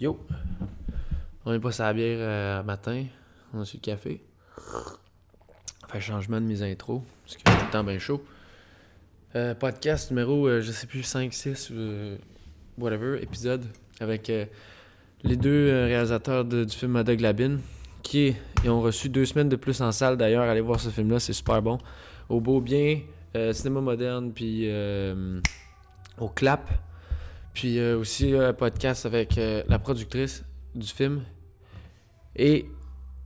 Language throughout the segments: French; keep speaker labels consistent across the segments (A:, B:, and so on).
A: Yo! On est passé à la bière euh, matin. On a su le café. Fait changement de mes intros. Parce que c'est tout le temps bien chaud. Euh, podcast numéro, euh, je sais plus, 5, 6, euh, whatever, épisode. Avec euh, les deux euh, réalisateurs de- du film Doug Labine. Qui est- ils ont reçu deux semaines de plus en salle d'ailleurs. Allez voir ce film-là, c'est super bon. Au Beau Bien, euh, Cinéma Moderne, puis euh, au Clap. Puis euh, aussi euh, un podcast avec euh, la productrice du film et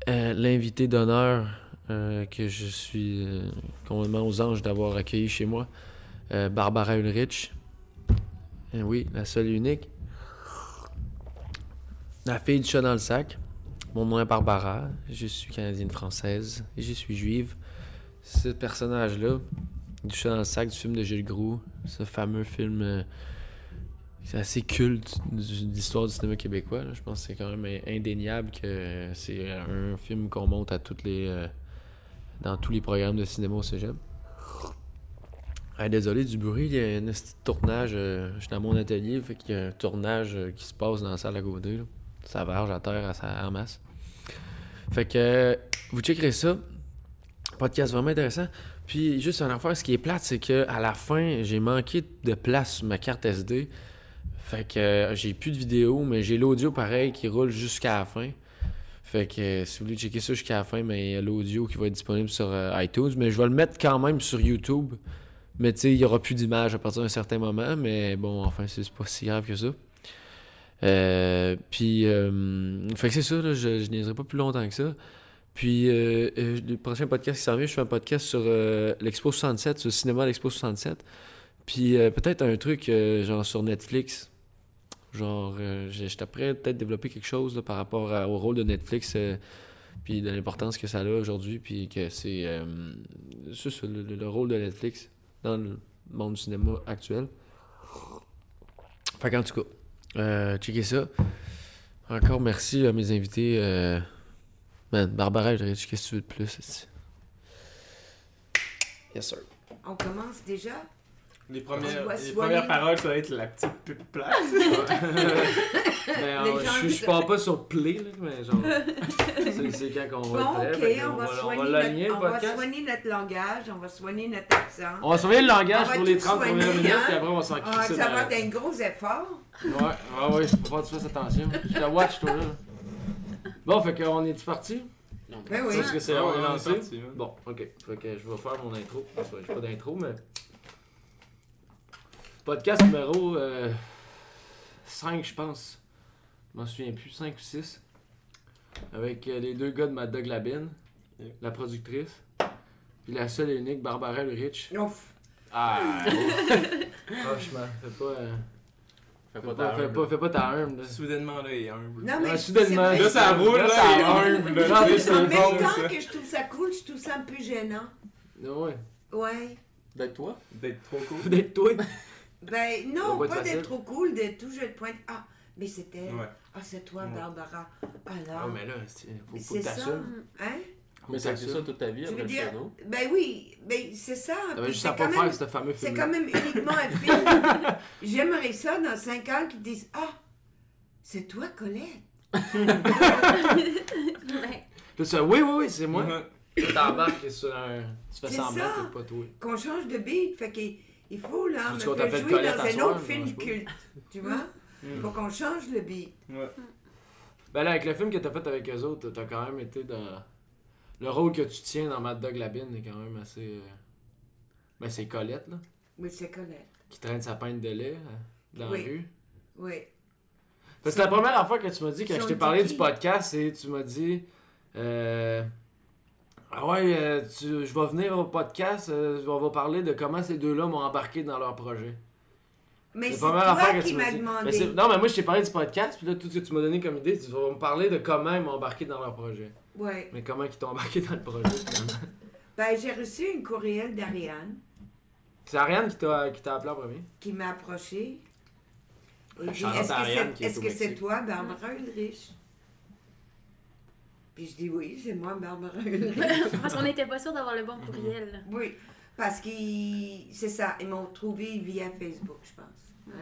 A: euh, l'invité d'honneur euh, que je suis euh, complètement aux anges d'avoir accueilli chez moi, euh, Barbara Ulrich. Eh oui, la seule et unique. La fille du chat dans le sac. Mon nom est Barbara. Je suis canadienne-française et je suis juive. Ce personnage-là, du chat dans le sac du film de Gilles Groux, ce fameux film. euh, c'est assez culte du- de l'histoire du cinéma québécois. là. Je pense que c'est quand même euh, indéniable que euh, c'est un film qu'on monte à toutes les euh, dans tous les programmes de cinéma au cégep. Ah, désolé du bruit, il y a un petit tournage. euh, je suis dans mon atelier, fait qu'il y a un tournage euh, qui se passe dans la salle à côté. là. Ça varge à terre à sa en masse. Fait que euh, vous checkerez ça. Podcast vraiment intéressant. Puis juste un affaire, ce qui est plate, c'est que à la fin, j'ai manqué de place sur ma carte SD. Fait que euh, j'ai plus de vidéo, mais j'ai l'audio pareil qui roule jusqu'à la fin. Fait que euh, si vous voulez checker ça jusqu'à la fin, mais il y a l'audio qui va être disponible sur euh, iTunes. Mais je vais le mettre quand même sur YouTube. Mais tu sais, il n'y aura plus d'image à partir d'un certain moment. Mais bon, enfin, c'est c'est pas si grave que ça. Euh, puis, euh, fait que c'est ça, là, je, je niaiserai pas plus longtemps que ça. Puis, euh, euh, le prochain podcast qui s'en vient, je fais un podcast sur euh, l'Expo 67, sur le cinéma à l'Expo 67. Puis, euh, peut-être un truc euh, genre sur Netflix. Genre, euh, j'ai- j'étais prêt à peut-être développer quelque chose là, par rapport à- au rôle de Netflix, euh, puis de l'importance que ça a aujourd'hui, puis que c'est euh, c'est ça, le, le- le rôle de Netflix dans le monde du cinéma actuel. Fait qu'en tout cas, euh, checkez ça. Encore merci à mes invités. euh, man, Barbara, j'aurais dit qu'est-ce que tu veux de plus. esti? Yes, sir.
B: On commence déjà?
C: Les premières,
B: doit
C: les
B: soigner.
C: premières paroles, ça va être la petite pub plate. mais
B: Les
C: on-
B: gens
C: Ben, euh, je, je pars pas sur play, là, mais genre. c'est- C'est quand qu'on
B: Bon,
C: va être
B: ok,
C: prêt, fait qu'on
B: on va, soigner
C: l'aligner,
B: notre,
C: le
B: on va
C: podcast.
B: soigner notre langage, on va soigner notre accent.
C: On va surveiller le
B: On
C: langage
B: va
C: pour les
B: tout
C: 30 premières
B: soigner,
C: minutes,
B: hein.
C: puis après on va s'en
B: Ah,
C: crisser
B: ça
C: dans-
B: va être un gros effort.
C: Ouais, ouais, ouais, faut pas que tu fasses attention. Je te watch, toi, là. Bon, fait qu'on est parti.
B: Ben oui.
C: C'est ce que c'est,
D: Ah
C: on
D: ouais, on
C: est
D: est
C: lancé.
D: parti, hein.
C: Bon, ok. Fait que je vais faire mon intro. Parce que J'ai pas d'intro, mais. Podcast numéro 5, je pense. Je m'en souviens plus, 5 ou 6. Avec euh, les deux gars de Mad Dog Labine,
D: Yeah.
C: la productrice, puis la seule et unique Barbara Ulrich.
B: Ouf.
C: Ah! Franchement, fais pas. euh,
D: Fais
C: fais, pas, fais, pas, fais pas ta humble. là.
D: Soudainement, là, il est humble.
B: Non, mais
C: Ouais,
B: c'est
C: Ah, soudainement,
B: vrai.
D: Là, ça roule, là,
C: Là, ça
D: il est
C: roule.
D: humble.
C: Genre,
D: là, tu sais,
C: c'est
B: En
D: c'est
B: même
D: bon,
B: temps
D: ça.
B: que je trouve ça cool, je trouve ça un peu gênant.
C: Ouais.
B: Ouais.
C: D'être toi?
D: D'être trop cool.
C: D'être toi?
B: Ben
C: Ça
B: non,
C: doit être
B: pas
C: facile.
B: d'être trop cool, de toujours le point. Ah, mais c'était.
D: Ouais.
B: Ah, c'est toi,
D: Ouais.
B: Barbara.
C: Ah,
B: Alors.
C: mais là, c'est- faut faut
B: C'est
C: que
B: ça.
C: t'assumes.
B: Hein?
C: Mais
E: Mais
C: ça
E: ça
C: fait
E: c'est ça toute ta vie,
B: Je veux
E: après le
B: dire-
E: piano.
B: Ben oui, ben c'est ça.
C: T'avais
B: Puis
C: juste
B: c'est
C: à pas
B: quand
C: faire
B: même-
C: ce fameux
B: C'est
C: film.
B: quand même uniquement un film. J'aimerais ça dans 5 ans qu'ils disent Ah, c'est toi, Colette.
C: Tout ça, oui, oui, oui, c'est moi.
D: Ouais.
C: T'embarques sur un. Tu fais
B: C'est
C: semblant
B: ça.
C: que t'es pas toi.
B: Qu'on change de beat. Fait qu'il il faut là,
C: Tu
B: me
C: veux qu'on
B: faire
C: t'appelle
B: jouer
C: Colette
B: dans
C: à
B: un
C: soir,
B: autre film
C: je sais pas. Mm.
B: culte. Tu vois Faut qu'on change le beat.
D: Ouais.
C: Ben là, avec le film que t'as fait avec eux autres, t'as quand même été dans. Le rôle que tu tiens dans Mad Dog Labine est quand même assez. euh, Ben, c'est Colette, là,
B: Oui, c'est Colette.
C: qui traîne sa peinte de lait euh, dans
B: Oui.
C: la rue.
B: Oui.
C: Parce que la première fois que tu m'as dit, quand
B: Sur
C: je t'ai
B: le
C: parlé
B: tapis.
C: du podcast, c'est tu m'as dit euh, Ah ouais, euh, tu- je vais venir au podcast, euh, on va parler de comment ces deux-là m'ont embarqué dans leur projet.
B: Mais
C: La
B: c'est
C: première affaire
B: toi
C: que
B: qui
C: tu m'as
B: m'as
C: dit- Mais c'est-
B: demandé.
C: non, mais moi, je t'ai parlé du podcast, puis là, tout ce que tu m'as donné comme idée, tu vas me parler de comment ils m'ont embarqué dans leur projet.
B: Ouais.
C: Mais comment ils t'ont embarqué dans le projet, finalement.
B: Ben, j'ai reçu une courriel d'Ariane
C: C'est Ariane qui t'a qui t'a appelé en premier.
B: qui m'a approchée. Et puis,
C: chante
B: Est-ce que
C: Ariane
B: c'est
C: qui est
B: est-ce
C: au
B: que c'est
C: Mexique.
B: toi, Barbara Ulrich Puis je dis oui, c'est moi, Barbara Ulrich.
F: Parce qu'on n'était pas sûr d'avoir le bon courriel.
B: Oui, parce que c'est ça, ils m'ont trouvé via Facebook, je pense. Ouais.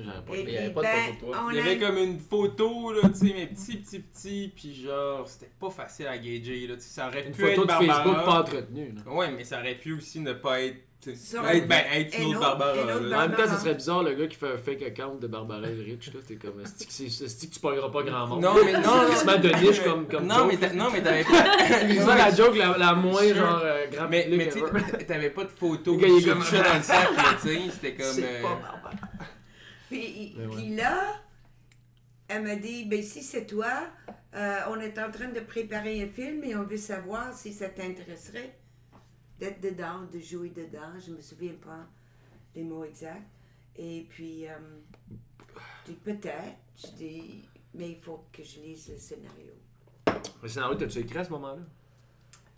A: J'aurais pas fait.
B: Et
D: il y avait
B: puis,
D: pas de
B: ben,
D: photo de toi.
B: on
D: Il y avait
B: a-
D: comme une photo, là, tu sais, mais petit, petit, petit, puis genre, c'était pas facile à gager, là, tu sais, ça aurait
A: Une
D: pu
A: photo
D: être
A: de Facebook
D: Barbara.
A: pas entretenue. là.
D: Ouais, mais ça aurait pu aussi ne pas être. tu sais,
B: Ça aurait
D: être, ben, être
B: une
D: une autre
B: autre-
D: Barbara.
B: une autre
D: là.
B: Barbara.
A: En même temps, ça serait bizarre le gars qui fait un fake account de Barbara Rich. Là, t'es comme, est-ce que, c'est- est-ce que tu pogneras pas grand monde?
D: Non, mais non, non.
A: Il se met de niche comme, comme
D: non,
A: joke.
D: mais t'a- non, mais t'avais pas.
A: C'est ça la joke la, la moins
D: Sure.
A: genre euh, grand
D: mais mais
A: public
D: tu
A: ever.
D: sais, t'avais pas de photo
A: Le gars, il est
D: du
A: comme-
D: chat dans le sac, là, tu sais, c'était comme.
A: C'est
D: euh,
A: pas Barbara.
B: Puis,
A: Mais ouais.
B: puis là, elle m'a dit, ben si c'est toi, euh, on est en train de préparer un film et on veut savoir si ça t'intéresserait d'être dedans, de jouer dedans. Je me souviens pas des mots exacts. Et puis, euh, je dis, peut-être. Je dis, mais il faut que je lise le scénario.
A: Le scénario, t'as-tu écrit à ce moment-là?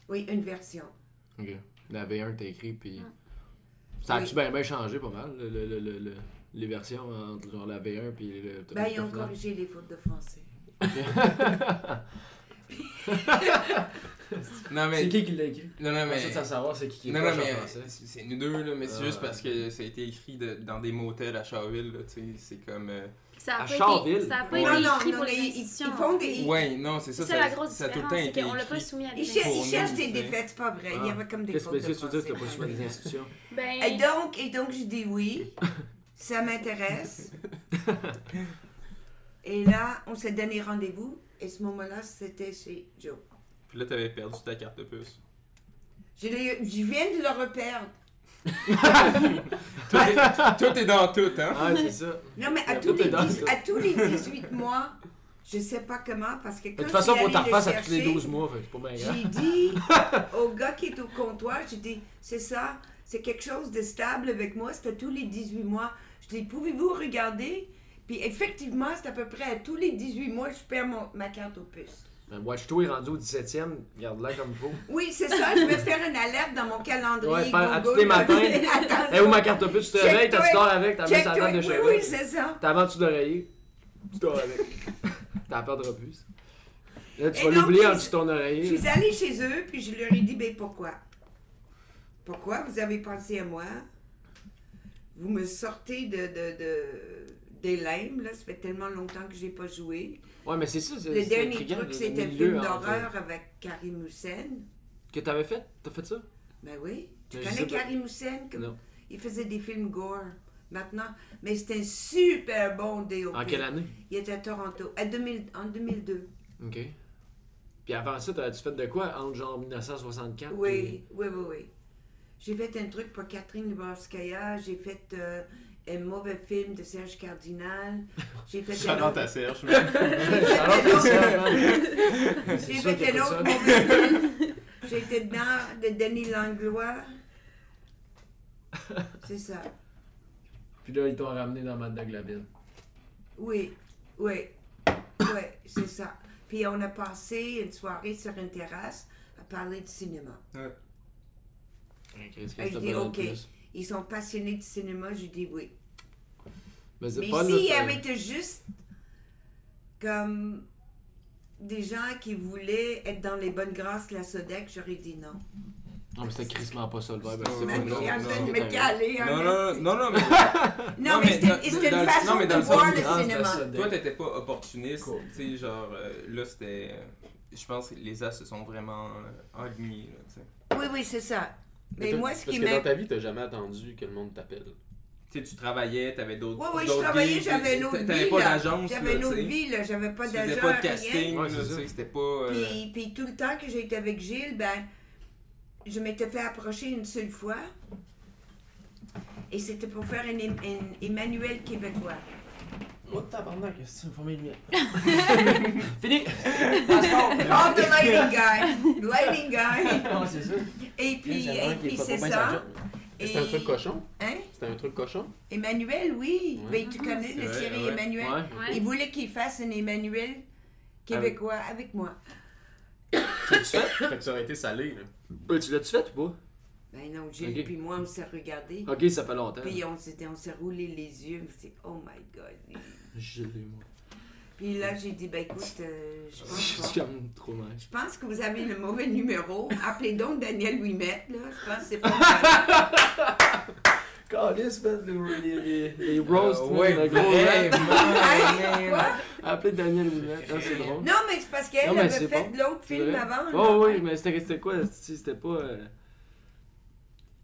B: Oui, une version.
A: Ok. La V1, t'as écrit, puis.
F: Mm.
A: Ça a-tu
B: Oui.
A: bien bien changé pas mal, le, le- le- le- le- les versions entre genre la V1 puis le.
B: Ben, ils ont
A: le final?
B: corrigé les fautes de français.
D: Non, mais.
A: C'est qui qui l'a écrit?
D: Non, non, mais.
A: Ah, Ça, ça savoir c'est qui qui
D: Non,
A: est
D: non,
A: proche en
D: mais
A: français.
D: c'est c'est nous deux, là, mais c'est
A: Ah.
D: juste parce que ça a été écrit de- dans des motels à Charville, là, tu sais, c'est comme... euh,
F: Ça a
A: À
F: pas été-
A: Charleville.
F: Ça a pas
D: Ouais.
F: été
D: Non,
B: non,
F: écrit
B: non,
F: pour
B: mais
F: les
B: ils- ils
F: institutions.
B: font des-
D: Ouais, non, c'est ça,
F: C'est ça la grosse
D: ça a tout le
F: différence,
D: temps
F: c'est
D: été
F: qu'on l'a pas
D: écrit.
F: soumis à des
B: Ils, cher-
D: Pour
B: ils cherchent
D: nous,
B: des
D: c'est-
B: défaites, c'est pas vrai. Il y avait comme des
A: Ah. Qu'est-ce
B: fautes de
A: que tu
B: français.
A: veux dire que t'as pas choisi des institutions?
B: Et
F: Ben,
B: donc, et donc, je dis oui, ça m'intéresse. Et là, on s'est donné rendez-vous, et ce moment-là, c'était chez Joe.
D: Puis là, t'avais perdu ta carte de puce.
B: Je, l'ai- je viens de le reperdre.
D: Tout est, Ah, tout est dans tout, hein?
A: Ah, c'est ça.
B: Non, mais à,
A: Il y a
B: tous
A: pas
B: les,
A: de danse,
B: dix-
A: là.
B: à tous les 18 mois, je sais pas comment, parce que quand
A: De toute façon,
B: je
A: faut
B: suis
A: t'en
B: allée
A: refaire
B: le
A: à tous les
B: chercher,
A: 12 mois, fait que c'est pas bien grave.
B: J'ai dit au gars qui est au comptoir, j'ai dit, c'est ça, c'est quelque chose de stable avec moi, c'était tous les 18 mois. Je dis, pouvez-vous regarder? Puis effectivement, c'est à peu près à tous les 18 mois, je perds mon- ma carte aux puces.
A: Mais Watch 2 Ben, est rendu au 17ème, garde-la comme il faut.
B: Oui, c'est ça, je vais faire une alerte dans mon calendrier.
A: Ouais, par- à
B: Google,
A: tous les
B: là.
A: matins.
B: Attention.
A: Hé, où Eh, ma carte de puce? Tu te
B: Check
A: réveilles, t'as- tu
B: toi.
A: dors avec, t'as mis
B: Check
A: sa
B: toi.
A: table de
B: Oui,
A: cheval.
B: oui, c'est ça.
A: T'as vendu d'oreiller, tu dors avec. T'en perdras plus. Là, tu
B: Et
A: vas
B: donc,
A: l'oublier
B: je-
A: en dessous de ton
B: Je
A: oreiller.
B: suis allée chez eux, puis je leur ai dit, ben pourquoi? Pourquoi vous avez pensé à moi? Vous me sortez de, de- de- des limbes, là, ça fait tellement longtemps que j'ai pas joué.
A: Ouais, mais c'est ça. c'est-
B: Le
A: c'est
B: dernier
A: intriguant,
B: truc,
A: le- le
B: c'était
A: milieu
B: film
A: entre-
B: d'horreur avec Karim Houssen.
A: Que t'avais fait? T'as fait ça?
B: Ben oui, tu
A: Mais je
B: connais
A: sais pas.
B: Karim Houssen? Comme-
A: Non.
B: Il faisait des films gore maintenant, mais c'était un super bon DOP.
A: En quelle année?
B: Il était à Toronto, à 2000 en 2002.
A: Ok. Puis avant ça, t'avais-tu fait de quoi? Entre genre 1964?
B: Oui, oui, oui, oui. J'ai fait un truc pour Catherine Liborskaya, j'ai fait euh, un mauvais film de Serge Cardinal, j'ai fait un
D: J'adore
B: autre,
D: ta Serge, man.
A: puis- Alors, t'es ça, hein? C'est
B: j'ai
A: sûr
B: fait
A: que
B: un
A: t'écoutes
B: autre
A: ça.
B: mauvais film. J'ai été dedans de Denis Langlois. C'est ça.
A: Puis là, ils t'ont ramené dans Mad Dog Labine.
B: Oui, oui, oui, c'est ça. Puis on a passé une soirée sur une terrasse à parler de cinéma.
A: Ok, est-ce
B: Ah,
A: que
B: je
A: t'as
B: dis
A: pas
B: ok.
A: plus?
B: Ils sont passionnés de cinéma, je dis oui.
A: Mais c'est
B: Mais
A: fun, là,
B: s'il
A: c'est-
B: avait été juste comme des gens qui voulaient être dans les bonnes grâces de la SODEC, j'aurais dit non.
A: Non, mais c'était crissement pas ça le vibe.
D: C'est
B: Mais
D: pas
B: je
D: une grande
B: suis en train
D: grâce.
B: de me caler, hein,
D: Non,
B: mais-
D: non, non, non, mais
B: Non,
D: non,
B: mais
D: mais
B: c'était
D: dans-
B: c'était
D: dans
B: une
D: le-
B: façon
D: non, mais
B: de
D: dans le
B: voir
D: sens
B: le
D: du grand,
B: cinéma.
D: toi, t'étais pas opportuniste,
A: Cool.
D: tu sais, genre, euh, là, c'était... Je pense que les as se sont vraiment euh, alignés, là, tu sais.
B: Oui, oui, c'est ça. Mais
G: toi,
B: moi, ce
G: Parce
B: qui
G: que dans
B: m'a...
G: ta vie, t'as jamais attendu que le monde t'appelle.
D: Tu sais, tu travaillais, t'avais d'autres
B: Oui, oui, je
D: d'autres
B: travaillais,
D: gigs,
B: j'avais une autre vie.
D: T'avais pas
B: là.
D: d'agence,
B: J'avais
D: là,
B: une autre
D: tu sais.
B: vie, là. J'avais pas
D: Tu
B: d'agent,
D: faisais pas de
B: rien.
D: casting,
A: Ouais,
D: là,
A: c'est
D: tu
A: ça.
D: sais, c'était pas... euh,
B: Puis, puis tout le temps que j'ai été avec Gilles, ben, je m'étais fait approcher une seule fois. Et c'était pour faire un, em- un Emmanuel québécois.
A: Oh, tabarnak, c'est une famille mienne.
B: Oh, the lighting guy! Lighting guy!
A: Non, c'est ça.
B: Et puis, et puis c'est ça. Et-
G: C'était un truc cochon?
B: Hein?
G: C'était un truc cochon?
B: Emmanuel, oui.
G: Ouais.
B: Ben, tu connais
D: C'est
B: la
D: vrai,
B: série
D: ouais.
B: Emmanuel.
A: Ouais.
F: ouais.
B: Il voulait qu'il fasse un Emmanuel québécois avec moi.
G: Tu fait? Fait que ça aurait été salé, là.
A: Ouais, tu l'as-tu fait ou
B: Ben non, Gilles
A: Ok. Ah.
B: puis moi, on s'est regardés.
A: pas? Ok, ça fait longtemps.
B: Puis on s'était- on s'est roulé les yeux. On s'est dit, oh my God.
A: Je l'ai, moi.
B: Puis là, j'ai dit, ben écoute, euh, je
A: Je
B: pense qu'on-
A: suis comme trop mal.
B: Je pense que vous avez le mauvais numéro. Appelez donc Daniel Ouimet, là. Je pense que c'est pas le
A: Calice, man, les, les, les, les roasts, man,
D: Euh, ouais,
A: le gros rap.
D: vraiment, Oh, man.
A: Appelez Daniel Minette, hein, c'est drôle.
B: Hein? Non, mais c'est parce qu'elle
A: Non, mais
B: avait
A: c'est
B: fait
A: bon.
B: de l'autre
A: C'est
B: film
A: vrai.
B: avant. là.
A: Oh oui, mais c'était c'était quoi, la- si c'était pas... euh,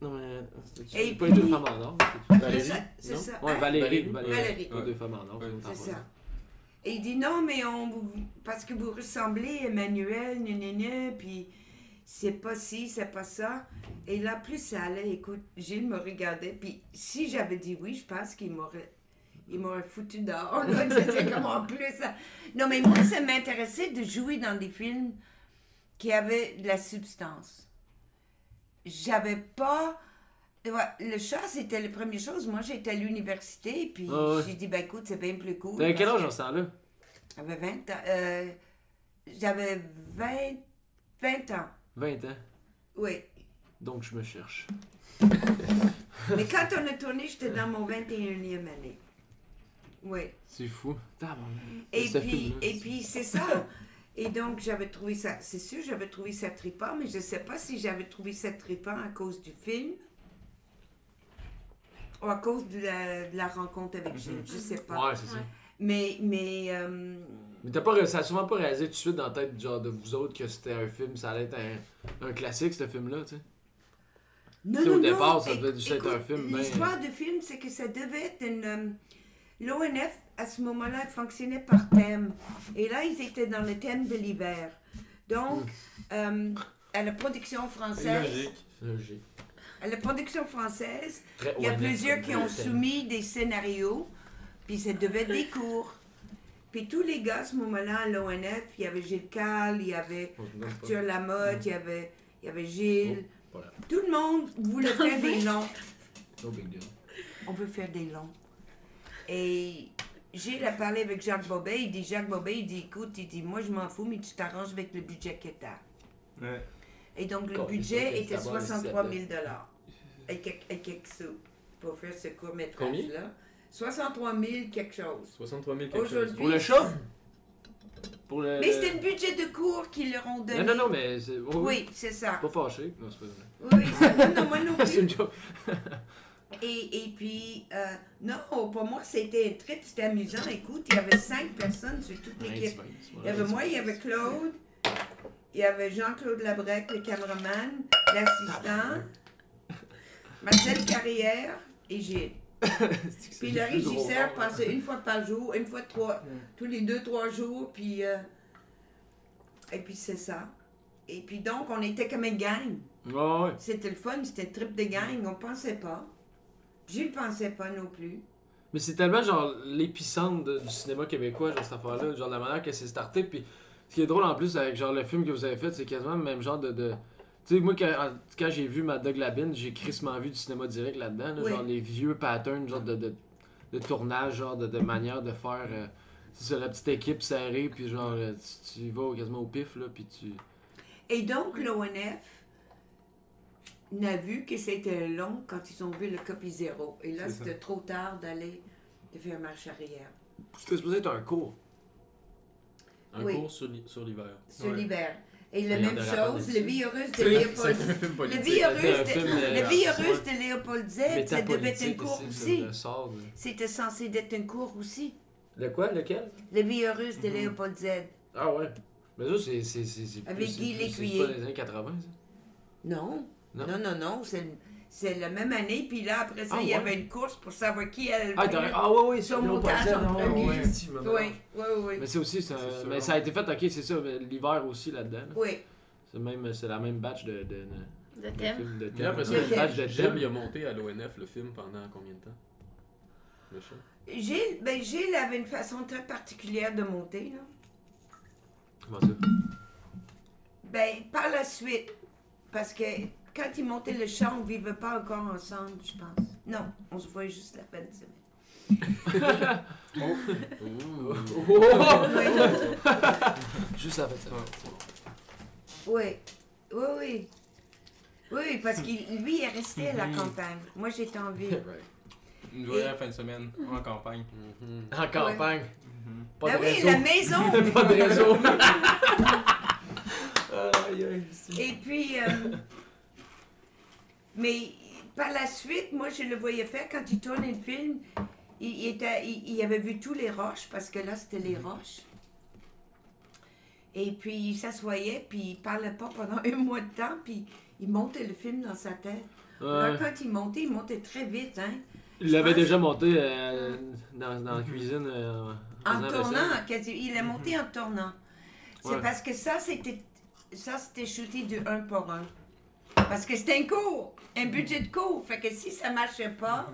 A: Non, mais...
B: Et
A: C'était pas
B: puis-
A: les deux femmes en or.
B: C'est
E: Valérie?
B: ça. C'est
A: non?
B: ça.
A: Ouais,
B: hein?
A: Valérie.
E: Valérie.
A: Valérie.
B: Valérie.
A: Les deux femmes en or.
E: Ouais.
A: on en
B: C'est
A: parle.
B: ça. Et il dit non, mais on, vous- parce que vous ressemblez à Emmanuel, gna, gna, gna, puis c'est pas ci, c'est pas ça. Et là, plus ça allait, écoute, Gilles me regardait, puis si j'avais dit oui, je pense qu'il m'aurait. Il m'aurait foutu dehors. là. C'était comme en plus. ça. Non, mais moi, ça m'intéressait de jouer dans des films qui avaient de la substance. J'avais pas. Ouais, Le chat, c'était la première chose. Moi, j'étais à l'université, puis
A: Ah ouais.
B: j'ai dit, ben écoute, c'est bien plus cool.
A: T'avais quel
B: parce
A: âge en ce temps-là?
B: j'avais 20 ans. euh, J'avais 20, 20 ans.
A: 20 ans.
B: Oui.
A: Donc, je me cherche.
B: Mais quand on a tourné, j'étais dans mon 21e année. Oui.
A: C'est fou. Tabarnak.
B: Et
A: Ce
B: puis,
A: film-là,
B: et
A: c'est-
B: puis c'est ça. Et donc, j'avais trouvé ça. C'est sûr, j'avais trouvé ça trippant, mais je ne sais pas si j'avais trouvé ça trippant à cause du film ou à cause de la, de la rencontre avec Gilles. Je ne sais pas.
A: Mhm. Ouais, c'est ça.
F: Ouais.
B: Mais, mais euh,
A: Mais t'as pas, ça a sûrement pas réalisé tout de suite dans la tête du genre de vous autres que c'était un film, ça allait être un, un classique, ce film-là, tu sais.
B: Non,
A: Tu sais, au
B: non,
A: départ,
B: non,
A: ça devait juste être un film, ben-
B: L'histoire du film, c'est que ça devait être une. euh, L'ONF, à ce moment-là, elle fonctionnait par thème. Et là, ils étaient dans le thème de l'hiver. Donc,
A: Hmm.
B: euh, à la production française,
E: Logique.
A: C'est logique.
B: à la production française,
A: Très
B: il y a
A: honnête,
B: plusieurs
A: comme
B: qui ont
A: thème.
B: soumis des scénarios, puis ça devait être des cours. Puis tous les gars, à ce moment-là, à l'ONF, il y avait Gilles Carle, il y avait
E: On se demande pas.
B: Arthur Lamotte, il y avait, il y avait Gilles.
A: Oh, voilà.
B: Tout le monde voulait faire des longs.
A: No big deal.
B: on veut faire des longs. Et Gilles a parlé avec Jacques Bobet, il dit, Jacques Bobet, il dit, écoute, il dit, moi je m'en fous, mais tu t'arranges avec le budget que t'as.
D: Ouais.
B: Et donc le
A: Quand il faut
B: budget
A: qu'il
B: était
A: s'abonne,
B: 63 000
A: s'il
B: et quelques, et quelques sous pour faire ce
E: Combien?
B: court-métrage-là. 63 000 quelque chose.
E: 63 000 quelque chose.
B: Aujourd'hui.
A: Pour le chat? Pour le.
B: Mais c'était le budget de cours qu'ils leur ont donné.
A: Euh, Non, non, non, mais. c'est- oh,
B: Oui, c'est ça.
A: Pas fâché. Non, c'est pas vrai.
B: Oui, oui, c'est- non, non, moi non
A: c'est
B: plus.
A: une joke.
B: Et, et puis, euh, non, pour moi, c'était un trip, c'était amusant. Écoute, il y avait cinq personnes sur toute
A: Ouais,
B: l'équipe.
A: c'est vrai, c'est vrai.
B: Il y avait moi, il y avait Claude, il y avait Jean-Claude Labrec, le cameraman,
A: Ah,
B: l'assistant, Marcel Carrière et Gilles.
A: C'est
B: Puis le
A: plus drôle,
B: régisseur
A: hein.
B: passait une fois par jour, une fois trois, tous les deux, trois jours, puis... euh, et puis c'est ça. Et puis donc, on était comme une gang.
A: Ouais, ouais.
B: C'était le fun, c'était le trip de gang, on pensait pas. Gilles pensait pas non plus.
A: Mais c'est tellement genre l'épicentre de- du cinéma québécois, genre cette affaire-là, genre la manière que c'est starté. Puis ce qui est drôle en plus avec genre le film que vous avez fait, c'est quasiment le même genre de. de- Tu sais, moi quand, en- quand j'ai vu ma Doug Labine, j'ai crissement vu du cinéma direct là-dedans, là,
B: Oui.
A: genre les vieux patterns, genre de, de, de tournage, genre de, de manière de faire. euh, c'est ça, la petite équipe serrée, puis genre euh, tu, tu vas au- quasiment au pif, là, puis tu.
B: Et donc, l'ONF n'a vu que c'était long quand ils ont vu le copie zéro. Et là,
D: C'est ça.
B: c'était trop tard d'aller de faire marche arrière.
A: C'était supposé être un cours.
E: Un
B: Oui.
E: cours sur l'hi- sur l'hiver.
B: Se
D: Ouais.
B: libère. Et la
A: Regarde
B: même
A: la raconte
B: chose,
A: là-dessus.
B: le virus de
E: C'est
B: Léopold.
E: un film
B: Le
E: politique.
B: virus
A: C'était un film,
B: de,
A: euh,
B: le virus de Léopold Z, ça devait être un
A: Métapolitique
B: cours
A: aussi,
B: aussi.
A: sur le sort de-
B: C'était censé être un cours aussi.
A: Le quoi, lequel
B: Le virus
A: Mhm.
B: de Léopold Z.
A: Ah ouais. Mais ça, c'est. c'est, c'est, c'est
B: Avec
A: plus- c'est
B: Guy
A: plus-
B: Lécuyer.
A: C'est pas les années 80, ça.
B: Non.
A: Non.
B: Non, non, non. c'est, c'est la même année. Puis là, après ça,
A: Ah,
B: il y
A: ouais.
B: avait une course pour savoir qui allait le
A: Ah,
B: plus.
A: t'aurais- ah ouais, ouais,
B: Sur
A: c'est
B: mon
A: pas
B: tas,
A: le
B: j'en
A: temps,
B: prends
A: ouais,
B: une.
A: ouais.
E: Si, maman.
B: Oui, oui, oui.
A: Mais c'est aussi. c'est un-
E: C'est sûr.
A: mais ça a été fait, ok, c'est ça, mais l'hiver aussi là-dedans. là.
B: Oui.
A: C'est, même, c'est la même batch de, de, de,
F: De
A: de
F: thème.
A: films de thème.
E: Puis après ça,
B: Le thème.
A: batch de
E: Jeb, Jeb,
A: thème.
E: il a monté à l'ONF le film pendant combien de temps Le chat.
B: Gilles, ben Gilles avait une façon très particulière de monter. Là.
A: Comment ça
B: Ben, par la suite, parce que quand il montait le chant, on ne vivait pas encore ensemble, je pense. Non, on se voyait juste la fin de semaine.
E: Ouh.
A: Oh!
B: Oui,
A: Juste après ça.
B: oui, oui. Oui, oui parce que lui, il est resté à la campagne. Moi, j'étais en ville.
D: Une journée à la fin de semaine, en campagne.
E: Mhm.
A: En campagne. Pas
B: Ben
A: de
B: oui,
A: réseau.
B: la maison!
A: Pas de réseau. Aïe, aïe, c'est-
B: Et puis, euh, mais Par la suite, moi, je le voyais faire quand il tournait le film. Il, il était, il, il avait vu tous les roches, parce que là, c'était les roches. Et puis, il s'assoyait, puis il parlait pas pendant un mois de temps, puis il montait le film dans sa tête. Alors, quand il montait, il montait très vite, hein.
C: Il l'avait déjà monté euh, dans, dans la cuisine. euh,
B: En
C: faisant la vaisselle.
B: tournant, quasi- il est monté en tournant. C'est
C: Ouais.
B: parce que ça, c'était ça, c'était shooté de un pour un. Parce que c'était un cours, un budget de cours. Fait que si ça marchait pas,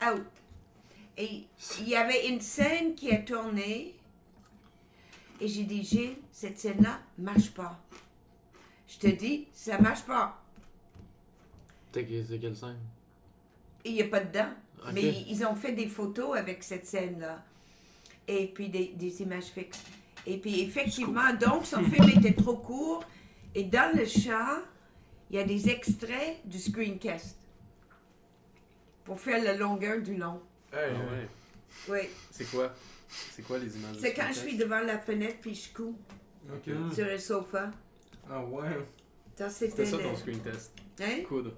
C: Mhm.
B: out. Et il y avait une scène qui a tourné. Et j'ai dit, Gilles, cette scène-là marche pas. Je te dis, ça marche pas.
C: T'es que- C'est quelle scène
B: Il n'y a pas dedans.
C: Ok.
B: Mais ils- ils ont fait des photos avec cette scène-là. Et puis des, des images fixes. Et puis effectivement, donc, son film était trop court. Et dans le chat, il y a des extraits du screencast. Pour faire la longueur du long.
E: Ah ouais.
B: Oui.
E: C'est quoi C'est quoi les images
B: C'est quand je suis devant la fenêtre puis je couds
D: euh, Ok.
C: Mm.
B: sur le sofa.
D: Ah ouais.
B: Ça,
E: C'était
B: C'était
E: ça
B: le-
E: ton screen test.
B: hein?
E: Coude.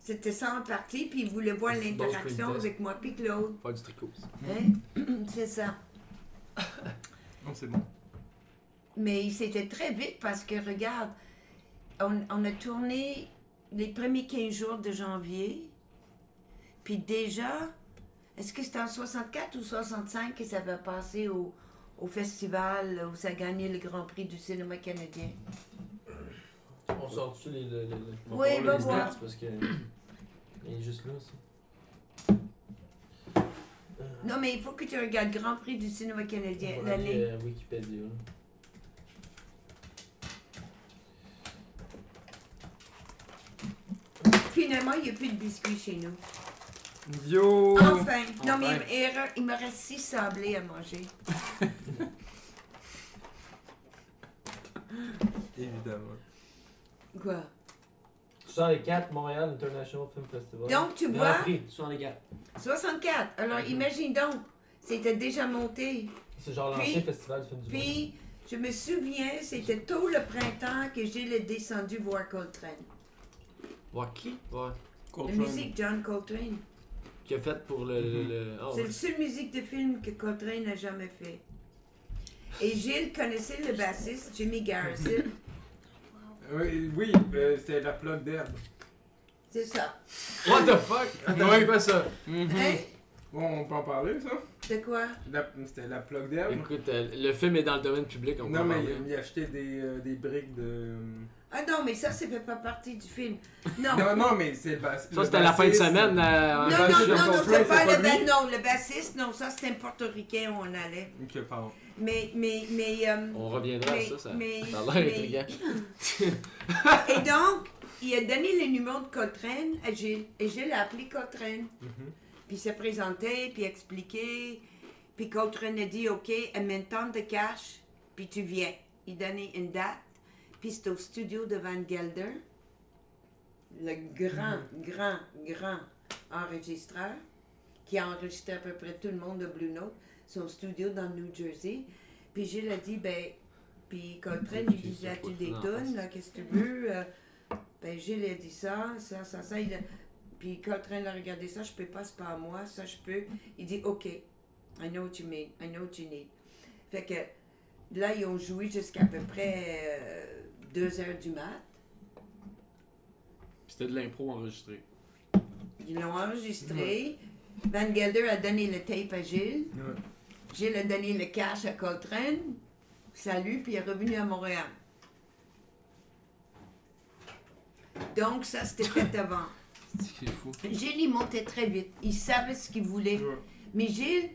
B: C'était ça en partie. Puis il voulait voir
C: Bon
B: l'interaction
C: screencast.
B: avec moi puis Claude.
C: Faire du tricot.
B: Hein? C'est ça.
D: Non, c'est bon.
B: Mais c'était très vite parce que, regarde, on, on a tourné les premiers 15 jours de janvier. Puis déjà, est-ce que c'était en 64 ou 65 que ça avait passé au, au festival où ça gagnait le Grand Prix du cinéma canadien?
C: On sort-tu les. les,
B: on Oui, va voir va les voir. stats
C: parce que. Il est juste là, ça.
B: Non, mais il faut que tu regardes Grand Prix du cinéma canadien, l'année.
C: Wikipédia.
B: Finalement, il n'y a plus de biscuits chez nous.
D: Yo!
C: Ah,
B: Enfin! Ah, Non, mais
D: Enfin.
B: il, me- il re- il me reste six sablés à manger.
D: Évidemment.
B: Quoi?
C: 64, Montréal International Film Festival.
B: Donc, tu vois,
C: 64.
B: 64. Alors, imagine donc, c'était déjà monté.
C: C'est genre
B: Puis- l'ancien
C: festival du film du
B: Puis, je me souviens, c'était tôt le printemps que j'ai descendu voir Coltrane.
C: Voir qui Ouais.
B: La
D: Coltrane.
B: musique John Coltrane.
C: Qui a fait pour le. le, le- ah,
B: C'est
C: ouais.
B: le seul musique de film que Coltrane n'a jamais fait. Et Gilles connaissait le bassiste Jimmy Garrison.
D: Oui, oui, euh, c'était la plug d'herbe.
B: C'est ça.
C: What the fuck Attends, il fait ça
B: Hein?
D: Bon, on peut en parler, ça?
B: De quoi?
D: La- C'était la plug d'herbe.
C: Écoute, euh, le film est dans le domaine public, on peut
D: Non,
C: en
D: mais
C: parler.
D: il, il achetait des, euh, des briques de.
B: Ah non, mais ça, ça fait pas partie du film. Non.
D: Non, non, mais c'est le bas- le
C: Ah. Ça, c'était la fin de
D: bassiste.
C: semaine. euh,
B: Non,
C: en
D: Ah,
B: non,
D: je
B: non,
D: suis
B: non,
D: Coltrane,
B: c'est
D: c'est
B: pas
D: pas
B: le,
D: lui.
B: ba- non, le bassiste, non, ça c'était un portoricain où on allait.
D: Ok, pardon.
B: Mais, mais, mais. euh,
C: On reviendra
B: Mais-
C: à ça, ça,
B: mais-
C: ça a l'air
B: mais-
C: intriguant.
B: Et donc, il a donné le numéro de Coltrane à Gilles. Et Gilles a appelé Coltrane.
C: Mm-hmm.
B: Puis il s'est présenté, puis il a expliqué. Puis Coltrane a dit OK, amène tant de cash, puis tu viens. Il donnait une date. Puis c'était au studio de Van Gelder, le grand, grand, grand enregistreur qui a enregistré à peu près tout le monde de Blue Note, son studio dans le New Jersey. Puis Gilles a dit ben, puis Coltrane lui disait tu des tonnes, là, qu'est-ce que tu veux Euh, Ben Gilles a dit ça, ça, ça, ça. Il a- Puis Coltrane a regardé ça, je peux pas, c'est pas à moi, ça je peux. Il dit ok, I know what you mean, I know what you need. Fait que là ils ont joué jusqu'à peu près 2 heures du mat.
E: Puis c'était de l'impro enregistré.
B: Ils l'ont enregistré. Van Gelder a donné le tape à Gilles.
D: Ouais.
B: Gilles a donné le cash à Coltrane. Salut, puis il est revenu à Montréal. Donc, ça, c'était fait avant.
E: C'est fou.
B: Gilles, il montait très vite. Il savait ce qu'il voulait.
D: Ouais.
B: Mais Gilles,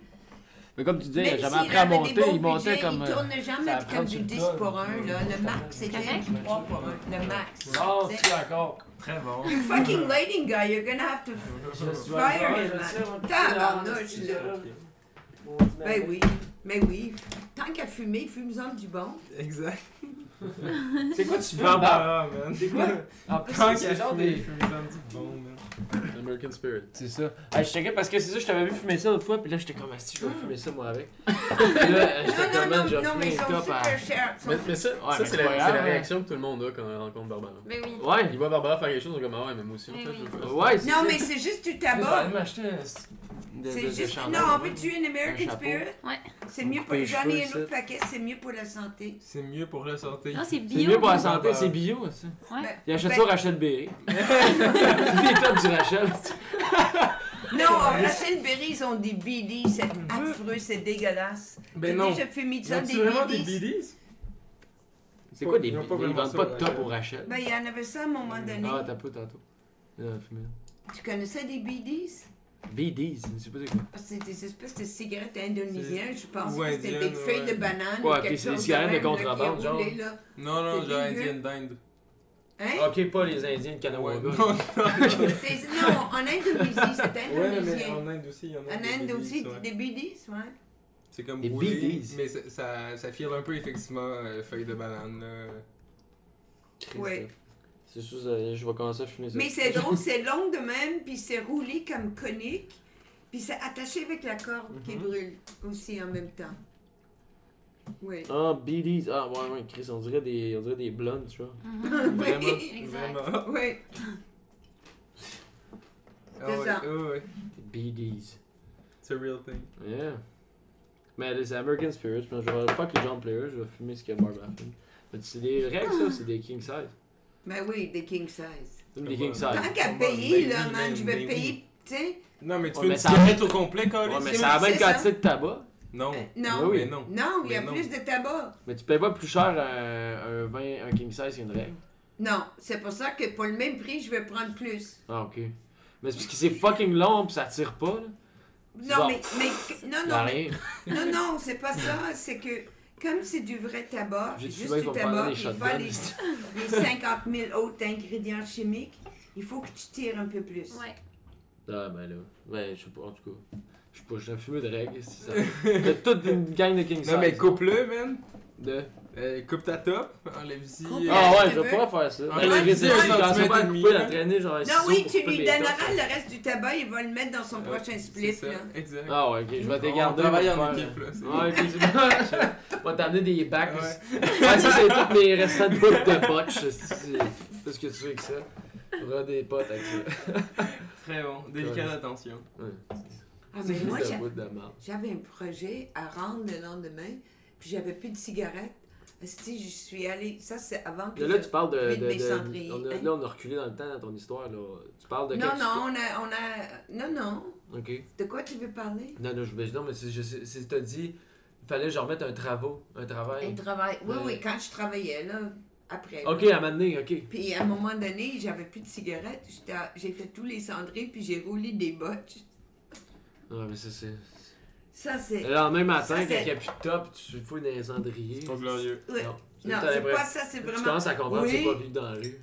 C: Mais comme tu dis,
B: même
C: j'avais
B: s'il
C: appris à
B: avait
C: monter,
B: des bons
C: il montait
B: budgets,
C: comme.
B: Il
C: euh,
B: tournait jamais
C: ça
B: comme
C: apprend
B: du
C: sur le
B: 10
C: tas,
B: pour 1.
C: ouais.
B: Là. Le max, c'était
F: Correct.
B: du 3 pour 1. Le max.
C: Oh,
B: C'est-
C: tu encore.
D: Très bon.
B: You fucking lighting guy, you're gonna have to
C: Je suis
B: Fire
C: encore,
B: him,
C: je
B: man.
C: sais, mon petit
B: Tabarnouche,
C: gars.
B: là. Ben oui, mais oui. tant qu'à fumer, fume-en du bon.
D: Exact.
A: C'est quoi tu
D: Tu
A: veux
D: fais un barbara, man.
A: C'est quoi? En plus,
D: Tant
A: c'est
D: qu'à
A: genre
D: fumer,
A: des.
D: fumez-en du bon, man.
E: American Spirit.
A: C'est ça. Ah, je checkais parce que c'est ça, je t'avais vu fumer ça l'autre fois, puis là j'étais comme, ah, si je vais fumer ça moi avec. Puis là,
B: Mm. Non,
A: j'étais
B: non,
A: comme,
B: non,
A: man, j'ai
B: non, mais
A: fumé
B: ils
A: une
B: sont
A: top à.
B: super chers. Ils sont-
E: Mais, mais ça, ça,
A: mais
E: c'est
A: c'est
E: la,
A: pas
E: c'est
A: grave,
E: la
A: hein.
E: réaction que tout le monde a quand on rencontre Barbara.
F: Ben oui.
E: Il
A: Ouais,
E: voit Barbara faire quelque chose, on est comme Ah ouais, mais moi aussi, en
F: Mais
E: fait, je
F: oui.
E: veux faire ça.
A: ouais, c'est
B: Non, mais c'est juste du tabac. C'est juste. Non, veux-tu une American
A: chapeau.
B: Spirit?
F: Ouais.
B: C'est
H: On
B: mieux
H: coupe
B: pour.
H: les
B: J'en
H: cheveux,
B: ai un
H: ça.
B: autre paquet, c'est mieux pour la santé.
D: C'est mieux pour la santé.
F: Non, c'est
A: C'est
F: bio.
A: mieux pour la
D: bio.
A: santé, c'est bio, ça.
F: Ouais.
A: Il achète
B: Ben-
A: ça au Rachel Berry. Il est top du Rachel.
B: Non, euh, Rachel Berry, ils ont des BD, c'est affreux, c'est dégueulasse.
D: Ben
B: T'as
D: non.
B: déjà fumé de
D: Ils
B: ça,
D: ont
B: des
D: vraiment des
B: BD?
D: BDs?
A: C'est quoi des. Ils
D: Ils ont pas
A: vendent pas
D: vraiment ça
A: de
D: au
A: top
D: Rachel.
A: au Rachel.
B: Ben, il y en avait ça à un moment donné.
A: Ah, t'as pas tantôt. Il en a fumé.
B: Tu connaissais des BDs?
A: BDs, je sais pas c'est quoi.
B: Ah, C'est des espèces de cigarettes indonésiennes, je pense
D: Ou
B: que c'était des
D: indiennes,
B: feuilles
D: ouais.
B: de banane.
A: Ouais,
B: ou quelque
A: puis c'est des
B: chose
A: cigarettes de
B: même, là, qui
A: contrebande, genre. Ah,
B: roulaient, là.
D: Non, non,
B: C'est
D: genre
B: dégueu.
D: indienne d'Inde. Ah,
B: Hein?
A: Ok, pas les Indiens de
D: Ouais,
A: Kanawanga.
D: Ah, non.
A: ben,
B: C'est- Non, en Indonésie, c'est
D: ben, Ouais, mais
B: indonésien.
D: en Inde aussi, il y en a.
B: En
D: des
B: Inde
D: BDs,
B: aussi,
D: ouais.
B: des BDs, ouais.
D: C'est comme
A: Des
D: roulé,
A: BDs.
D: mais ça, ça, ça file un peu effectivement euh, feuille de banane. là.
B: Ouais.
A: C'est sûr, ça- je vais commencer à fumer ça.
B: Mais c'est drôle, c'est long de même, puis c'est roulé comme conique, puis c'est attaché avec la corde qui
A: Mhm.
B: brûle aussi en même temps. Oui.
A: Ah, BDs. Ah, ouais, ouais, Chris, on dirait des, on dirait des blondes, tu vois.
F: Mhm.
D: Vraiment.
B: oui.
F: Exact.
D: Ah, ben, Vraiment.
B: Oui.
D: Ah
B: C'est
D: ouais,
B: ça.
D: ouais, ouais.
A: BDs.
D: It's a real thing.
A: Yeah. Mais là, c'est American Spirit, je vais pas que les gens players, je vais fumer ce qu'il y a Barbara fume. Mais c'est des règles, ça, c'est des king size.
B: Ben oui, des king size.
A: C'est des king size.
B: Tant qu'à
D: ben
B: payer,
D: oui,
B: là,
D: ben
B: man, je vais
D: oui.
B: payer, tu sais.
D: Non, mais tu
A: Ouais,
D: veux
A: mais
D: une
A: ça-
D: cigarette au complet, Carlis?
A: Ouais, mais
B: c'est
A: c'est la
B: vrai,
A: même
B: c'est ça.
A: quantité de tabac,
D: Non.
B: Euh, non.
A: Oui,
D: Mais non.
B: Non, il y a
D: Mais non.
B: plus de tabac.
A: mais tu payes pas plus cher euh, un vin, un king size qu'une règle.
B: Non, c'est pour ça que pour le même prix, je vais prendre plus.
A: Ah, ok. Mais c'est parce que c'est fucking long pis ça tire pas, là.
B: Non,
A: Bon.
B: mais, mais Ah, non,
A: Y'a
B: non, mais-
A: rien.
B: non, non, c'est pas ça. C'est que comme c'est du vrai tabac,
A: J'ai dit
B: juste
A: souvent qu'ils
B: du
A: vont prendre
B: tabac,
A: des
B: il faut
A: shotguns.
B: les les 50 000 autres ingrédients chimiques, il faut que tu tires un peu plus.
F: Ouais.
A: Ah, ben là. Ben, je sais pas, en tout cas. Je suis pas, je suis un fumeur de règles, c'est ça. T'as toute une gang de king size.
D: Non, mais coupe-le, man.
A: De-
D: Euh, coupe ta top, enlève-y.
B: Coupe-
D: euh,
A: Ah, ouais,
B: tu
A: je
B: veux?
A: vais pas faire ça.
D: Ah,
A: Ben,
B: ouais,
A: les
B: tu
A: résidus,
B: veux,
A: ils
D: tu
A: commencent
D: mets
A: pas à
D: une
A: couper,
D: mille,
A: à
D: là.
A: traîner, genre un
B: Non,
A: ciseau
B: oui,
A: pour
B: tu
A: couper
B: lui
A: les tops.
B: donneras le reste du tabac, il va le mettre dans son
D: Ouais,
B: prochain
D: C'est
B: split.
D: ça,
B: là.
D: exact.
A: Ah ouais, ok, je vais te
D: On
A: garder.
D: travaille
A: pour
D: en
A: faire-
D: équipe, là. c'est-
A: Ouais, ok, c'est bon. On va t'amener des bacs.
D: Ouais.
A: Ouais, ça, c'est tous mes restants de potes de botch. c'est- C'est c'est ce que tu veux avec ça. Faudra des potes avec ça.
D: Très bon. Délicate attention.
B: Ah, mais moi,
A: Juste
B: j'a-
A: un bout de marde.
B: j'avais un projet à rendre le lendemain, puis j'avais plus de cigarettes. Si je suis allée, ça c'est avant que.
A: Là,
B: je-
A: tu parles de.
B: Vite
A: de-
B: des
A: de-
B: cendriers,
A: on a-
B: hein.
A: là, on a reculé dans le temps dans ton histoire. Là. Tu parles de.
B: Non,
A: quelque-
B: non, on a, on a. Non, non.
A: Ok.
B: De quoi tu veux parler?
A: Non, non, je me non, mais c'est- je sais- c'est- t'as dit. Il fallait que je remette un travaux. Un
B: Un
A: travail.
B: travail. Oui,
A: Ouais. Euh.
B: oui, quand je travaillais, là, après.
A: Ok,
B: là.
A: à un moment donné, ok.
B: Puis à un moment donné, j'avais plus de cigarettes. J'étais à- J'ai fait tous les cendriers, puis j'ai roulé des botches.
A: Ouais, mais ça, c'est.
B: Ça, c'est.
A: Le lendemain matin,
B: Ça,
A: quand il
B: c'est-
A: n'y a plus de top, tu fous dans les cendriers.
D: C'est pas glorieux.
B: Ouais.
A: Non,
B: Non,
A: T'as
B: c'est
A: l'impression-
B: pas ça, c'est
A: Tu
B: vraiment.
A: commences à comprendre que c'est
B: Oui.
A: pas vivre dans la rue.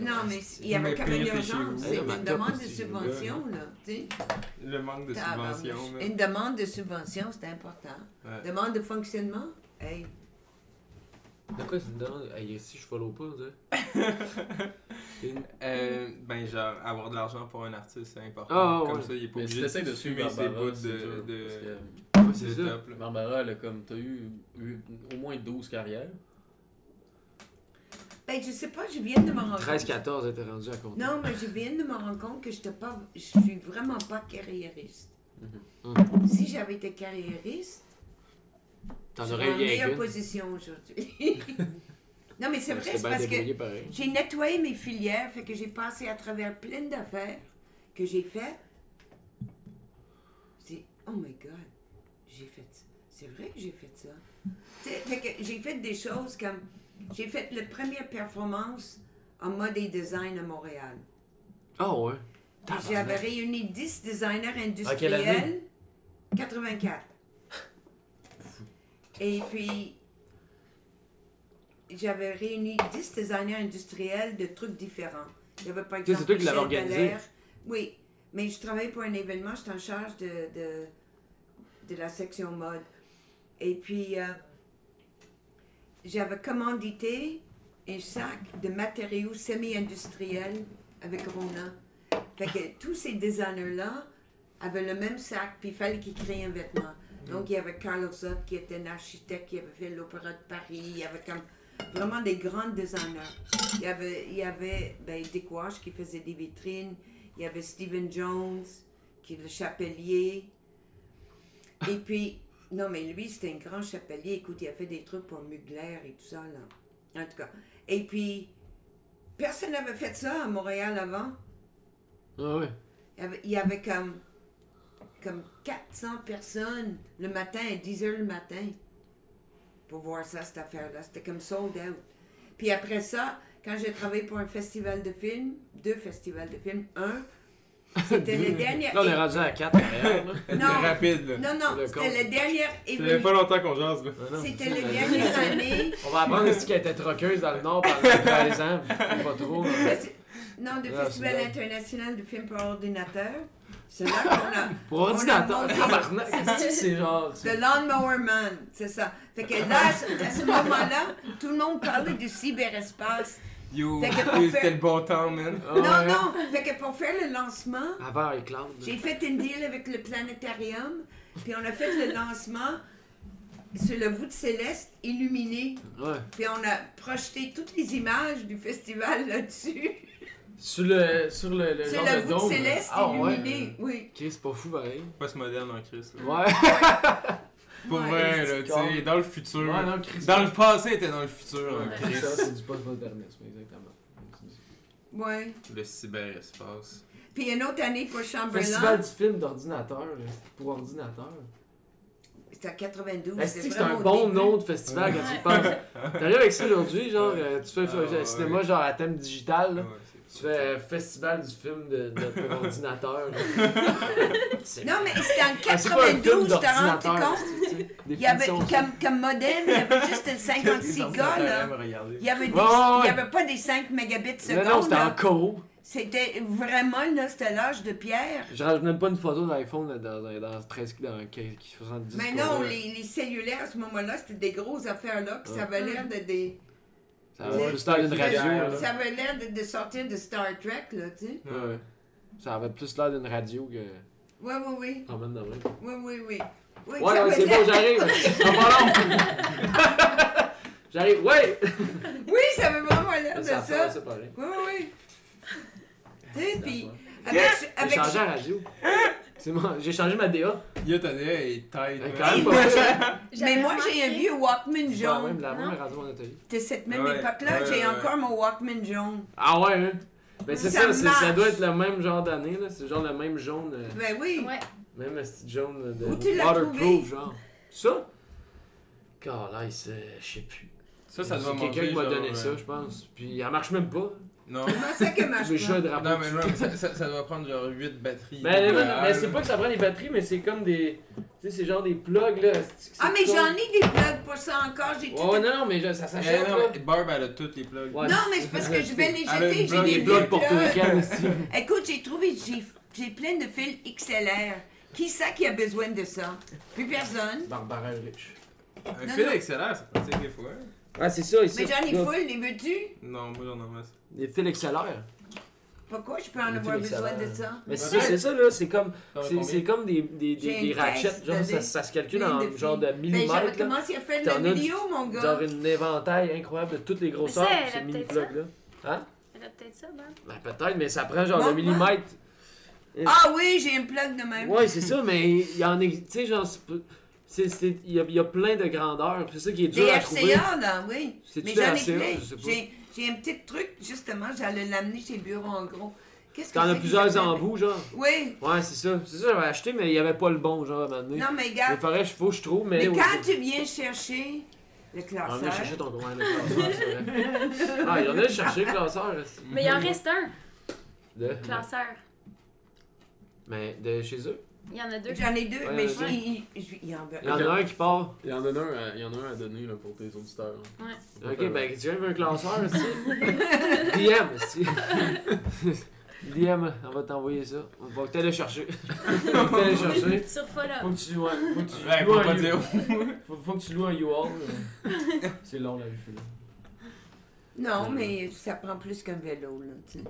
B: Non, mais il y avait
D: Mais
B: quand même
D: pire, t'es
B: urgence.
D: chez
B: C'est
A: vous.
B: une demande de
A: Aussi,
B: subvention, là. tu sais.
D: Le manque de
B: Tabarnouche.
D: subvention, man.
B: Une demande de subvention, c'est important.
D: Ouais.
B: Demande de fonctionnement, hey.
A: De quoi tu me demandes Hey, si je follow pas, tu sais.
D: Euh, ben, genre, avoir de l'argent pour un artiste, c'est important.
A: Ah, ouais.
D: Comme ça, il est pas
E: Mais si
D: obligé
E: t'essayes de
D: fumer
E: suivre
D: ses bouts
E: Barbara, c'est
D: de,
E: dur,
D: de,
E: parce que-
A: Ouais, c'est
D: de
A: ça.
D: top, là.
E: Barbara, elle a comme, t'as eu, eu au moins 12 carrières.
B: Ben, je sais pas, je viens de me rendre compte.
A: 13-14, elle était rendue à compte.
B: Non, mais je viens de me rendre compte que j'étais pas, je suis vraiment pas carriériste.
A: Mhm.
B: Si j'avais été carriériste, je
A: T'en
B: serais
A: aurais
B: en
A: eu rien
B: meilleure
A: qu'une.
B: position aujourd'hui. non, mais c'est vrai,
A: J'étais
B: c'est
A: bien
B: parce que
A: débrouillé pareil.
B: j'ai nettoyé mes filières, fait que j'ai passé à travers plein d'affaires que j'ai faites. C'est oh my God, j'ai fait ça. C'est vrai que j'ai fait ça. Tu sais, fait que j'ai fait des choses comme j'ai fait la première performance en mode et design à Montréal.
A: Ah ouais.
B: J'avais réuni 10 designers
A: À quelle
B: industriels.
A: année?
B: 84. Et puis, j'avais réuni 10 designers industriels de trucs différents. J'avais par
A: Tu sais,
B: exemple.
A: c'est toi qui l'avais
B: Michel
A: organisé.
B: Dallaire. Oui, mais je travaillais pour un événement, j'étais en charge de, de, de la section mode. Et puis, euh, j'avais commandité un sac de matériaux semi-industriels avec Ronan. Fait que tous ces designers-là avaient le même sac, puis il fallait qu'ils créent un vêtement. Donc, il y avait Carl Zott qui était un architecte, qui avait fait l'Opéra de Paris. Il y avait comme vraiment des grands designers. Il y avait, il y avait ben, Dick Wash qui faisait des vitrines. Il y avait Stephen Jones, qui est le chapelier. Et puis, non, mais lui, c'était un grand chapelier. Écoute, il a fait des trucs pour Mugler et tout ça, là. En tout cas. Et puis, personne n'avait fait ça à Montréal avant.
A: Ah ouais.
B: Il y avait, il y avait comme, comme 400 personnes le matin à 10 h le matin pour voir ça, cette affaire-là. C'était comme sold out. Puis après ça, quand j'ai travaillé pour un festival de films, deux festivals de films, un, c'était le dernier.
A: Là, on est rendu à 4 derrière, là.
D: C'est
B: Non.
D: rapide, là.
B: Non, non,
A: Le
B: c'était la dernière
D: Ça fait pas
B: évolution.
D: longtemps qu'on jase, là.
A: Ah non.
B: C'était la dernière année.
A: On va apprendre aussi qu'elle était troqueuse dans le Nord pendant 13 ans. Pas trop. hein. là.
B: Festi- Non, du
A: Ah,
B: Festival
A: c'est
B: international du film par ordinateur. C'est là qu'on a.
A: Pour ordinateur, tabarnak, c'est- c'est genre. c'est-
B: The Lawnmower Man, c'est ça. Fait que là, à ce- à ce moment-là, tout le monde parlait du cyberespace.
D: Yo,
B: Fait que pour
D: c'était
B: faire-
D: le bon temps, man.
A: Ah
B: Non,
A: ouais.
B: non, fait que pour faire le lancement,
A: Avant iCloud. là.
B: J'ai fait une deal avec le planétarium, puis on a fait le lancement sur le voûte céleste illuminée,
A: Ouais.
B: puis on a projeté toutes les images du festival là-dessus.
A: Sur le. Sur le. le
B: Sur
A: genre
B: le
A: de
B: voûte
A: dôme, là.
B: céleste
A: Ah ouais.
B: illuminée, oui.
A: Chris, c'est pas fou pareil.
D: Pas ce moderne en hein, Chris, là.
A: Ouais.
D: Pour
B: Ouais,
D: vrai,
B: c'est
D: là, tu
A: con.
D: sais, dans le futur.
A: Ouais, non, Chris.
D: Dans le passé, était dans le futur, hein,
A: Ouais,
D: Chris.
A: ça, c'est du postmodernisme, exactement.
B: Ouais.
E: Le cyberespace.
B: Puis une autre année pour Chamberlain,
A: Festival du film d'ordinateur, là, pour ordinateur.
B: c'était en 92.
A: Est-ce
B: c'était
A: que c'est un
B: vraiment au
A: bon
B: début.
A: nom de festival quand tu y penses? T'arrives avec ça aujourd'hui, genre, euh, tu fais
D: Ah,
A: un
D: ouais.
A: cinéma genre à thème digital, là.
D: Ouais,
A: Tu
D: c'est
A: fais euh, festival du film de, de- pour ordinateur. là. C'est-
B: Non, mais c'était en
A: Ah, c'est pas un film
B: 92, t'as rendu
A: d'ordinateur,
B: compte?
A: c'est- c'est- des
B: Il y avait,
A: finitions,
B: comme, comme modem, il y avait juste un 56 gars, là. Il y avait, des-
A: Ouais, ouais, ouais.
B: il y avait pas des 5 mégabits
A: ça. Non, non,
B: secondes.
A: c'était en
B: là.
A: co.
B: C'était vraiment, là, c'était l'âge de pierre.
A: Je rajoute même pas une photo d'iPhone là, dans, dans, dans 13 dans 15, 70.
B: Mais
A: quoi,
B: non,
A: là.
B: les, les cellulaires, à ce moment-là, c'était des grosses affaires-là, puis ça avait l'air de, des-
A: Ça avait plus l'air d'une radio. là.
B: ça avait l'air de, de sortir de Star Trek, là, tu sais.
A: Ouais, ouais. Ça avait plus l'air d'une radio que.
B: Oui, oui, oui,
A: Quand même, dans le-
B: oui, oui, oui.
A: Ouais,
B: Oui, ça
A: ouais,
B: avait
A: c'est
B: l'air-
A: bon, j'arrive. En parlant. J'arrive, ouais!
B: Oui, ça avait vraiment l'air de
A: Ça,
B: ça.
A: c'est pareil.
B: Oui, oui, oui. Tu sais, puis avec,
A: J'ai
B: avec,
A: changé la radio. C'est moi, j'ai changé ma DA.
D: Yo, t'as et
A: Mais
D: tight. man.
A: quand même pas fait.
F: J'avais
B: Mais moi, j'ai un
F: remarqué-
B: vieux Walkman
A: Bah ouais,
B: jaune.
A: mais la
F: Non.
A: même radio en atelier.
B: De cette même
D: Ouais,
B: époque-là,
D: ouais,
B: j'ai
D: ouais.
B: encore mon Walkman jaune.
A: Ah ouais, hein? Mais c'est
B: Ça
A: ça, c'est- ça
B: marche.
A: doit être le même genre d'année, là. C'est genre le même jaune, euh,
B: Ben oui.
F: Ouais.
A: même petit jaune de
B: Où tu l'as trouvé?
A: waterproof, genre. Ça? Calice, euh, je sais plus.
D: Ça, ça doit
A: C'est
D: manger.
A: quelqu'un qui m'a
D: genre,
A: donné
D: euh,
A: ça, je pense. Puis elle marche même pas.
D: Non.
B: Comment ça que ma
A: Je vais un drapeau.
D: Non, mais non, mais ça, ça, ça doit prendre genre 8 batteries.
A: Ben, Mais, mais-
D: Ah,
A: mais c'est pas que ça prend des batteries, mais c'est comme des. Tu sais, c'est genre des plugs, là. c'est-
B: Ah, mais
A: c'est-
B: j'en ai des plugs pour ça encore. J'ai tout.
A: Ouais, ouais, Oh, non, non, mais je- ça
D: Eh,
A: s'achète,
D: non,
A: là.
D: mais Barb, elle a toutes les plugs.
A: Ouais.
B: Non, mais c'est parce que je vais les
D: Ah, le
B: jeter. J'ai
D: blog,
B: des
A: Des
B: vieux
D: les
A: blocs
D: blocs
B: plugs.
A: portoricains aussi.
B: Écoute, j'ai trouvé, j'ai j'ai plein de fils XLR. Qui ça qui a besoin de ça? Plus personne.
A: Barbara Rich.
D: Un
B: Non,
D: fil
B: non.
D: excellent, ça pratique des fois.
A: Ah, c'est ça, ici.
B: Mais j'en ai
A: Donc,
B: full, les veux-tu?
D: Non, moi j'en ai masse.
A: Des fils accélères.
B: Pourquoi je peux en
A: Les
B: avoir
A: fils
B: besoin de
A: XLR.
B: ça?
A: Mais c'est
D: Ouais.
A: ça, c'est ça, là. C'est comme,
D: Ça va
A: c'est,
D: combien?
A: c'est comme des, des, des,
B: J'ai
A: des
B: une caisse
A: ratchets. Genre,
B: de
A: ça,
B: des-
A: ça se calcule
B: plein
A: en
B: de
A: genre de
B: Ben, j'avais
A: millimètres. là.
B: commencé à faire de
A: T'en
B: la
A: as
B: vidéo, mon gars.
A: Genre un éventail incroyable de toutes les grosseurs.
F: Mais ça,
A: ce
F: elle a peut-être
A: mini plug là.
F: Elle a peut-être ça, ben.
A: Ben, peut-être, mais ça prend genre
B: Bon,
A: de millimètres.
B: Ah oui, j'ai un plug de même.
A: Ouais, c'est ça, mais il y en existe. Tu sais, genre, c'est pas- c'est- c'est- il y, a- il y a plein de grandeurs. C'est ça qui est dur
B: Des
A: à trouver.
B: FCA, là, oui.
A: C'est-tu
B: Mais
A: des
B: j'en ai
A: RCA?
B: plein.
A: Je sais pas.
B: J'ai- J'ai un petit truc, justement, j'allais l'amener chez Bureau en gros. Qu'est-ce que
A: T'en
B: c'est
A: as
B: que
A: plusieurs
B: j'appelle?
A: en bout, genre.
B: Oui.
A: Ouais, c'est ça. C'est ça, j'avais acheté, mais il y avait pas le bon, genre, à un moment donné.
B: Non, mais
A: Il
B: regarde.
A: faudrait, faut que je trouve, mais.
B: Mais
A: ouais,
B: quand
A: c'est-
B: tu viens chercher le
A: Ah, on a cherché
B: classeur,
A: ton commande de classeur, c'est vrai. Ah, il y en a cherché classeur. là, c'est-
F: Mais il en reste un,
A: De...
F: classeur.
A: Mais de chez eux.
F: Il y en a deux.
B: j'en ai deux,
A: Ouais,
B: mais
A: ouais.
B: je- il- il je- il en veut.
A: Il y en a un qui part.
E: Il y en a un à, il y en a un à donner là, pour tes auditeurs. là.
A: ben, Ok, ben, tu viens un classeur, si. DM, si. DM, on va t'envoyer ça. On va que t'ailles le chercher. Faut que t'ailles le chercher.
F: Sur Follow.
A: Faut que tu loues un. Faut que tu
D: Ouais,
A: loues
D: faut
A: un
D: pas
A: U-
D: dire.
A: faut, faut que tu loues un U-Haul. euh. C'est long la vie. Philippe.
B: Non, mais ça prend plus qu'un vélo, là, tu sais.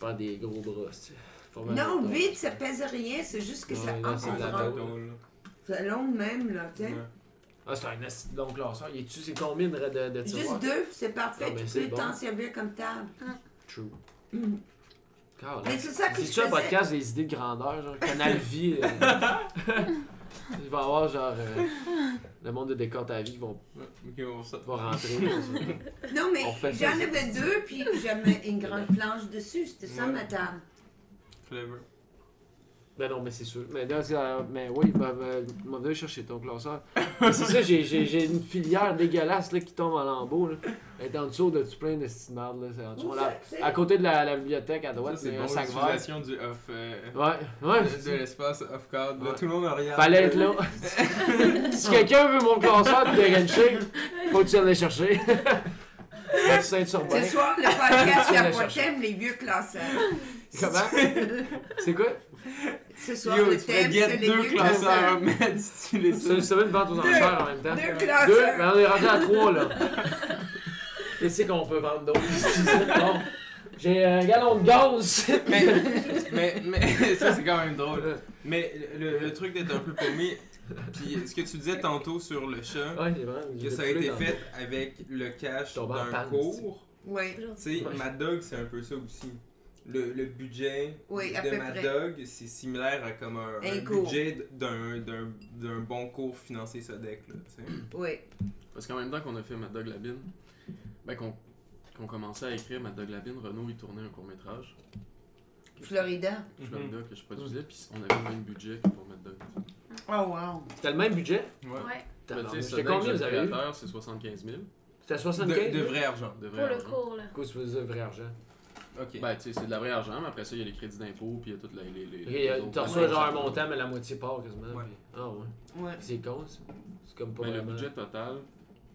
A: Pas des gros bras, tu sais. Faut vraiment-
B: Non, vite, ça pèse rien, c'est juste que ça
A: Ouais, là,
B: entre
A: c'est
B: en
A: de la
B: rang.
A: dope.
B: C'est long de même, là, tu sais.
A: Ah, c'est un esti de long classeur. Il est-tu, c'est combien de, de, de
B: Juste
A: tiroirs?
B: deux, c'est parfait,
A: Non, mais
B: tu
A: c'est
B: peux
A: bon.
B: t'en servir comme table.
A: True.
B: Mm.
A: Carl,
B: Mais c'est ça que Ah, je
A: C'est-tu un
B: faisais.
A: podcast des idées de grandeur, genre Canal Vie euh, Il va y avoir genre euh, le monde de décor ta vie qui vont,
D: Ok, on sort.
A: va rentrer. dans-
B: Non, mais
A: On fait ça.
B: j'en avais deux, puis j'avais une grande planche dessus, c'était ça
D: Ouais.
B: ma table.
D: Flavor.
A: ben non, mais c'est sûr. Mais, là, c'est, euh, mais oui, ben, ben, on va venir chercher ton classeur. Mais c'est ça, j'ai, j'ai, j'ai une filière dégueulasse là, qui tombe en lambeaux. Là. Elle est en dessous de tout plein de petites mardes, là. C'est en dessous.
B: Où
A: là,
B: ça, tu sais?
A: à côté de la, la bibliothèque à
D: Ça,
A: droite,
D: c'est
A: c'est
D: bon,
A: un sac vert.
D: l'utilisation du off. euh,
A: Ouais, ouais.
D: de l'espace off card.
A: Ouais.
D: Tout le monde regarde.
A: Fallait être là. si quelqu'un veut mon classeur de Guerrenchik, faut que tu ailles le chercher. Faut que tu ailles sur
B: Ce
A: Bonnet.
B: soir, le podcast,
A: Tu
B: la
A: l'as
B: boîte
A: cherché.
B: thème, les vieux classeurs.
A: Comment? C'est quoi?
B: Ce soir,
D: Yo,
B: le
D: tu pourrais
B: thème, c'est
D: get
B: les
D: deux
B: vieux classeurs.
D: classeurs, man, si tu les
A: C'est une semaine de vente aux
B: Deux.
A: enchères en même temps.
B: Deux
A: Deux,
B: classeurs.
A: mais on est rendu à trois là. Qu'est-ce qu'on peut vendre d'autre? Bon, j'ai un galon de gaz.
D: mais, mais, mais ça c'est quand même drôle. Mais le, le truc d'être un peu paumé, puis ce que tu disais tantôt sur le chat,
A: Ouais, c'est vrai.
D: que ça a été fait avec le cash
A: Je tombe en
D: d'un
A: panne,
D: cours,
B: Oui,
D: tu sais,
A: Ouais.
D: Mad Dog c'est un peu ça aussi. Le, le budget
B: Oui, à
D: de
B: peu
D: Mad
B: près.
D: Dog, c'est similaire à comme un,
B: Un
D: un
B: cours.
D: budget d'un- d'un d'un bon cours financé Sodec. Là, tu sais.
B: oui.
E: Parce qu'en même temps qu'on a fait Mad Dog Labine, ben qu'on qu'on commençait à écrire Mad Dog Labine, Renaud il tournait un court métrage.
B: Florida.
E: Florida
D: Mhm.
E: que je produisais, puis on avait le même budget que pour Mad Dog.
B: Oh, wow.
A: C'était le même budget?
D: Ouais.
F: Ouais,
E: Mais tu sais,
A: C'était
E: Sodec,
A: combien
E: le
A: vous avez eu?
E: créateur, C'est 75 000.
A: C'était 75?
D: De, de vrai argent.
E: De
F: pour
E: vrai
F: le
E: argent.
F: cours, là.
A: Quoi, tu faisais vrai argent?
D: Ok.
E: Ben, tu sais, c'est de la vraie argent, mais après ça, il y a les crédits d'impôt, puis il y a toutes les. les, les,
A: Ok, euh,
E: les
A: t'en
E: autres-
A: reçois genre un montant, mais la moitié part quasiment.
D: Ouais.
A: puis- Ah ouais.
B: Ouais.
A: C'est con, ça. C'est comme pas
E: Ben, le
A: vraiment-
E: budget total,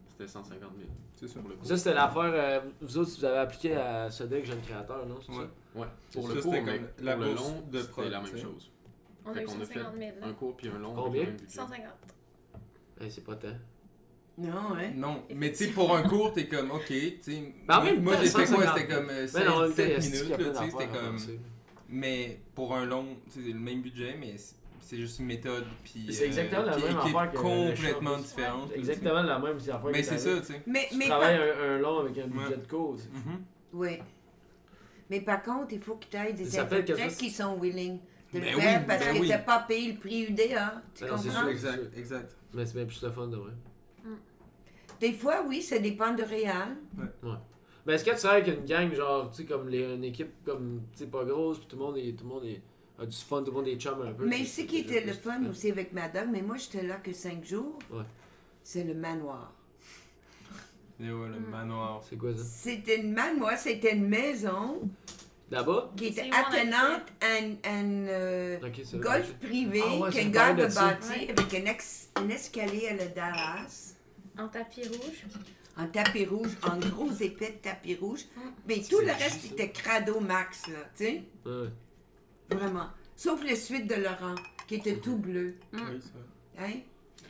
E: c'était 150 000
D: C'est ça.
E: pour le cours.
A: Ça, c'était l'affaire. euh, vous autres, vous avez appliqué à Sodec Jeune Créateur, non? C'est
D: Ouais.
E: Ouais, pour
D: Ça,
E: le cours,
D: c'était
E: mais
D: comme
E: pour
D: la
E: le
D: bourse
E: long,
D: de
E: c'était la
D: prod,
E: même
D: tu sais.
E: chose.
F: On a
E: Fait
F: eu
E: qu'on a fait
F: 150 000, là.
E: Un cours puis un long.
A: Combien?
E: avec le même budget.
F: 150.
A: ça? Hey, Eh, c'est pas tant.
B: Non, hein?
D: Non, mais tu sais, pour un cours, t'es comme, ok, tu sais.
A: Mais Ben, en même
D: moi,
A: temps,
D: j'ai fait quoi
A: 150?
D: C'était comme euh,
A: Mais Ben non,
D: 7
A: il
D: minutes,
A: y a plein
D: là, tu sais,
A: d'affaires
D: c'était
A: à
D: comme.
A: penser.
D: Mais pour un long, tu sais, c'est le même budget, mais c'est- c'est juste une méthode, puis. euh,
A: C'est exactement la
D: qui,
A: même
D: qui est
A: affaire que
D: complètement
A: le shop.
D: différente.
A: C'est Exactement la même affaire.
D: Mais
A: que
D: c'est
A: t'avais.
D: ça, tu sais.
B: Mais,
A: Tu
B: mais
A: travailles
B: par...
A: un, un long avec un budget
D: Ouais.
A: de cause.
D: Mhm.
B: Oui. Mais par contre, il faut que tu ailles des
A: Ça s'appelle quelque
B: interprètes
A: chose-
B: qui sont willing de le
D: Ben
B: faire
D: oui,
B: parce
D: ben
B: que
D: oui.
B: t'as pas payé le prix UDA. Tu
A: Ben non, c'est
B: comprends?
A: sûr.
D: Exact, exact.
A: Mais c'est bien plus le fun de vrai.
B: Des fois, oui, ça dépend de Réal.
A: Mais est-ce que tu sais avec une gang, genre, tu sais, comme les- une équipe comme, tu sais, pas grosse, puis tout le monde, est, tout le monde est, a du fun, tout le monde est chum un peu.
B: Mais
A: c'est-
B: ce
A: c'est
B: qui
A: déjà
B: était le
A: plus-
B: fun aussi avec madame, mais moi j'étais là que cinq jours,
A: Ouais.
B: c'est le manoir.
D: Et ouais, le
B: Mm.
D: manoir.
A: C'est quoi ça?
B: C'était une manoir, c'était une maison
A: Là-bas?
B: qui était
F: C'est loin
B: attenante à une- à une euh,
A: Ok, c'est vrai.
B: golf privé
A: Ah ouais, c'est
B: qu'un
A: une
B: gars
A: barre de
B: a
A: ça.
B: bâti
F: Ouais.
B: avec un, ex- un escalier à la Dallas,
F: En tapis rouge.
B: en tapis rouge, en gros épais de tapis rouge.
F: Mm.
B: Mais
A: C'est
B: tout le
A: juste
B: reste
A: ça.
B: était crado max, là, tu sais,
A: Ouais.
B: vraiment. Sauf les suites de Laurent, qui était tout
A: Mm-hmm.
B: bleu.
F: Mm.
D: Oui, ça.
B: Hein?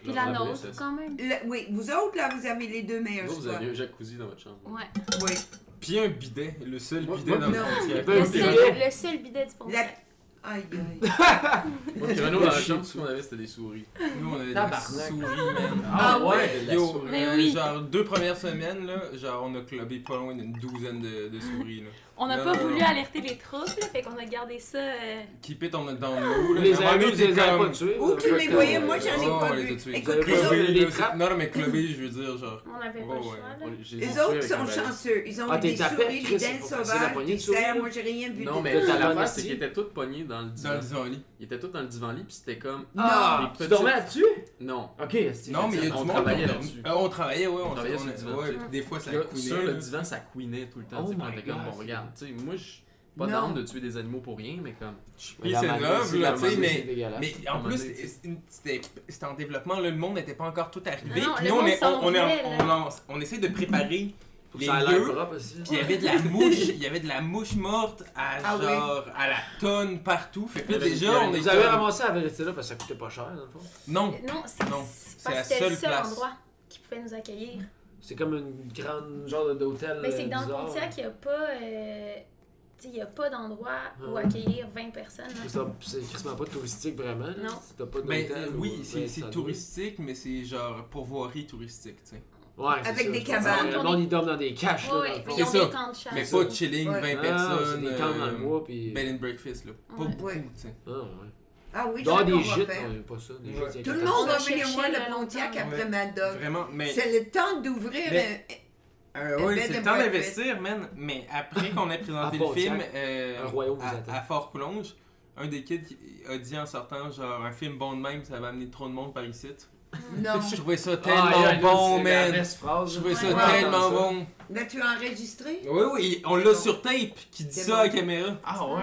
F: Puis
E: Leur
F: la
E: rappelait,
F: nôtre,
E: c'est-
F: quand même.
B: Le- oui, vous autres, là, vous avez les deux meilleurs
E: Vous, vous
B: choix.
E: aviez un jacuzzi dans votre chambre.
F: Ouais.
B: Oui.
D: Puis un bidet, le seul
A: Moi-
D: bidet
A: moi-
D: dans le
B: Non.
D: quartier.
A: Ben,
F: Le
A: c'est
F: seul,
A: vrai.
F: le seul bidet du
B: La-
F: pontiac.
B: Aïe, aïe.
E: Moi, puis Renaud, dans la chambre, ce qu'on avait, c'était des souris.
D: Nous, on avait des
A: Tabarnak.
D: souris, man.
A: Ah,
B: Ah
A: ouais!
E: De la
D: Yo,
E: souris.
F: Mais
D: euh,
F: oui.
D: genre deux premières semaines, là, genre on a clubé pas loin d'une douzaine de, de souris. Là.
F: On n'a
D: Non,
F: pas
D: non,
F: voulu
D: non.
F: alerter les troupes, là, fait qu'on a gardé ça. euh,
D: Qui pète, on a dans l'eau. là.
A: Les
D: Mais à un moment
A: amis,
D: donné,
A: vous
D: t'es
A: les avez
D: comme-
A: pas tués?
B: Où tu les voyais? Moi, j'en ai
D: Oh, on
B: pas
D: les a
B: vu.
D: tués.
B: Écoute,
A: Vous avez
B: les
A: pas
B: autres,
A: vu?
D: Clubé,
A: les
D: là, c'est-
A: trappes.
D: Non, non, mais clubé, je veux dire, genre.
F: On n'avait pas
D: Ouais,
F: le
D: ouais.
F: choix, là.
E: On- j'ai
B: les
E: dit
B: autres
E: avec
B: sont
E: un balai.
B: chanceux. Ils ont
A: Ah,
B: des
A: t'es tapé,
B: souris
A: Chris,
B: d'ailes
A: c'est pour ça, la
B: sauvages,
A: poignée
B: des
A: de souris.
B: cerfs. Moi, j'ai rien vu.
E: Non,
B: de-
E: mais
A: De ta
E: la
A: bonne
E: face, c'est qu'ils
A: esti.
E: étaient tous pognés dans le
D: Dans le
E: divan.
D: disant lit.
E: Ils étaient tous dans le divan-lit, puis c'était comme.
A: Ah!
E: Des
A: Tu
E: petites-
A: dormais là-dessus?
E: Non.
A: Ok, esti,
D: Non, mais il y a
E: on
D: du monde.
E: travaillait
D: on dormait.
E: là-dessus.
D: Euh, On travaillait, ouais. On
E: travaillait sur le
D: on-
E: divan.
D: ouais, Des fois, ça
E: Là, sur
D: coulait.
E: le
D: là.
E: divan, ça couinait tout le temps.
A: Oh
E: tu sais,
A: my
E: puis on était
A: God.
E: comme, bon, regarde, tu sais, moi, je suis pas
B: Non.
E: d'âme de tuer des animaux pour rien, mais comme.
D: Puis c'est noble, là, tu sais, mais. Mais
E: À un
D: en
E: moment
D: plus,
E: donné, tu sais.
D: c'est une- c'était c'était en développement, là, le monde n'était pas encore tout arrivé.
F: Non,
D: puis
F: le
D: nous, on,
F: monde
D: est- on, on, est-
F: s'en venait,
D: on, on, on essaie de préparer
A: Faut que
D: Les
A: ça a l'air
D: lieux,
A: propre aussi.
D: Puis il y avait de la mouche, il y avait de la mouche morte à
B: Ah oui.
D: genre à la tonne partout. Fait que là,
A: Il y avait-
D: déjà
A: Ah, il y avait-
D: on est
A: Vous avez
D: comme-
A: ramassé la vérité là parce que ça coûtait pas cher, dans le fond.
D: Non,
F: Non, c'est
D: Non,
F: c'est
D: c'est
F: parce
D: la
F: que c'était le
D: seule
F: seul
D: place. Euh,
F: endroit qui pouvait nous accueillir.
A: C'est comme une grande genre d'hôtel.
F: Mais c'est que dans le
A: bizarre.
F: Pontiac, il n'y a pas. euh, tu sais, il y a pas d'endroit où
A: Ah.
F: accueillir 20 personnes. hein. là.
A: C'est un- C'est quasiment pas touristique vraiment. là.
F: Non.
A: T'as pas
D: ben
A: d'hôtel.
D: euh,
A: ou-
D: oui,
A: ben,
D: c'est
A: ça
D: c'est
A: doit-
D: touristique, mais c'est genre pourvoirie touristique, tu sais.
A: Ouais, c'est
B: Avec
A: ça,
B: des
A: je comprends.
B: cabanes.
A: Le monde, ils dorment dans des caches.
F: Ouais,
A: là,
F: ouais,
A: dans le
F: puis
A: fond.
F: ils ont
D: C'est ça.
F: des camps de chasse.
D: Mais pas de chilling,
B: Ah, Ouais.
D: 20
A: Ah, c'est
D: personnes.
A: des camps dans le
D: euh,
A: mois, puis.
D: Bed and breakfast, là. Pas
F: Ouais.
D: beaucoup,
B: Ouais.
D: tu sais.
A: Ah, ouais.
B: Ah oui,
A: Dans
B: ça qu'on
A: des
B: va
A: gîtes,
B: faire.
A: on est pas ça. Des
D: Ouais.
A: gîtes, il y a
B: Tout le
A: 14.
B: monde va
F: On
B: venir voir
F: cherchait
B: le
F: le
B: Pontiac
F: longtemps.
B: après Mad Dog.
D: Vraiment, mais.
B: Euh, C'est le temps d'ouvrir.
D: Mais-
B: un-
D: Euh,
B: Un
D: oui,
B: bed
D: c'est
B: and
D: le temps
B: breakfast.
D: d'investir, man. Mais après qu'on ait présenté
A: À
D: le film
A: Pontiac,
D: euh,
A: un royaume vous attend.
D: à, à Fort Coulonge, un des kids qui a dit en sortant genre un film bon de même, ça va amener trop de monde par ici.
B: Non.
D: Je trouvais ça tellement
A: Ah, ouais,
D: bon,
A: c'est la
D: man.
A: best phrase,
D: Je
A: là.
D: trouvais ça
F: Ouais.
D: tellement
A: Ouais.
D: bon.
B: L'as-tu enregistré?
D: Oui, oui, on l'a sur tape qui dit
B: C'est
D: ça
B: bon.
D: à la caméra.
A: Ah, ouais.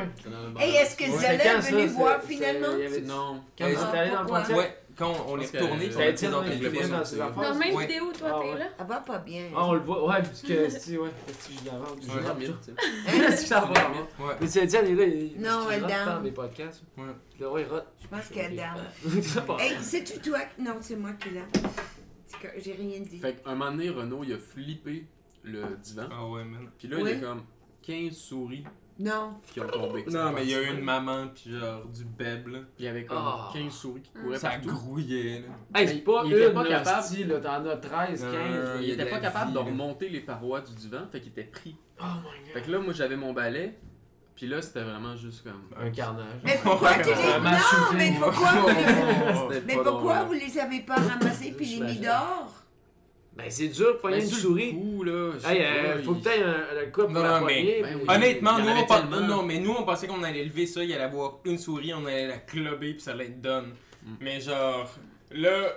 B: Hey, est-ce que
D: Ouais.
B: Zola
A: C'est
B: est
A: quand, ça?
B: venu voir
A: C'est-
B: finalement?
A: c'est- il y avait-
E: Non.
D: Quand
A: Quand
D: ils
A: vous
D: étaient
A: êtes allé dans le
F: pourquoi?
A: Pontiac?
D: Ouais, quand on les
E: Parce que,
D: retournait,
E: euh,
D: on
A: Ça a
D: a
A: été
D: dit
A: dans
D: non,
A: les
D: il voulait
A: films,
D: pas
A: dans ces
D: sortir.
A: affaires.
F: Dans la même
D: Ouais.
F: vidéo, toi,
A: Ah,
F: t'es
A: ouais.
F: là.
B: Elle va pas bien.
A: Ah, on le voit, ouais, parce que si, ouais, parce que je l'avais entendu.
E: Je dormais,
A: Ouais.
E: tu sais.
A: Est-ce que ça va, hein?
D: Ouais.
A: Mais tu Étienne, il est là, il
B: Non,
A: il
B: elle
A: rote
B: dame.
A: dans des podcasts.
D: Ouais.
A: Puis là, ouais, il rote.
B: Je pense qu'elle dame.
A: Je sais pas.
B: Hey, c'est-tu toi? qui- Non, c'est moi qui l'a. C'est que J'ai rien dit.
E: Fait qu'un moment donné, Renaud, il a flippé le divan.
D: Ah ouais, man.
E: Puis là, il y
B: Oui.
E: a comme 15 souris
B: Non.
E: qui ont tombé.
D: Non, mais il y a eu une maman, puis genre du beb, là.
E: Il y avait comme
A: Ah.
E: 15 souris qui couraient
D: Ça
E: partout.
D: grouillait, là.
A: Hey, c'est pas
E: Il était
A: une,
E: pas
A: là,
E: capable.
A: hostie, là, t'en as 13, 15.
D: Euh,
A: là.
E: Il était pas
D: la
E: capable
D: vie,
E: de
D: là.
E: remonter les parois du divan, fait qu'il était pris.
A: Oh my
E: Fait
A: god.
E: que là, moi, j'avais mon balai. Puis là, c'était vraiment juste comme...
A: Un carnage.
B: Mais pourquoi tu les...
A: Un mass
B: Non, mais
A: shooting.
B: pourquoi vous les...
E: C'était
B: Mais
E: pas
B: pourquoi vous
E: drôle.
B: les avez pas ramassés puis les mis
A: J'imagine.
B: dehors?
A: Ben, c'est dur, de pogner
E: Mais
A: une
E: sur le
A: souris.
E: coup, là, je sais
A: Hey,
E: pas,
A: euh, faut
E: il-
A: que t'aies un- le couple
D: Non,
A: pour la
D: non, mais-
A: poignée,
E: ben
A: puis-
E: oui.
D: Honnêtement,
E: Il y en
D: nous on,
E: avait
D: pas-
E: tellement.
D: non, mais nous on pensait qu'on allait lever ça, il allait avoir une souris, on allait la clubber puis ça allait être done.
E: Mm.
D: Mais genre, là,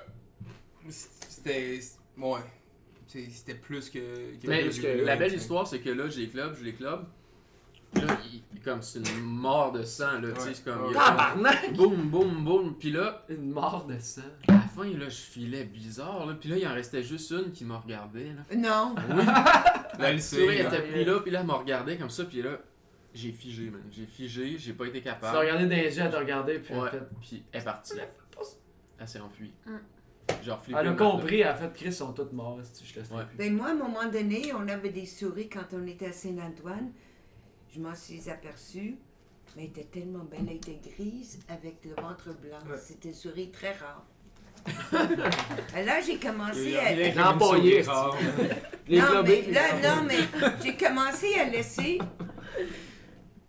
D: c'était. Ouais. C'est- C'était plus que. que
E: Mais
D: prévu, là,
E: la belle
D: tu sais.
E: histoire, c'est que là, j'ai club, je les club. Puis Là, il- comme c'est une mort de sang, là, tu sais, c'est comme. il y a-
A: Tabarnak!
E: Boum, boum, boum. Puis là,
A: Une mort de sang.
E: à la fin, là, je filais bizarre, là. Puis là, il en restait juste une qui me regardait, là.
B: Non.
D: La hein.
E: Tu sais, elle
D: lycée.
E: était pris là, puis là, elle me regardait comme ça, puis là, j'ai figé, man. J'ai figé, j'ai pas été
A: Tu l'as
E: capable.
A: regardé dans les yeux, elle t'a regardé, puis en
E: Ouais,
A: fait.
E: puis elle est partie. Elle s'est enfuie.
F: Mm.
E: Genre, flippé.
A: Elle a
E: le
A: compris, elle a fait Chris, ils sont tous morts, si je te laisse
E: Ouais.
A: plus.
B: Ben moi, à un moment donné, on avait des souris quand on était à Saint-Antoine. Je m'en suis aperçue. Mais elle était tellement belle, elle était grise avec le ventre blanc.
D: Ouais.
B: C'était une souris très rare. Et là, j'ai
D: Il y
B: commencé
D: a
B: à.
D: rien
A: à-
D: comme une souris
A: L'empailler,
D: rare.
A: Les
B: non,
A: globés,
B: mais,
A: les
B: là,
A: globés.
B: non, mais j'ai commencé à laisser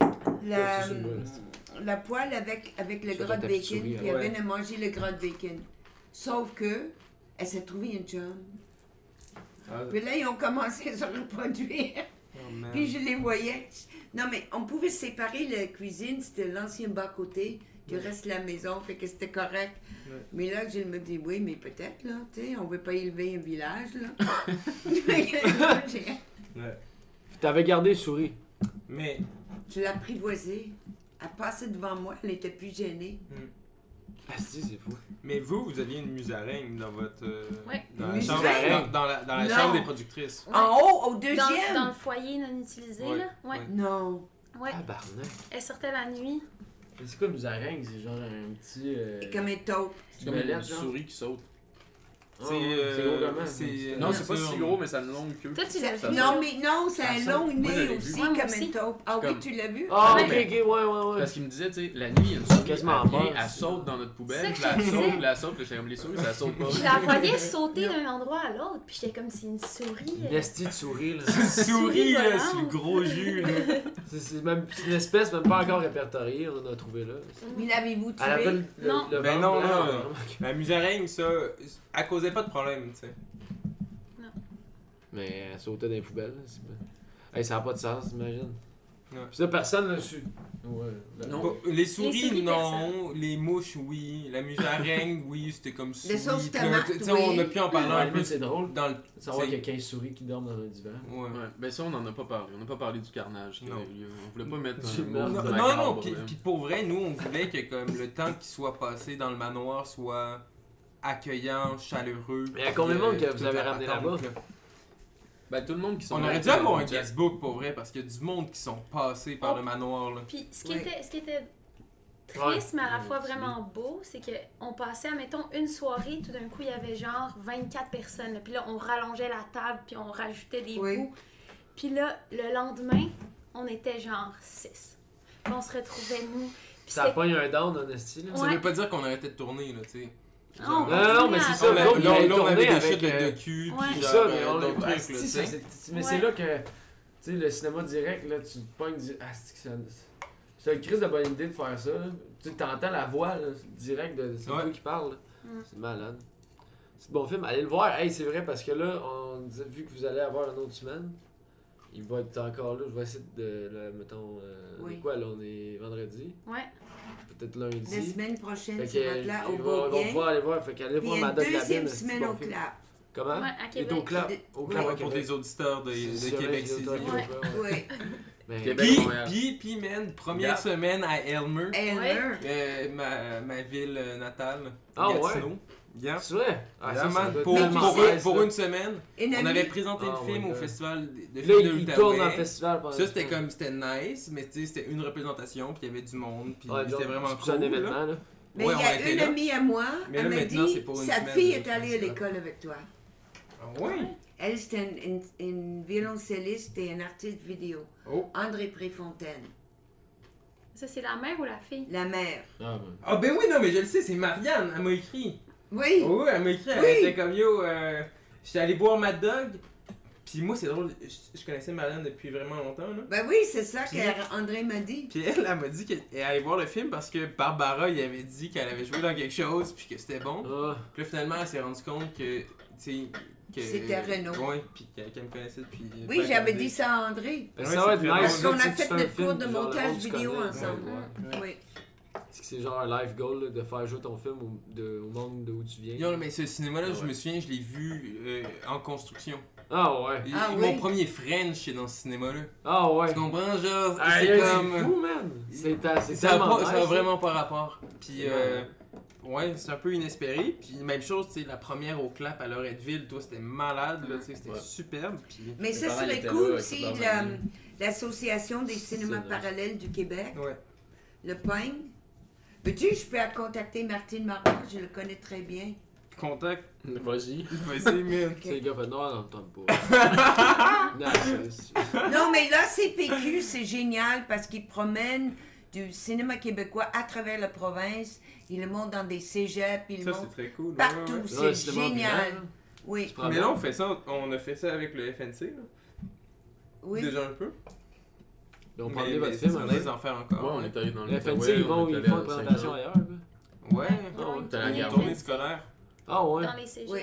B: la,
A: Ouais, c'est une bonne,
B: la poêle avec, avec le
A: Sur
B: gras
A: ta
B: de
A: petite
B: bacon,
A: souris,
B: puis
D: ouais.
B: elle venait manger le gras de bacon. Sauf que, elle s'est trouvée une chum.
D: Ah.
B: Puis là, ils ont commencé à se reproduire.
D: Oh, man.
B: Puis je les voyais. Non, mais on pouvait séparer la cuisine, c'était l'ancien bas-côté, du reste de la maison, fait que c'était correct.
D: Ouais.
B: Mais là, je me dis, oui, mais peut-être, là, tu sais, on veut pas élever un village, là.
A: Puis T'avais gardé les souris.
D: Mais.
B: je l'apprivoisais. Elle passait devant moi, elle était plus gênée.
A: Ah, si, c'est fou.
D: Mais vous, vous aviez une musaraigne dans votre. euh,
F: Ouais.
D: Dans la, chambre,
B: Musaraigne?
D: dans, dans la, dans la
B: Non.
D: chambre des productrices.
F: Ouais.
B: En haut, au
F: Dans,
B: deuxième!
F: dans le foyer non utilisé,
D: Ouais,
F: là. Ouais.
D: ouais. Ah.
B: Non.
F: ouais.
A: Tabarnak.
F: Elle sortait la nuit.
A: Mais C'est quoi une musaraigne? C'est genre un petit. euh,
B: Comme un taupe.
E: C'est comme une
A: belette, genre.
E: souris qui saute.
A: Ah,
D: C'est,
A: ouais,
D: euh,
A: gros comment?
D: c'est-
A: Une petite-
E: Non, c'est pas
D: sûr.
E: si gros, mais ça a une longue queue.
F: Toi, tu l'as
E: Ça
F: vu.
B: Non, mais non, ça a un
E: Ça
B: long
E: sent- Moi, je
B: nez
E: l'ai
B: aussi,
E: vu.
F: Ouais,
B: comme
F: moi
B: un
F: aussi.
B: taupe. Ah oui,
E: Comme-
B: tu l'as vu?
A: Ah, ok,
F: Ouais.
A: ok, ouais, ouais, ouais.
E: Parce qu'il me disait, tu sais, la nuit, il y a une souris,
A: Quasiment
E: elle, vient,
A: peur,
E: elle
A: c'est-
E: saute dans notre poubelle,
F: C'est
E: je
F: ça
E: la
F: que je disais.
E: saute, je la saute, puis j'étais comme les souris, ça saute pas.
F: Je la voyais sauter d'un endroit à l'autre, puis j'étais comme c'est une souris.
A: Une
F: euh.
A: estie de souris, là.
D: Souris, là,
F: volante.
D: c'est le gros jus, là.
A: C'est- C'est même c'est une espèce même pas encore répertoriée, on en a trouvé là.
F: euh,
B: Mais l'avez-vous tué?
A: Elle appelle le,
F: Non.
A: le
D: Ben
A: ventre
D: non,
A: blanc,
D: non.
A: hein.
D: La musaraigne, ça, elle causait pas de problème, tu sais.
A: Mais elle sautait dans les poubelles, là, c'est pas- Hey, ça n'a pas de sens, t'imagines?
D: Ouais.
A: Puis ça, personne l'a su. Ouais. ben là.
E: Non.
D: Bon, Les souris,
F: Les souris,
D: non. Les mouches, oui. La musaraigne, oui, c'était comme souris.
B: sauces
D: Puis là,
B: tomates,
D: tu sais,
B: oui.
D: On a pu en
A: Ouais,
D: parler un
A: mais
D: peu
A: c'est drôle
D: dans le...
A: de savoir
D: c'est-
A: qu'il y a 15 souris qui dorment dans un divan.
D: Ouais.
E: Ouais, ben ça, on n'en a pas parlé. On n'a pas parlé du carnage qui
D: Non.
E: avait lieu. On voulait pas mettre
A: Du
E: un
A: meurtre.
D: Non,
E: mot
D: non,
E: macabre,
D: non,
E: là.
D: puis, puis pour vrai, nous, on voulait que comme le temps qui soit passé dans le manoir soit accueillant, chaleureux.
A: Mais à combien de monde
D: puis, euh,
A: que vous
D: toute
A: avez
D: la
A: ramené
D: patente,
A: là-bas?
D: là.
E: Ben, tout le monde qui sont
D: On
E: là
D: aurait dû
E: avec
D: avoir un
E: Jack-
D: guestbook pour vrai, parce qu'il y a du monde qui sont passés par
F: Oh.
D: le manoir. Là.
F: Puis ce qui,
B: Oui.
F: était, ce qui était triste, mais à la fois vraiment beau, c'est qu'on passait, mettons, une soirée, tout d'un coup, il y avait genre 24 personnes. là. Puis là, on rallongeait la table, puis on rajoutait des
B: Oui.
F: bouts. Puis là, le lendemain, on était genre 6. on se retrouvait, nous. Puis
A: Ça
F: c'était-
A: pogne un down, honesty. là.
D: Ça
F: Ouais.
D: veut pas dire qu'on a arrêté de tourner, là, tu sais.
F: Ah,
D: Genre,
F: on
A: Non, non, non, mais c'est
F: continue
A: ça,
D: on a-
A: là, il
D: là,
A: avait
D: là, on
A: tourné
D: avait des
A: avec,
D: chutes de,
A: euh,
D: de cul,
F: ouais.
D: puis
A: C'est
D: genre,
A: ça,
D: euh,
A: mais on
D: d'autres
A: Ah,
D: trucs, là,
A: si,
D: tu
A: ça,
D: sais.
A: c'est- c'est- Mais
F: Ouais.
A: c'est là que, tu sais, le cinéma direct, là, tu te pognes, tu dis, ah, c'est que ça- c'est une crise de bonne idée de faire ça. là. Tu sais, t'entends la voix, là, direct, de c'est
D: Ouais.
A: toi qui parle. là.
F: Mm.
A: C'est malade. C'est un bon film, allez le voir. Hey, c'est vrai, parce que là, on disait, vu que vous allez avoir une autre semaine, il va être encore là. Je vais essayer de, là, mettons, euh, on est
B: Oui.
A: quoi, là, on est vendredi,
F: Ouais.
A: peut-être lundi.
B: La semaine prochaine,
A: Fait
B: tu
A: que,
B: vas être là au
A: il va- on va
B: Beaubien.
A: pouvoir aller voir, fait qu'allez
B: Puis il
A: voir
B: y a une
A: Madame Labine.
B: deuxième
A: c'est
B: semaine
A: bon
B: au
A: film.
B: club.
A: Comment?
F: Ouais, à
A: Il est au
F: Québec.
A: clap. Au
D: Ouais,
A: clap à
D: pour
A: Québec.
D: des auditeurs de,
A: Si
D: de
A: jamais
D: Québec
A: j'ai
D: City.
A: autant
F: Ouais.
A: Québec, ouais.
B: Oui.
A: Mais-
E: Québec.
D: Puis,
E: Montréal.
D: puis, puis, man, première
E: Yeah.
D: semaine à Elmer,
B: Elmer.
D: euh, ma, ma ville euh, natale,
A: Ah,
D: Gatineau. Yeah.
A: C'est vrai? Ah, ça,
D: Vraiment,
A: ça doit être
D: pour,
A: tellement
D: pour
A: nice,
D: une, pour
A: là.
D: une semaine,
B: Une
D: on
B: amie.
D: avait présenté
A: Ah,
D: le film
A: ouais,
D: au
A: là.
D: festival de, de
A: Là,
D: films de
A: il
D: l'Outaouais.
A: tourne en festival pendant
D: Ça, c'était comme, c'était nice, mais tu sais, c'était une représentation, puis il y avait du monde, puis
A: Ouais,
D: c'était
A: donc,
D: vraiment
A: c'est
D: cool.
A: un
D: là.
A: événement, là.
B: Mais
D: Ouais,
B: il
D: on
B: y a
D: était
B: une
D: là.
B: amie à moi,
D: Mais
B: elle
D: là,
B: m'a
D: maintenant, c'est
B: dit,
D: pour une
B: sa
D: semaine,
B: fille
D: là,
B: est allée à
D: c'est ça.
B: l'école avec toi.
D: Ah ouais?
B: Elle, c'était une, une- une violoncelliste et un artiste vidéo.
D: Oh.
B: André Préfontaine,
F: Ça, c'est la mère ou la fille?
B: la mère.
D: Ah ben oui, non, mais je le sais, c'est Marianne, elle m'a écrit.
B: Oui,
D: Oh, oui, elle m'a écrit, elle
B: Oui.
D: était comme yo, euh, j'étais allé boire Mad Dog. Puis moi, c'est drôle, je, je connaissais Marianne depuis vraiment longtemps, là.
B: ben oui, c'est ça qu'André m'a dit.
D: Puis elle, elle m'a dit qu'elle elle allait voir le film parce que Barbara, il avait dit qu'elle avait joué dans quelque chose, puis que c'était bon.
A: Ah,
D: Puis là, finalement, elle s'est rendue compte que, tu sais, que.
B: C'était Renaud.
D: Ouais, puis qu'elle qu'elle me connaissait depuis.
B: Oui, j'avais dit ça à André.
A: Fait que Ben,
D: Ouais,
A: ça va
D: c'est
A: être nice.
D: vraiment-
B: Parce
A: là,
B: qu'on
A: tu sais,
B: a
A: tu
B: fait
A: fais un
B: notre
A: film,
B: cours de
A: genre, le monde,
B: montage
A: tu
B: vidéo
A: connais.
B: ensemble.
A: Ouais, ouais.
B: Oui.
A: C'est que C'est genre un life goal là, de faire jouer ton film au, de, au monde d'où tu viens.
D: Yo, mais ce cinéma-là, je
A: Ouais.
D: me souviens, je l'ai vu euh, en construction.
A: Ah ouais.
D: Et-
B: Ah
D: et
B: oui?
D: Mon premier French est dans ce cinéma-là.
A: Ah ouais.
D: Tu comprends, genre,
A: Aïe,
D: c'est
A: aïe,
D: comme.
A: fou, man. C'est euh, c'est
D: Ça a,
A: tellement
D: pas- ça a
A: nice,
D: vraiment pas rapport. Puis,
A: C'est
D: euh, ouais, c'est un peu inespéré. Puis, même chose, tu sais, la première au clap à Loretteville, toi, c'était malade, là, tu sais, c'était
E: Ouais.
D: superbe. Puis,
B: Mais
E: Mes
B: ça
E: parents
B: serait
E: étaient
B: cool
E: là,
B: si
E: avec leur
B: la-
E: ami.
B: l'Association des cinémas
A: C'est vrai.
B: parallèles du Québec,
D: ouais.
B: le PING, veux-tu, je peux contacter Martine Martin, je le connais très bien.
D: Contact,
E: Vas-y.
D: vas-y, man.
A: Tu sais, le gars fait noir dans le temps pas. non, c'est- c'est-
B: Non, mais là, CPQ, c'est génial parce qu'ils promènent du cinéma québécois à travers la province. Ils le montent dans des cégeps, ils le
D: Ça, c'est
B: montent
D: très cool. ouais,
B: partout.
D: ouais, ouais.
B: C'est
A: Ouais, c'est tellement
B: génial.
A: bien,
B: Oui,
D: Mais là, on fait ça, on a fait ça avec le FNC, là.
B: oui.
D: Déjà un peu.
A: on
D: Mais-
A: parlait de votre
D: mais
A: film.
D: c'est
A: hein.
D: nice d'en faire
E: Ouais,
D: encore.
E: on est allé dans
A: Le
E: le
A: FNC, ils vont ils font une présentation ailleurs. là.
D: Ouais,
A: Ah ouais.
F: Dans
E: Oh, T'as la
F: les-
E: garde.
D: tournée scolaire.
A: Ah ouais.
F: Dans les cégeps
B: Oui.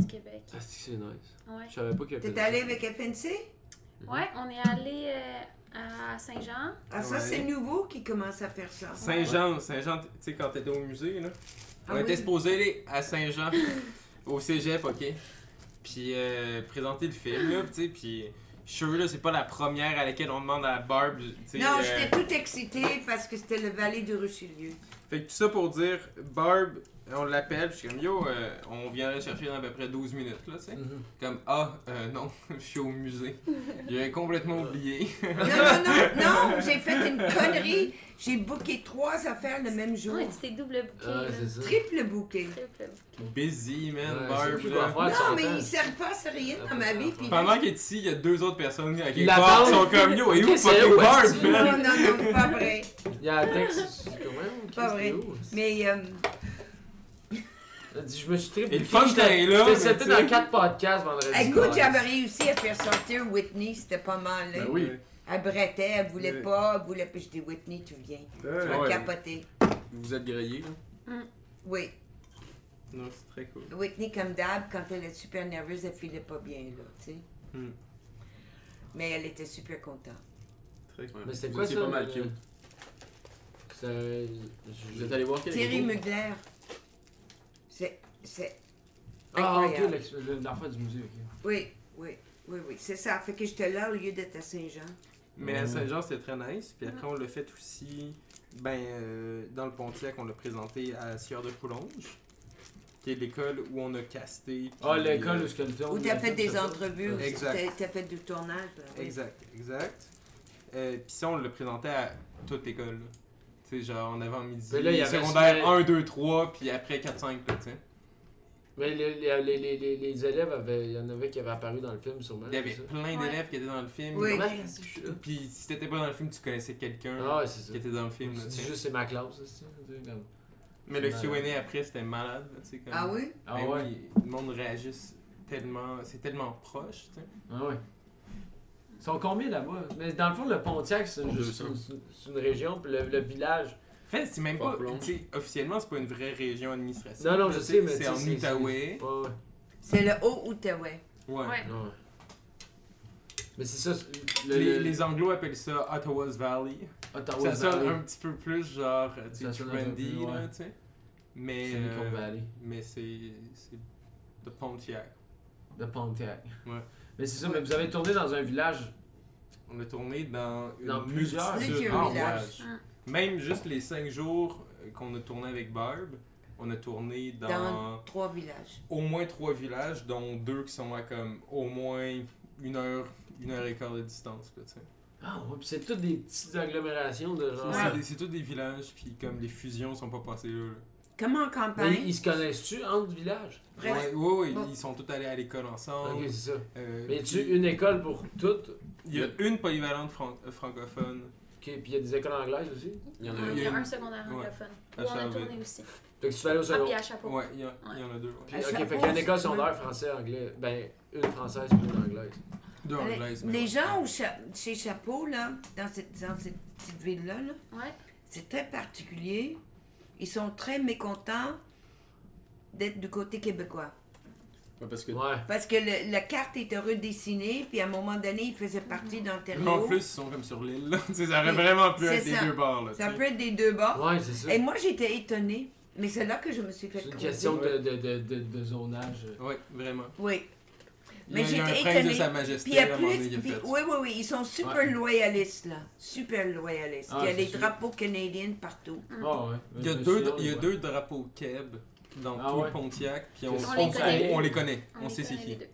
F: du Québec.
A: Ah, c'est que c'est nice.
F: Ouais.
A: Je savais pas qu'il y avait
B: T'es allé avec FNC?
F: Ouais,
D: Mhm.
F: on est allé euh, à Saint-Jean.
B: Ah, ça,
D: Ouais.
B: c'est nouveau qui commence à faire ça.
D: Saint-Jean, Saint-Jean, tu sais, quand t'étais au musée, là.
B: Ah
D: On était
B: oui.
D: supposé aller à Saint-Jean, au cégep, ok? Puis euh, présenter le film, là, tu sais, puis je suis sûr, là, c'est pas la première à laquelle on demande à Barb, tu sais.
B: Non,
D: euh,
B: j'étais tout excitée parce que c'était le Vallée du Richelieu.
D: Fait que tout ça pour dire, Barb, on l'appelle, puis je suis comme, yo, euh, on vient la chercher dans à peu près 12 minutes, là, tu sais.
A: Mhm.
D: Comme, ah, euh, non, je suis au musée. J'avais complètement oublié.
B: Non, non, non, non, j'ai fait une connerie. J'ai booké trois affaires le même jour.
F: Ouais, tu t'es double bouquet.
A: Ah,
F: là.
A: c'est ça.
B: Triple booké.
F: Triple.
D: Busy, man,
A: Ouais, c'est
D: Barb,
A: plus
D: là.
A: quoi faire, tu
B: non, mais
A: s'entends.
B: il ne sert pas à rien dans ma vie. puis-
D: Pendant qu'il est ici, il y a deux autres personnes à
A: Ils
D: quelque part qui sont
A: l'attendent.
D: comme, yo, et où
A: Qu'est-ce que c'est,
D: fucking
A: où est-ce
D: Barb,
A: que-
D: man?
B: Non, non, non, pas vrai.
A: Il y a un texte quand même.
B: Pas vrai. Mais euh,
A: Elle dit, je me suis trippé.
D: Et le fun, t'es là, mais
A: C'était
D: tu
A: dans
D: sais.
A: 4 podcasts vendredi.
B: écoute, j'avais réussi à faire sortir Whitney, c'était pas mal. Là.
E: Ben oui.
B: Elle brettait, elle voulait
D: Oui.
B: pas, elle voulait pas. Je dis Whitney, tu viens.
D: Ah
B: Tu vas
E: Ah Ouais.
B: capoter.
E: Vous vous êtes grillé, là.
B: Oui,
D: Non, c'est très cool.
B: Whitney, comme d'hab, quand elle est super nerveuse, elle filait pas bien, là, tu sais.
D: Hmm.
B: Mais elle était super contente.
D: Très cool.
A: Mais c'était
E: Vous
A: quoi ça?
E: étiez pas mal
A: le-
E: cute.
A: C'est un- je-
E: Vous êtes allé voir quel
B: Thierry
E: groupe?
B: Mugler. C'est. C'est.
A: Ah, ok,
B: Incroyable.
A: l'ex- le- l'affaire du musée, ok.
B: Oui, oui, oui, oui. C'est ça. Fait que j'étais là au lieu d'être à Saint-Jean.
D: Mais
A: Mm.
D: à Saint-Jean, c'était très nice. Puis après, on l'a fait aussi ben, euh, dans le Pontiac, on l'a présenté à Sieur de Coulonge. qui est l'école où on a casté. puis- euh,
A: Ah, l'école, où ce qu'elle fait.
E: Oh,
B: Ou t'as fait des entrevues, ou
D: Exact.
B: t'as t'as fait du tournage. ben oui.
D: Exact, exact. Euh, Puis ça, on le présentait à toute l'école. là. Tu sais, genre, en avant-midi,
A: Mais là, il y avait
D: secondaire
A: ce-
D: 1, 2, 3, puis après 4, 5, là, tu sais.
A: Mais les, les, les, les, les- les élèves, avaient, il y en avait qui avaient apparu dans le film, sûrement.
D: Il y avait
A: c'est ça?
D: plein d'élèves qui étaient dans le film.
B: Oui.
A: Ouais, c'est ça.
D: Puis si t'étais pas dans le film, tu connaissais quelqu'un
A: Ah, ouais, c'est
D: qui
A: ça.
D: était dans le film.
A: Tu
D: là, tu
A: dis
D: sais.
A: juste c'est ma classe, c'est ça. tu sais, comme-
D: Mais le
A: c'est
D: Q&A après, c'était malade. là, tu sais, comme-
B: Ah oui?
A: Ah
D: Ben
A: ouais.
D: oui, le monde réagisse tellement. C'est tellement proche, tu sais.
A: Ah ouais. Ils sont combien là-bas? Mais dans le fond, le Pontiac, c'est une,
E: 200.
A: c'est une- c'est une région, puis le, le village.
D: En fait, c'est même
E: Pas
D: pas.
E: plonge.
D: tu sais, Officiellement, c'est pas une vraie région administrative.
A: Non, non,
D: là,
A: je
D: tu
A: sais, mais tu
D: C'est en
A: sais, c'est-
D: Outaouais.
A: Ouais, ouais.
B: C'est le Haut-Outaouais.
D: Ouais.
F: Ouais.
A: Ouais. Mais c'est ça, c'est- le,
D: Les,
A: le-
D: les Anglo appellent ça Ottawa's Valley.
A: Ottawa
D: Ça sonne
A: Valley.
D: un petit peu plus genre, tu
A: Ça
D: sais,
A: sonne un peu
D: trendy,
A: plus, ouais.
D: là, tu sais. Mais.
A: Silicon
D: euh,
A: Valley.
D: mais c'est. C'est de Pontiac.
A: De Pontiac.
D: Ouais.
A: Mais c'est ça, mais vous avez tourné dans un village.
D: On a tourné dans une
A: Dans plusieurs.
D: multitude
B: Plusieurs
D: de
B: villages.
D: villages. Même juste les cinq jours euh, qu'on a tourné avec Barb, on a tourné dans,
B: Dans trois villages.
D: au moins trois villages, dont deux qui sont à comme au moins une heure, une heure et quart de distance. là, tu sais.
A: Ah ouais, puis c'est toutes des petites agglomérations de genre.
D: C'est
B: Ouais.
D: des- C'est tous des villages, puis comme les fusions sont pas passées là. là.
B: Comme en
A: Mais
B: campagne.
A: ils, ils se connaissent-tu entre villages?
B: Bref.
D: Ouais, ouais, ouais,
B: Bon.
D: ils sont tous allés à l'école ensemble.
A: Ok, c'est ça.
D: euh,
A: Mais tu
D: puis-
A: une école pour toutes? Ok,
D: Il y a une polyvalente fran- euh, francophone.
A: puis il y a des écoles anglaises aussi?
E: Il y en a
D: Ouais.
E: eu.
F: Il y a
D: une.
F: un secondaire
D: Ouais.
F: anglophone.
D: À
F: Où on a
D: Charlevoix.
F: tourné aussi.
A: Fait que tu vas aller au
F: Ah, puis
A: secondaire.
F: à
B: Oh.
F: Chapeau.
D: Ouais, il y, en- il y en a deux. ouais.
A: Puis,
B: À
A: ok,
B: chaque
A: fait qu'il y a
B: fois,
A: une école
B: c'est-
A: secondaire français, anglais. Ben, une française puis une anglaise.
D: Deux
B: Allez,
D: anglaises. mais
B: Euh, les
D: ouais.
B: gens au cha- chez Chapeau, là, dans cette, dans cette petite ville-là, là,
F: Ouais.
B: c'est très particulier. Ils sont très mécontents d'être du côté québécois.
E: Ouais, parce que
A: Ouais.
B: Parce que le- la carte était redessinée, puis à un moment donné, ils faisaient
A: Mm.
B: partie
D: Mais en
B: d'Ontario.
D: plus, ils sont comme sur l'île. là. Tu sais, ça aurait
B: Oui,
D: vraiment pu
B: c'est
D: être les
B: ça.
D: deux bords. Là,
B: Ça
D: tu sais.
B: peut être des deux bords.
A: Ouais, c'est ça.
B: Et moi, j'étais étonnée. Mais c'est là que je me suis fait
A: C'est une
B: creuser.
A: question de, de, de, de, de zonage.
D: Ouais, vraiment.
B: Oui. Mais
D: il y a un
B: j'étais
D: prince de
B: étonnée.
D: sa
B: Puis il y
D: majesté
B: a
D: à un moment donné,
B: plus.
D: il a
B: puis-
D: fait.
B: oui, oui, oui. Ils sont super
A: Ouais.
B: loyalistes, là. Super loyalistes.
A: Ah,
B: il y a
A: c'est
B: des
A: sûr.
B: drapeaux canadiens partout.
A: Ah ouais.
D: Il y a
A: Je me
D: deux,
A: souviens,
D: il y a
A: ouais.
D: deux drapeaux Keb dans
A: Ah
D: tout
A: ouais.
D: le Pontiac, puis
A: On
D: on, on-
F: les
D: on-
F: connaît.
D: on les connaît, on,
F: les
D: sait c'est
F: connaît les
D: qui.
F: deux.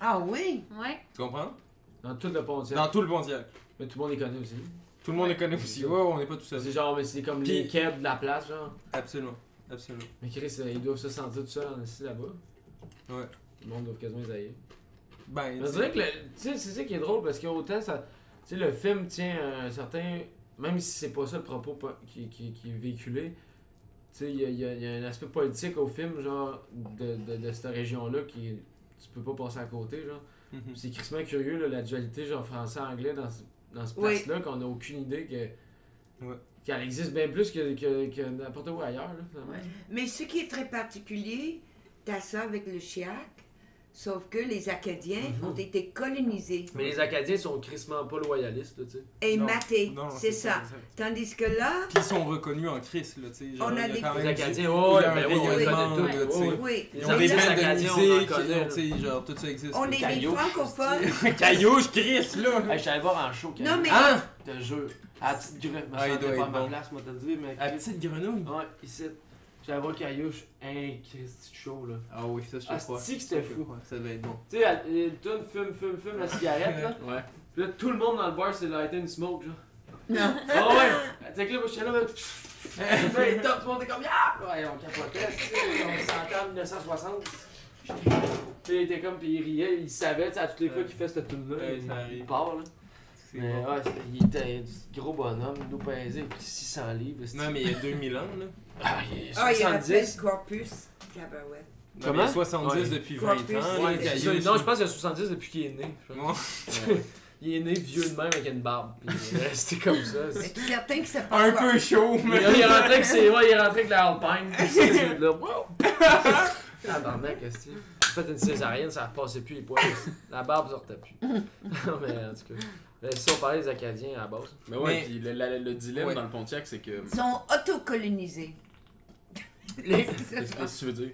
B: Ah oui?
F: Ouais.
D: Tu comprends
A: Dans tout le Pontiac.
D: Dans tout le Pontiac.
A: Mais tout le monde les connaît aussi.
D: Tout le monde les connaît aussi. Ouais, ouais, on n'est pas tout seul.
A: C'est genre, mais c'est comme
D: Puis-
A: les kebs de la place, genre.
D: Absolument, absolument.
A: Mais Chris, euh, ils doivent se sentir tout seuls en assis là-bas.
D: Ouais.
A: Le monde doit quasiment les haïr.
D: Ben,
A: Mais
D: tu
A: on
D: sais,
A: dirait que, le- tu sais, c'est ça qui est drôle parce que autant ça. Tu sais, le film tient un certain. Même si c'est pas ça le propos po- qui, qui, qui est véhiculé, tu sais, il y a, il y a- il y a un aspect politique au film, genre, de, de, de cette région-là qui. est- Tu peux pas passer à côté, genre.
D: mhm.
A: C'est crissement curieux, là, la dualité, genre français-anglais dans, ce- dans ce
B: Oui.
A: place-là, qu'on a aucune idée que.
D: Ouais.
A: Qu'elle existe bien plus que, que, que n'importe où ailleurs, là, finalement.
B: Ouais. Mais ce qui est très particulier, t'as ça avec le Chiac, sauf que les Acadiens
A: Mhm.
B: ont été colonisés
A: Mais les Acadiens sont crissement pas loyalistes, là, tu sais.
B: et
D: Non,
B: matés.
D: non,
B: C'est ça.
D: exact.
B: Tandis que là,
D: Puis ils sont reconnus en Christ, là, tu sais. genre,
B: On a
D: il y
B: des-
D: quand
A: Les
D: même du-
A: Acadiens,
D: Ah, il y a
A: ouais,
D: un
A: ben oui, on les
D: rayonnement,
A: connaît tous.
D: là, tu sais.
A: ouais, ouais.
B: oui,
A: Ils
D: Ils
A: ont des
D: ont des
A: bandes
D: bandes de
A: Acadiens, on en
D: musique,
A: connaît,
D: tu sais, genre, tout ça existe.
B: on
D: là.
B: est des
A: Caillouche,
B: francophones.
D: Caillouche, Chris, là!
C: Hey, je t'allais voir en show,
B: Non, mais- ah,
C: Hein? Je te jure. À la petite grue.
D: Ah, il
C: Je
D: doit
C: me pas à
D: être
C: ma
D: bon.
C: place, moi, te le dire, mais.
D: La petite grenouille.
C: Ouais, ici. J'allais voir Caillouche. Hein, Christy de show, là.
D: Ah oui, ça, je
C: Ah, c'est-tu que c'était fou.
D: Ça devait être bon.
C: Tu sais, elle- elle tourne, fume, fume, fume la cigarette, là.
E: Ouais.
C: Puis là, tout le monde dans le bar, c'est lighté une smoke, genre.
B: Non.
C: Ah ouais! Tu sais que là, moi, je suis là, mais. Là, les tops, tout le monde est comme. Ah! Ouais, on capotait, tu sais, on s'entend en 1960. Puis il était comme, puis il riait, il savait, tu sais, à toutes les fois qu'il fait cette tune-là,
D: Ouais,
C: il-
D: ça
C: il
D: arrive.
C: part, là.
D: C'est
C: Mais
D: bon.
C: ouais, c'était- il était un petit gros bonhomme, nous pesait avec 600 livres. c'est-
D: Non, mais il y a 2000 ans, là.
C: Ah, il est
B: Ah, il y a
C: 70.
B: le corpus. Tabarouette.
D: Non, mais il y a
C: Comment?
D: 70
A: Ouais.
D: depuis 20 ans.
B: Corpus,
D: là,
B: c'est-
A: c'est ça.
D: Caillouche.
A: Non, je pense qu'il y a 70 depuis qu'il est né. je pense.
D: Bon.
A: Il est né vieux de même avec une barbe. Puis il est resté comme ça. c'est-
B: Mais tu es certain que ça
D: Un
B: parle pas.
D: peu chaud,
A: Mais
D: mais.
A: là, il est rentré avec ses. Ouais, il est rentré avec la Alpine. puis c'est celui-là, wow! Tabarnak, qu'est-ce que c'est? fait une césarienne, ça repassait plus les poils. La barbe sortait plus. Non, mais en tout cas. Mais si on parlait des Acadiens à la base.
E: Mais ouais,
D: Mais-
E: puis le, la- le dilemme
D: Ouais.
E: dans le Pontiac, c'est que.
B: Ils sont autocolonisés.
E: Qu'est-ce que tu veux dire?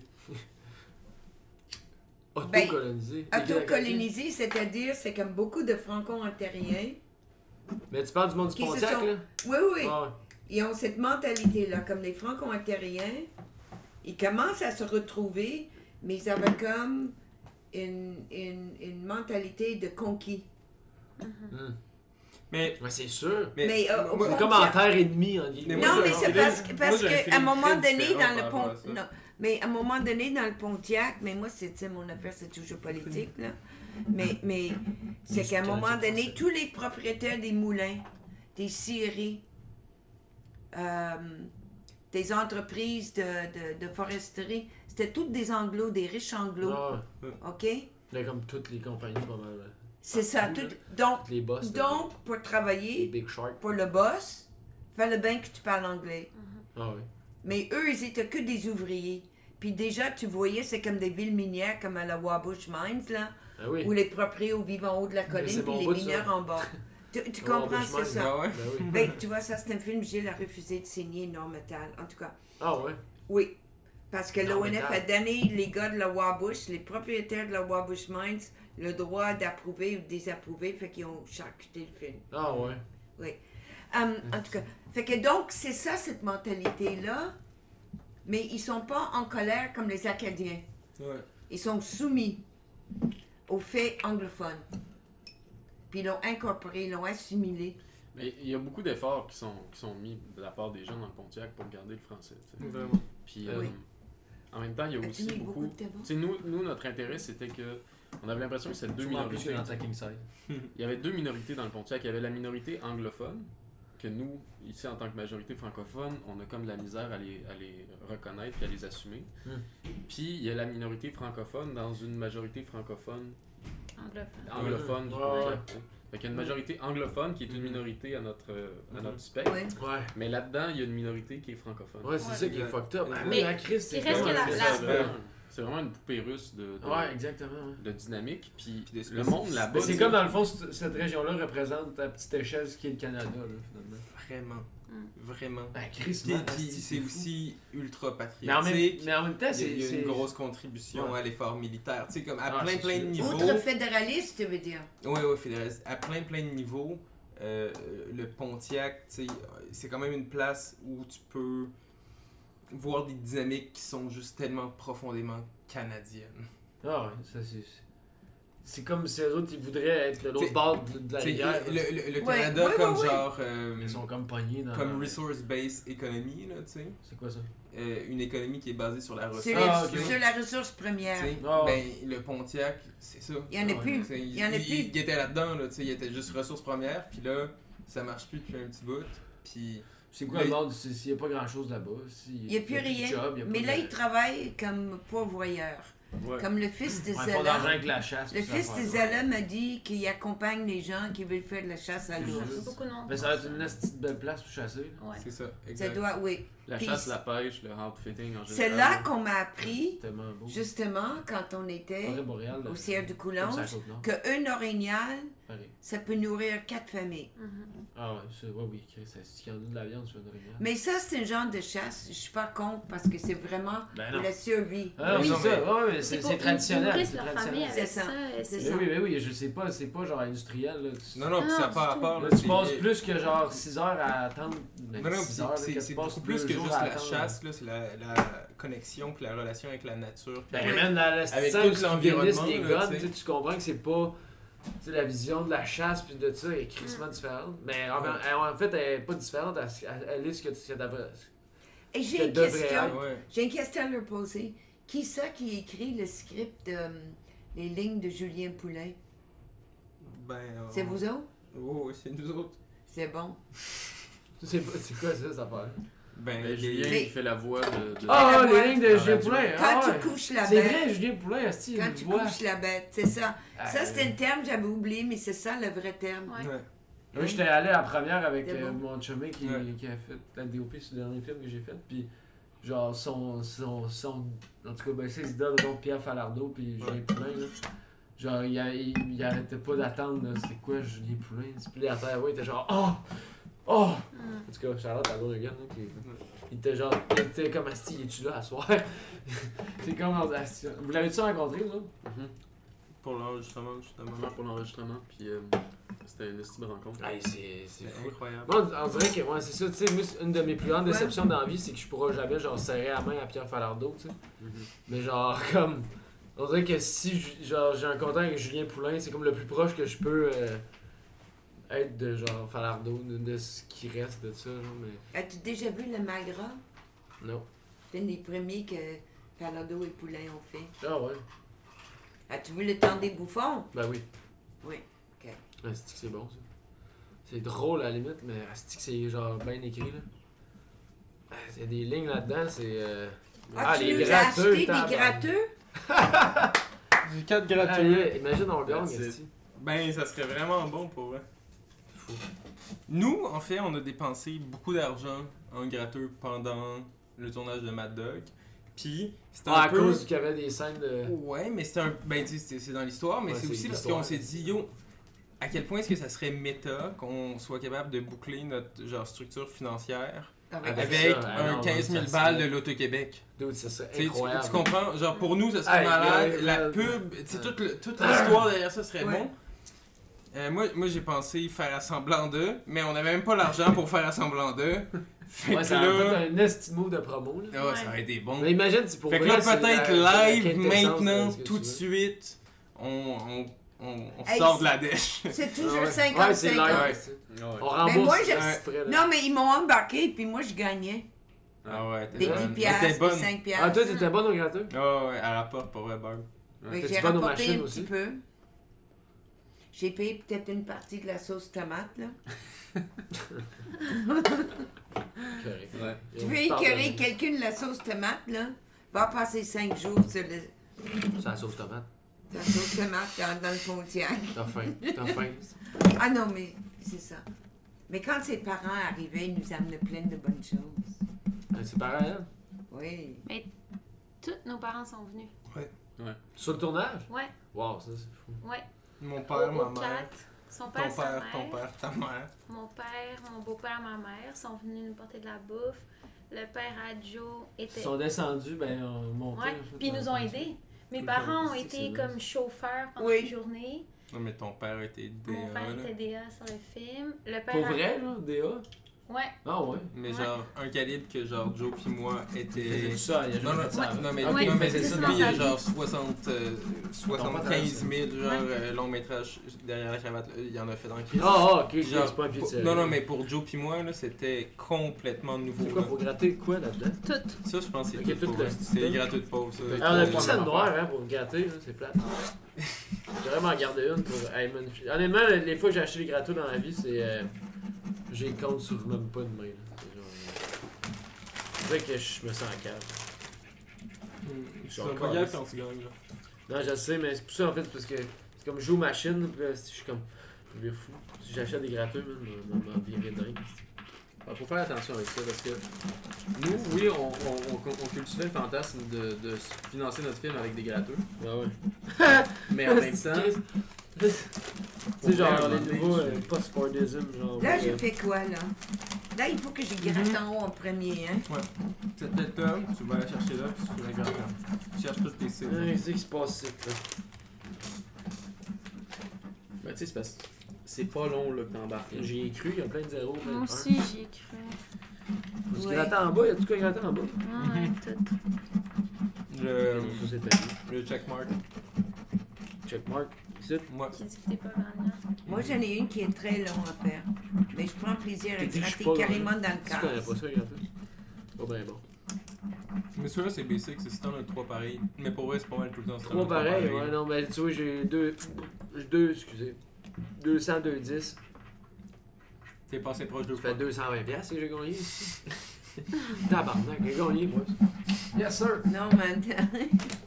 A: Autocolonisés. Les Acadiens.
B: Autocolonisés, c'est-à-dire, c'est comme beaucoup de franco-ontariens.
A: Mais tu parles du monde du
B: Qui se
A: Pontiac,
B: sont-
A: là?
B: Oui, oui.
A: Ah ouais.
B: Ils ont cette mentalité-là, comme les franco-ontariens. Ils commencent à se retrouver, mais ils avaient comme une, une- une mentalité de conquis.
A: euh,
D: Mais,
A: Ben,
C: Ouais, c'est sûr.
D: Mais-
B: Mais, euh, au
C: C'est
B: fond,
C: comme en terre ennemie, en
D: Mais
C: guillemets.
D: moi,
B: Non,
D: j'ai
B: mais
D: un
B: c'est
D: feeling-
B: parce que,
D: moi,
B: parce
D: j'ai un
B: que à un
D: feeling
B: moment
D: très
B: donné,
D: différent
B: dans le
D: par rapport
B: pont.
D: à ça.
B: non, mais à un moment donné, dans le Pontiac, mais moi, c'est tu sais, mon affaire, c'est toujours politique, là. Mais, mais c'est qu'à un moment donné, tous les propriétaires des moulins, des scieries, euh, des entreprises de, de- de foresterie, c'était toutes des anglos, des riches anglos,
C: Non,
B: OK?
C: là, Ah, comme toutes les compagnies, pas mal. hein. là.
B: C'est ça. tout- donc,
C: Toutes les boss. là,
B: donc, pour
C: Les
B: travailler,
C: Big Shark.
B: pour le boss, fallait bien que tu parles anglais.
C: Ah oui.
B: Mais eux, ils étaient que des ouvriers. Puis déjà, tu voyais, c'est comme des villes minières, comme à la Wabush Mines, là,
C: Ah oui.
B: où les proprios vivent en haut de la colline,
C: c'est
B: puis
C: mon
B: les
C: bout,
B: mineurs en bas. Tu, tu
C: La
B: comprends,
C: Wabush
B: c'est
C: Mines,
B: ça.
D: ah ouais.
C: Ben oui.
B: Ben, tu vois, ça, c'est un film, Gilles a refusé de signer Normetal. En tout cas,
C: Ah ouais.
B: oui. Parce que
C: Non,
B: l'ONF
C: mais
B: a donné les gars de la Wabush, les propriétaires de la Wabush Mines, le droit d'approuver ou de désapprouver, fait qu'ils ont charcuté le film.
C: Ah ouais.
B: Hum, en tout cas, fait que donc, c'est ça, cette mentalité-là. Mais ils sont pas en colère comme les Acadiens.
D: Ouais.
B: Ils sont soumis aux faits anglophones. Puis ils l'ont incorporé, ils l'ont assimilé.
E: Mais il y a beaucoup d'efforts qui sont, qui sont mis de la part des gens dans le Pontiac pour garder le français. tu sais.
D: Vraiment.
E: Puis
B: Oui.
E: euh, en même temps, il y a
B: As-tu
E: aussi
B: mis beaucoup
E: beaucoup.
B: de tabac?
E: Tu sais, nous, nous, notre intérêt, c'était que. On avait l'impression que c'était deux
I: Sûrement plus que
E: minorités.
I: dans Attacking Side.
E: Il y avait deux minorités dans le Pontiac. Il y avait la minorité anglophone, que nous, ici, en tant que majorité francophone, on a comme de la misère à les, à les reconnaître et à les assumer.
C: Hmm.
E: Puis il y a la minorité francophone dans une majorité francophone
F: anglophone.
E: anglophone du
C: Ah. Ouais, Hmm.
E: Pontiac. tu sais. Fait qu'il y a une majorité anglophone qui est une minorité à notre, à notre spectre.
B: Ouais.
C: Ouais.
E: Mais là-dedans, il y a une minorité qui est francophone.
C: Ouais, c'est
F: Ouais.
C: ça qui est fucked up. Ah
F: Mais
C: oui, la crise,
F: Il
C: c'est
F: reste que
C: vraiment-
F: la,
E: C'est
F: la-
E: ça, vraiment- C'est vraiment une poupée russe de, de,
C: Ouais, exactement. ouais.
E: de dynamique. Puis,
D: Puis de
E: le monde là-bas.
C: Mais Ben, c'est comme dans le fond, c- cette région-là représente à petite échelle ce qui est le Canada, là, finalement.
D: Vraiment.
F: Mm.
D: Vraiment.
C: Ben, Chris,
D: Puis,
C: man,
D: puis
C: asti,
D: c'est
C: fou.
D: aussi ultra
C: Mais en, même,
D: patriotique.
C: mais en même
D: Il
C: temps,
D: y a-
C: c'est.
D: il y a
C: c'est-
D: une grosse contribution
C: Ouais.
D: à l'effort militaire. Tu sais, comme à
C: Ah,
D: plein
C: c'est
D: plein de
C: sûr.
D: niveaux.
B: Outre fédéraliste, tu veux dire.
D: Oui, oui, fédéraliste. À plein, plein de niveaux, euh, le Pontiac, tu sais, c'est quand même une place où tu peux voir des dynamiques qui sont juste tellement profondément canadiennes.
C: Ah ouais, ça c'est. C'est comme si les autres ils voudraient être de l'autre
D: T'sais-
C: bord de, de la
D: Tu sais,
C: rivière.
D: le,
C: là.
D: le- le
B: Ouais,
D: Canada
B: ouais,
D: comme
B: ouais, ouais.
D: genre, euh,
C: Ils sont comme pognés dans.
D: comme resource-based économie, là, tu sais,
C: C'est quoi ça
D: Euh, une économie qui est basée sur la ressource.
B: Sur,
C: Ah,
B: les-
C: ok.
B: sur la ressource première.
D: tu sais.
C: Ah ouais.
D: Ben, le Pontiac, c'est ça.
B: Il n'y en a
C: Ah, Ouais.
B: plus.
D: T'sais,
B: Il y en a
D: il-
B: plus.
D: Il était là-dedans, là, tu sais, il était juste ressources premières, puis là, ça marche plus depuis un petit bout, puis...
C: C'est quoi
D: Mais-
C: le bord du. S'il n'y a pas grand chose là-bas, s'il
B: Il n'y a plus rien. Mais là, ils travaillent comme pourvoyeurs.
E: Ouais.
B: Comme le fils de
C: Ils font
B: Zella.
C: d'argent avec la chasse.
B: Le
C: puis ça,
B: fils
C: ouais.
B: de Zella m'a dit qu'il accompagne les gens qui veulent faire de la chasse à
C: C'est
B: l'ours.
C: juste-
F: C'est beaucoup non.
C: Mais ça va être une petite belle place pour chasser. là.
F: Ouais.
D: C'est ça,
B: Ça
D: exact.
B: doit, oui.
E: La
B: Puis-
E: chasse, la pêche, le outfitting en général.
B: C'est là qu'on m'a appris,
C: C'est tellement beau.
B: justement, quand on était
C: Forêt boréale. là.
B: au Ciel du
C: Comme ça,
B: Coulanges,
C: Côte-Nord.
B: qu'un orignal,
C: Pareil.
B: ça peut nourrir quatre familles.
F: Mhm.
C: Ah ouais, c'est- ouais, oui, Chris, c'est- c'est qu'il y en a de la viande sur une rivière.
B: Mais ça, c'est un genre de chasse, je suis pas contre, parce que c'est vraiment
C: Ben
B: pour
C: non.
B: la survie.
C: Ah,
D: Oui,
C: oui,
D: non,
C: c'est ça,
D: mais-
C: ouais, ouais,
F: C'est
C: c'est
F: pour-
C: c'est traditionnel.
F: Ils nourrissent
C: c'est
F: leur
C: traditionnel.
F: famille avec
B: C'est ça.
F: ça. et
B: C'est
F: C'est
B: ça.
F: ça.
C: Oui, oui, oui, je sais pas, c'est pas genre industriel. Là, tu,
D: Non, non, puis
F: Non,
D: ça
F: du
D: part à
F: tout.
D: part.
C: là,
D: là,
C: tu
D: c'est-
C: passes plus que genre 6 heures à attendre. mais
D: Non, non, puis
C: six heures, là,
D: c'est- c'est
C: que tu
D: c'est
C: passes
D: beaucoup plus
C: deux
D: que
C: jours
D: juste
C: à
D: la
C: attendre.
D: chasse, là, c'est la, la connexion puis la relation avec la nature. puis-
C: Ben, même dans la
D: Avec
C: scène
D: tout
C: où ils
D: l'environnement,
C: finissent les
D: là,
C: guns,
D: tu sais.
C: tu sais, tu comprends que c'est pas. tu sais, la vision de la chasse puis de ça est
B: Mm.
C: crissement différente. Mais en,
D: Ouais.
C: elle- en fait, elle est pas différente. à ce- à- Elle, est ce que tu ce que t'avais-
B: Et
C: Que
B: j'ai une
C: devrait
B: question,
C: être.
D: Ouais.
B: j'ai une question à leur poser. Qui ça qui écrit le script de hum, les lignes de Julien Poulain?
D: Ben,
C: Ah
D: on-
B: C'est vous autres?
D: Oh, oui, c'est nous autres.
B: C'est bon.
C: C'est pas- c'est quoi ça, cette affaire?
D: Ben,
E: Ben, Julien,
B: Mais-
E: il fait la voix de. de-
B: Ah,
C: Ah,
B: la boîte.
C: les lignes de
E: Ah,
C: Julien
E: ouais.
C: Poulin!
B: Quand
C: ah ouais.
B: tu couches la
C: C'est
B: bête,
C: vrai, Julien Poulin, Asti,
B: quand
C: il
B: tu
C: voit.
B: couches la bête, c'est ça. Ça,
C: Ah,
B: c'était le terme, j'avais oublié, mais c'est ça le vrai terme.
F: Ouais.
D: Ouais.
C: Moi, j'étais allé à la première avec
B: C'est
C: euh,
B: bon.
C: mon chumé qui,
D: Ouais.
C: qui a fait la DOP sur le dernier film que j'ai fait. Puis, genre, son, son, son. En tout cas, ben, c'est idole, donc Pierre Falardeau, puis Julien
D: Ouais.
C: Poulin, là. Genre, il, a- il, il arrêtait pas d'attendre, là. C'est quoi Julien Poulin? Il se pliait à terre, ouais, il était genre, oh! Oh!
F: Mhm.
C: En tout cas, Charlotte à Loregan, là, qui. Il était genre, il était comme Asti, es-tu là à soir? c'est comme Asti. Vous l'avez-tu rencontré, là?
E: Mhm.
D: Pour l'enregistrement, justement.
E: Vraiment pour l'enregistrement. Puis euh, C'était une estime rencontre.
C: Hey, c'est
D: Ben,
C: c'est fou.
D: incroyable.
C: Moi, on- on dirait que ouais, c'est ça, tu sais, moi, c'est une de mes plus grandes
B: Ouais.
C: déceptions dans la vie, c'est que je pourrais jamais genre serrer la main à Pierre Falardeau, tu sais.
E: Mhm.
C: Mais genre comme on dirait que si j- genre j'ai un contact avec Julien Poulain, c'est comme le plus proche que je peux euh, être de genre Falardeau, de, de ce qui reste de ça, genre, mais
B: As-tu déjà vu le Magra?
C: non.
B: C'est un des premiers que Palado et Poulain ont fait.
C: Ah ouais.
B: As-tu vu le temps des bouffons?
C: Ben oui.
B: Oui. Ok.
C: Asti que c'est bon ça. C'est drôle à la limite, mais Asti que c'est genre bien écrit là. Ah, Il y a des lignes là-dedans, c'est. euh,
B: Ah, tu
C: les
B: nous as
C: gratteux,
B: acheté des
C: tabarnak.
B: gratteux?
D: J'ai 4
C: Ah, là, imagine on gagne,
D: That's it.
C: Asti.
D: Ben, ça serait vraiment bon pour vrai. Nous, en fait, on a dépensé beaucoup d'argent en gratteux pendant le tournage de Mad Dog. Puis, c'était
C: Ah,
D: un
C: à
D: peu...
C: cause qu'il y avait des scènes de.
D: Ouais, mais c'est un. Ben, tu sais, c'est- c'est dans l'histoire, mais
C: Ouais,
D: c'est
C: c'est
D: aussi parce
C: l'histoire.
D: qu'on s'est dit, yo, à quel point est-ce que ça serait méta qu'on soit capable de boucler notre genre structure financière
C: Avec
D: avec,
C: ça,
D: un
C: alors,
D: 15 000
C: ça,
D: balles
C: c'est-
D: de l'Auto-Québec?
C: Dude, ça serait
D: Tu sais, tu-
C: incroyable.
D: Tu, comprends? Genre, pour nous, ça serait
C: Aïe,
D: malade.
C: aïe,
D: la
C: aïe.
D: pub, tu sais,
C: Ouais.
D: toute, le- toute l'histoire derrière ça serait
B: Ouais.
D: bon. Euh, moi, moi j'ai pensé faire à semblant d'eux, mais on n'avait même pas l'argent pour faire à semblant d'eux. Fait
C: Ouais,
D: que
C: ça aurait
D: là.
C: fait un estimo de promo, là.
D: Ah, ça aurait été bon.
C: Mais imagine, tu pourrais.
D: Fait que là, peut-être live, maintenant, tout de
C: suite.
D: suite, on, on, on, on
B: Hey,
D: sort
B: c'est-
D: de la dèche.
B: C'est toujours
C: Ah, ouais.
B: 50
C: Ouais, c'est live.
D: ouais.
C: c'est-
E: Ah ouais.
C: On rembourse.
B: moi, j'ai-
C: ce frais, là.
B: Non, mais ils m'ont embarqué, puis moi, je gagnais.
D: Ah ouais, t'es
B: Des 10
D: bonne.
B: piastres,
D: T'es
B: des
D: bonne.
B: 5
C: Ah,
B: piastres.
C: toi, t'étais bonne au gratteux?
D: Ah ouais, à la porte, pour vrai, Bob.
B: Fait que
C: T'es-tu
B: J'ai
C: bonne aux
B: rapporté un
C: machines
B: petit
C: aussi?
B: peu. J'ai payé peut-être une partie de la sauce tomate, là.
C: Correct.
E: Ouais.
C: Et
B: Tu
C: on
B: veux
C: se parle de-
B: écœurer quelqu'un de la sauce tomate, là? Va passer 5 jours sur le-
C: C'est la sauce tomate.
B: la sauce tomate dans, dans le Pontiac.
C: T'as faim. T'as faim.
B: Ah non, mais c'est ça. Mais quand ses parents arrivaient, ils nous amenaient plein de bonnes choses.
C: Euh, C'est pareil, hein?
B: Oui.
F: Tous nos parents sont venus.
C: Sur le tournage?
F: Ouais,
C: Wow, ça, c'est fou.
F: ouais.
D: Mon
F: Au-
D: père,
F: au
D: ma mère.
F: quatre, Son
D: Ton
F: père, sa
D: père,
F: mère.
D: ton père, ta mère.
F: Mon père, mon beau-père, ma mère sont venus nous porter de la bouffe. Le père à Joe
C: Ils
F: était.
C: sont descendus, ben, on montait.
F: Ouais, puis ils nous ont aidés. Mes
C: Tout le
F: parents
C: temps,
F: ont
C: c'est- c'est
F: été
C: nice.
F: comme chauffeurs pendant
B: Oui.
F: une journée.
D: Non, mais ton père était
F: Mon
D: DA,
F: père
D: là.
F: était DA sur le film. Le père
C: Pour
F: à-
C: vrai, là, DA?
F: Ouais,
C: Ah, ouais.
D: Mais
F: Ouais.
D: genre, un calibre que genre Joe pis moi
C: C'est
D: était.
C: tout ça, il y a
D: Non,
C: jamais
D: non,
C: fait ça. avant.
D: non, mais,
C: Ah,
F: oui,
D: non,
F: il
D: mais
F: faisait ça
D: lui,
F: dans
D: il y
F: sa
D: a
F: vie.
D: genre 60, euh,
C: Ils
D: 75 000 genre,
F: Ouais.
D: euh, longs métrages derrière la cravate. là. Il en a fait dans le cul.
C: Ah, ah, ok,
D: Genre,
C: c'est pas un pied de
D: pour-
C: serre.
D: non, non, mais pour Joe pis moi, là, c'était complètement nouveau.
C: C'est quoi,
D: là.
C: faut gratter quoi là-dedans?
F: toutes.
D: Ça, je pense que c'est
C: Ok,
D: tout
C: tout
D: pour
C: le-
D: eux. C'est gratuit de pause. ça.
C: Ah, on a
E: Ouais,
C: plus ça de
E: ouais.
C: noir hein, pour me gâter, là, c'est plate. J'ai vraiment gardé une pour hey, man, je- Honnêtement, les- les fois que j'ai acheté les gratteaux dans la vie, c'est. euh, j'ai compte sur même pas de main. là. C'est genre, euh, C'est vrai que je me sens en cave.
D: Je suis
C: Genre,
D: pas grave quand tu gagnes, là.
C: Non, je le sais, mais c'est pour ça en fait, c'est parce que c'est comme je joue aux machines, puis là, si je suis comme. Je deviens fou. Si j'achète des gratteux, man, on m'en virait dingue.
E: Ouais, faut faire attention avec ça parce que nous, oui, on, on, on, on cultivait le fantasme de, de financer notre film avec des gratteux,
C: Ah ouais.
E: mais en même temps,
C: Tu sais, genre,
E: Ouais,
C: les nouveaux euh, post-fordism, genre.
B: Là,
C: ouais,
B: j'ai fait quoi, là? Là, il faut que je gratte
C: Mhm.
B: en haut en premier, hein?
D: Cette tête-là, tu vas la chercher là, puis tu vas la garder. Tu cherches toutes tes cibles.
C: Hein, Qu'est-ce qui se passe ici, là?
E: ben, tu sais, c'est parce que c'est pas long là que t'embarques. là.
C: J'ai cru, il y a plein de zéros. plein de
F: Moi
C: un.
F: aussi, j'y ai cru.
C: Faut se
B: Ouais.
C: gratter en bas, y a-tu quoi gratter en bas?
F: Ah, Ouais, toutes.
D: Le,
C: Ça, c'est pas dit.
D: le checkmark.
C: Checkmark. Ici.
D: Moi,
F: Qui dit que t'es pas gagnant.
B: Moi, j'en ai une qui est très longue à faire. Mais je prends plaisir à
C: T'as dit que je suis
B: gratter
C: pas
B: carrément dans
C: Tu
B: le
C: connais
B: cadre.
C: pas ça, gratter? Pas bien bon.
D: mais celui-là, c'est basic, c'est si t'en as trois pareils. Mais pour vrai, c'est pas mal tout le temps. c'est
C: Trois
D: un trois
C: pareil,
D: pareils.
C: ouais, non, mais tu vois, j'ai deux. j'ai Deux, excusez. 200, 210.
D: T'es passé proche de
C: Ça fait 220$ piastres que j'ai gagné ici. Tabarnak, j'ai gagné, moi. Yes, sir!
B: Non, mais attends.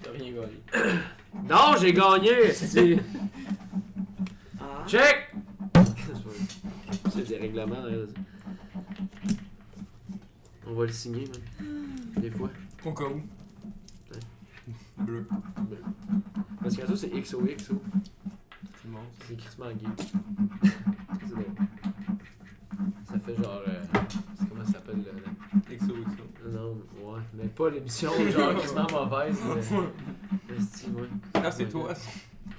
E: T'as rien gagné.
C: Non, j'ai gagné! esti.
B: Ah.
C: Check! C'est des règlements, là. On va le signer, même. Des fois.
D: Au cas où.
C: Ouais.
D: Bleu.
C: Parce que ça, c'est XOXO.
D: C'est bon.
C: C'est crissement gay. C'est drôle. Ça fait genre. euh, c'est comment ça s'appelle le- le-
D: ça. XO, XO.
C: Non, ouais, mais pas l'émission, genre crissement mauvaise. mais- Esti, ouais.
D: Ah, c'est toi. ça.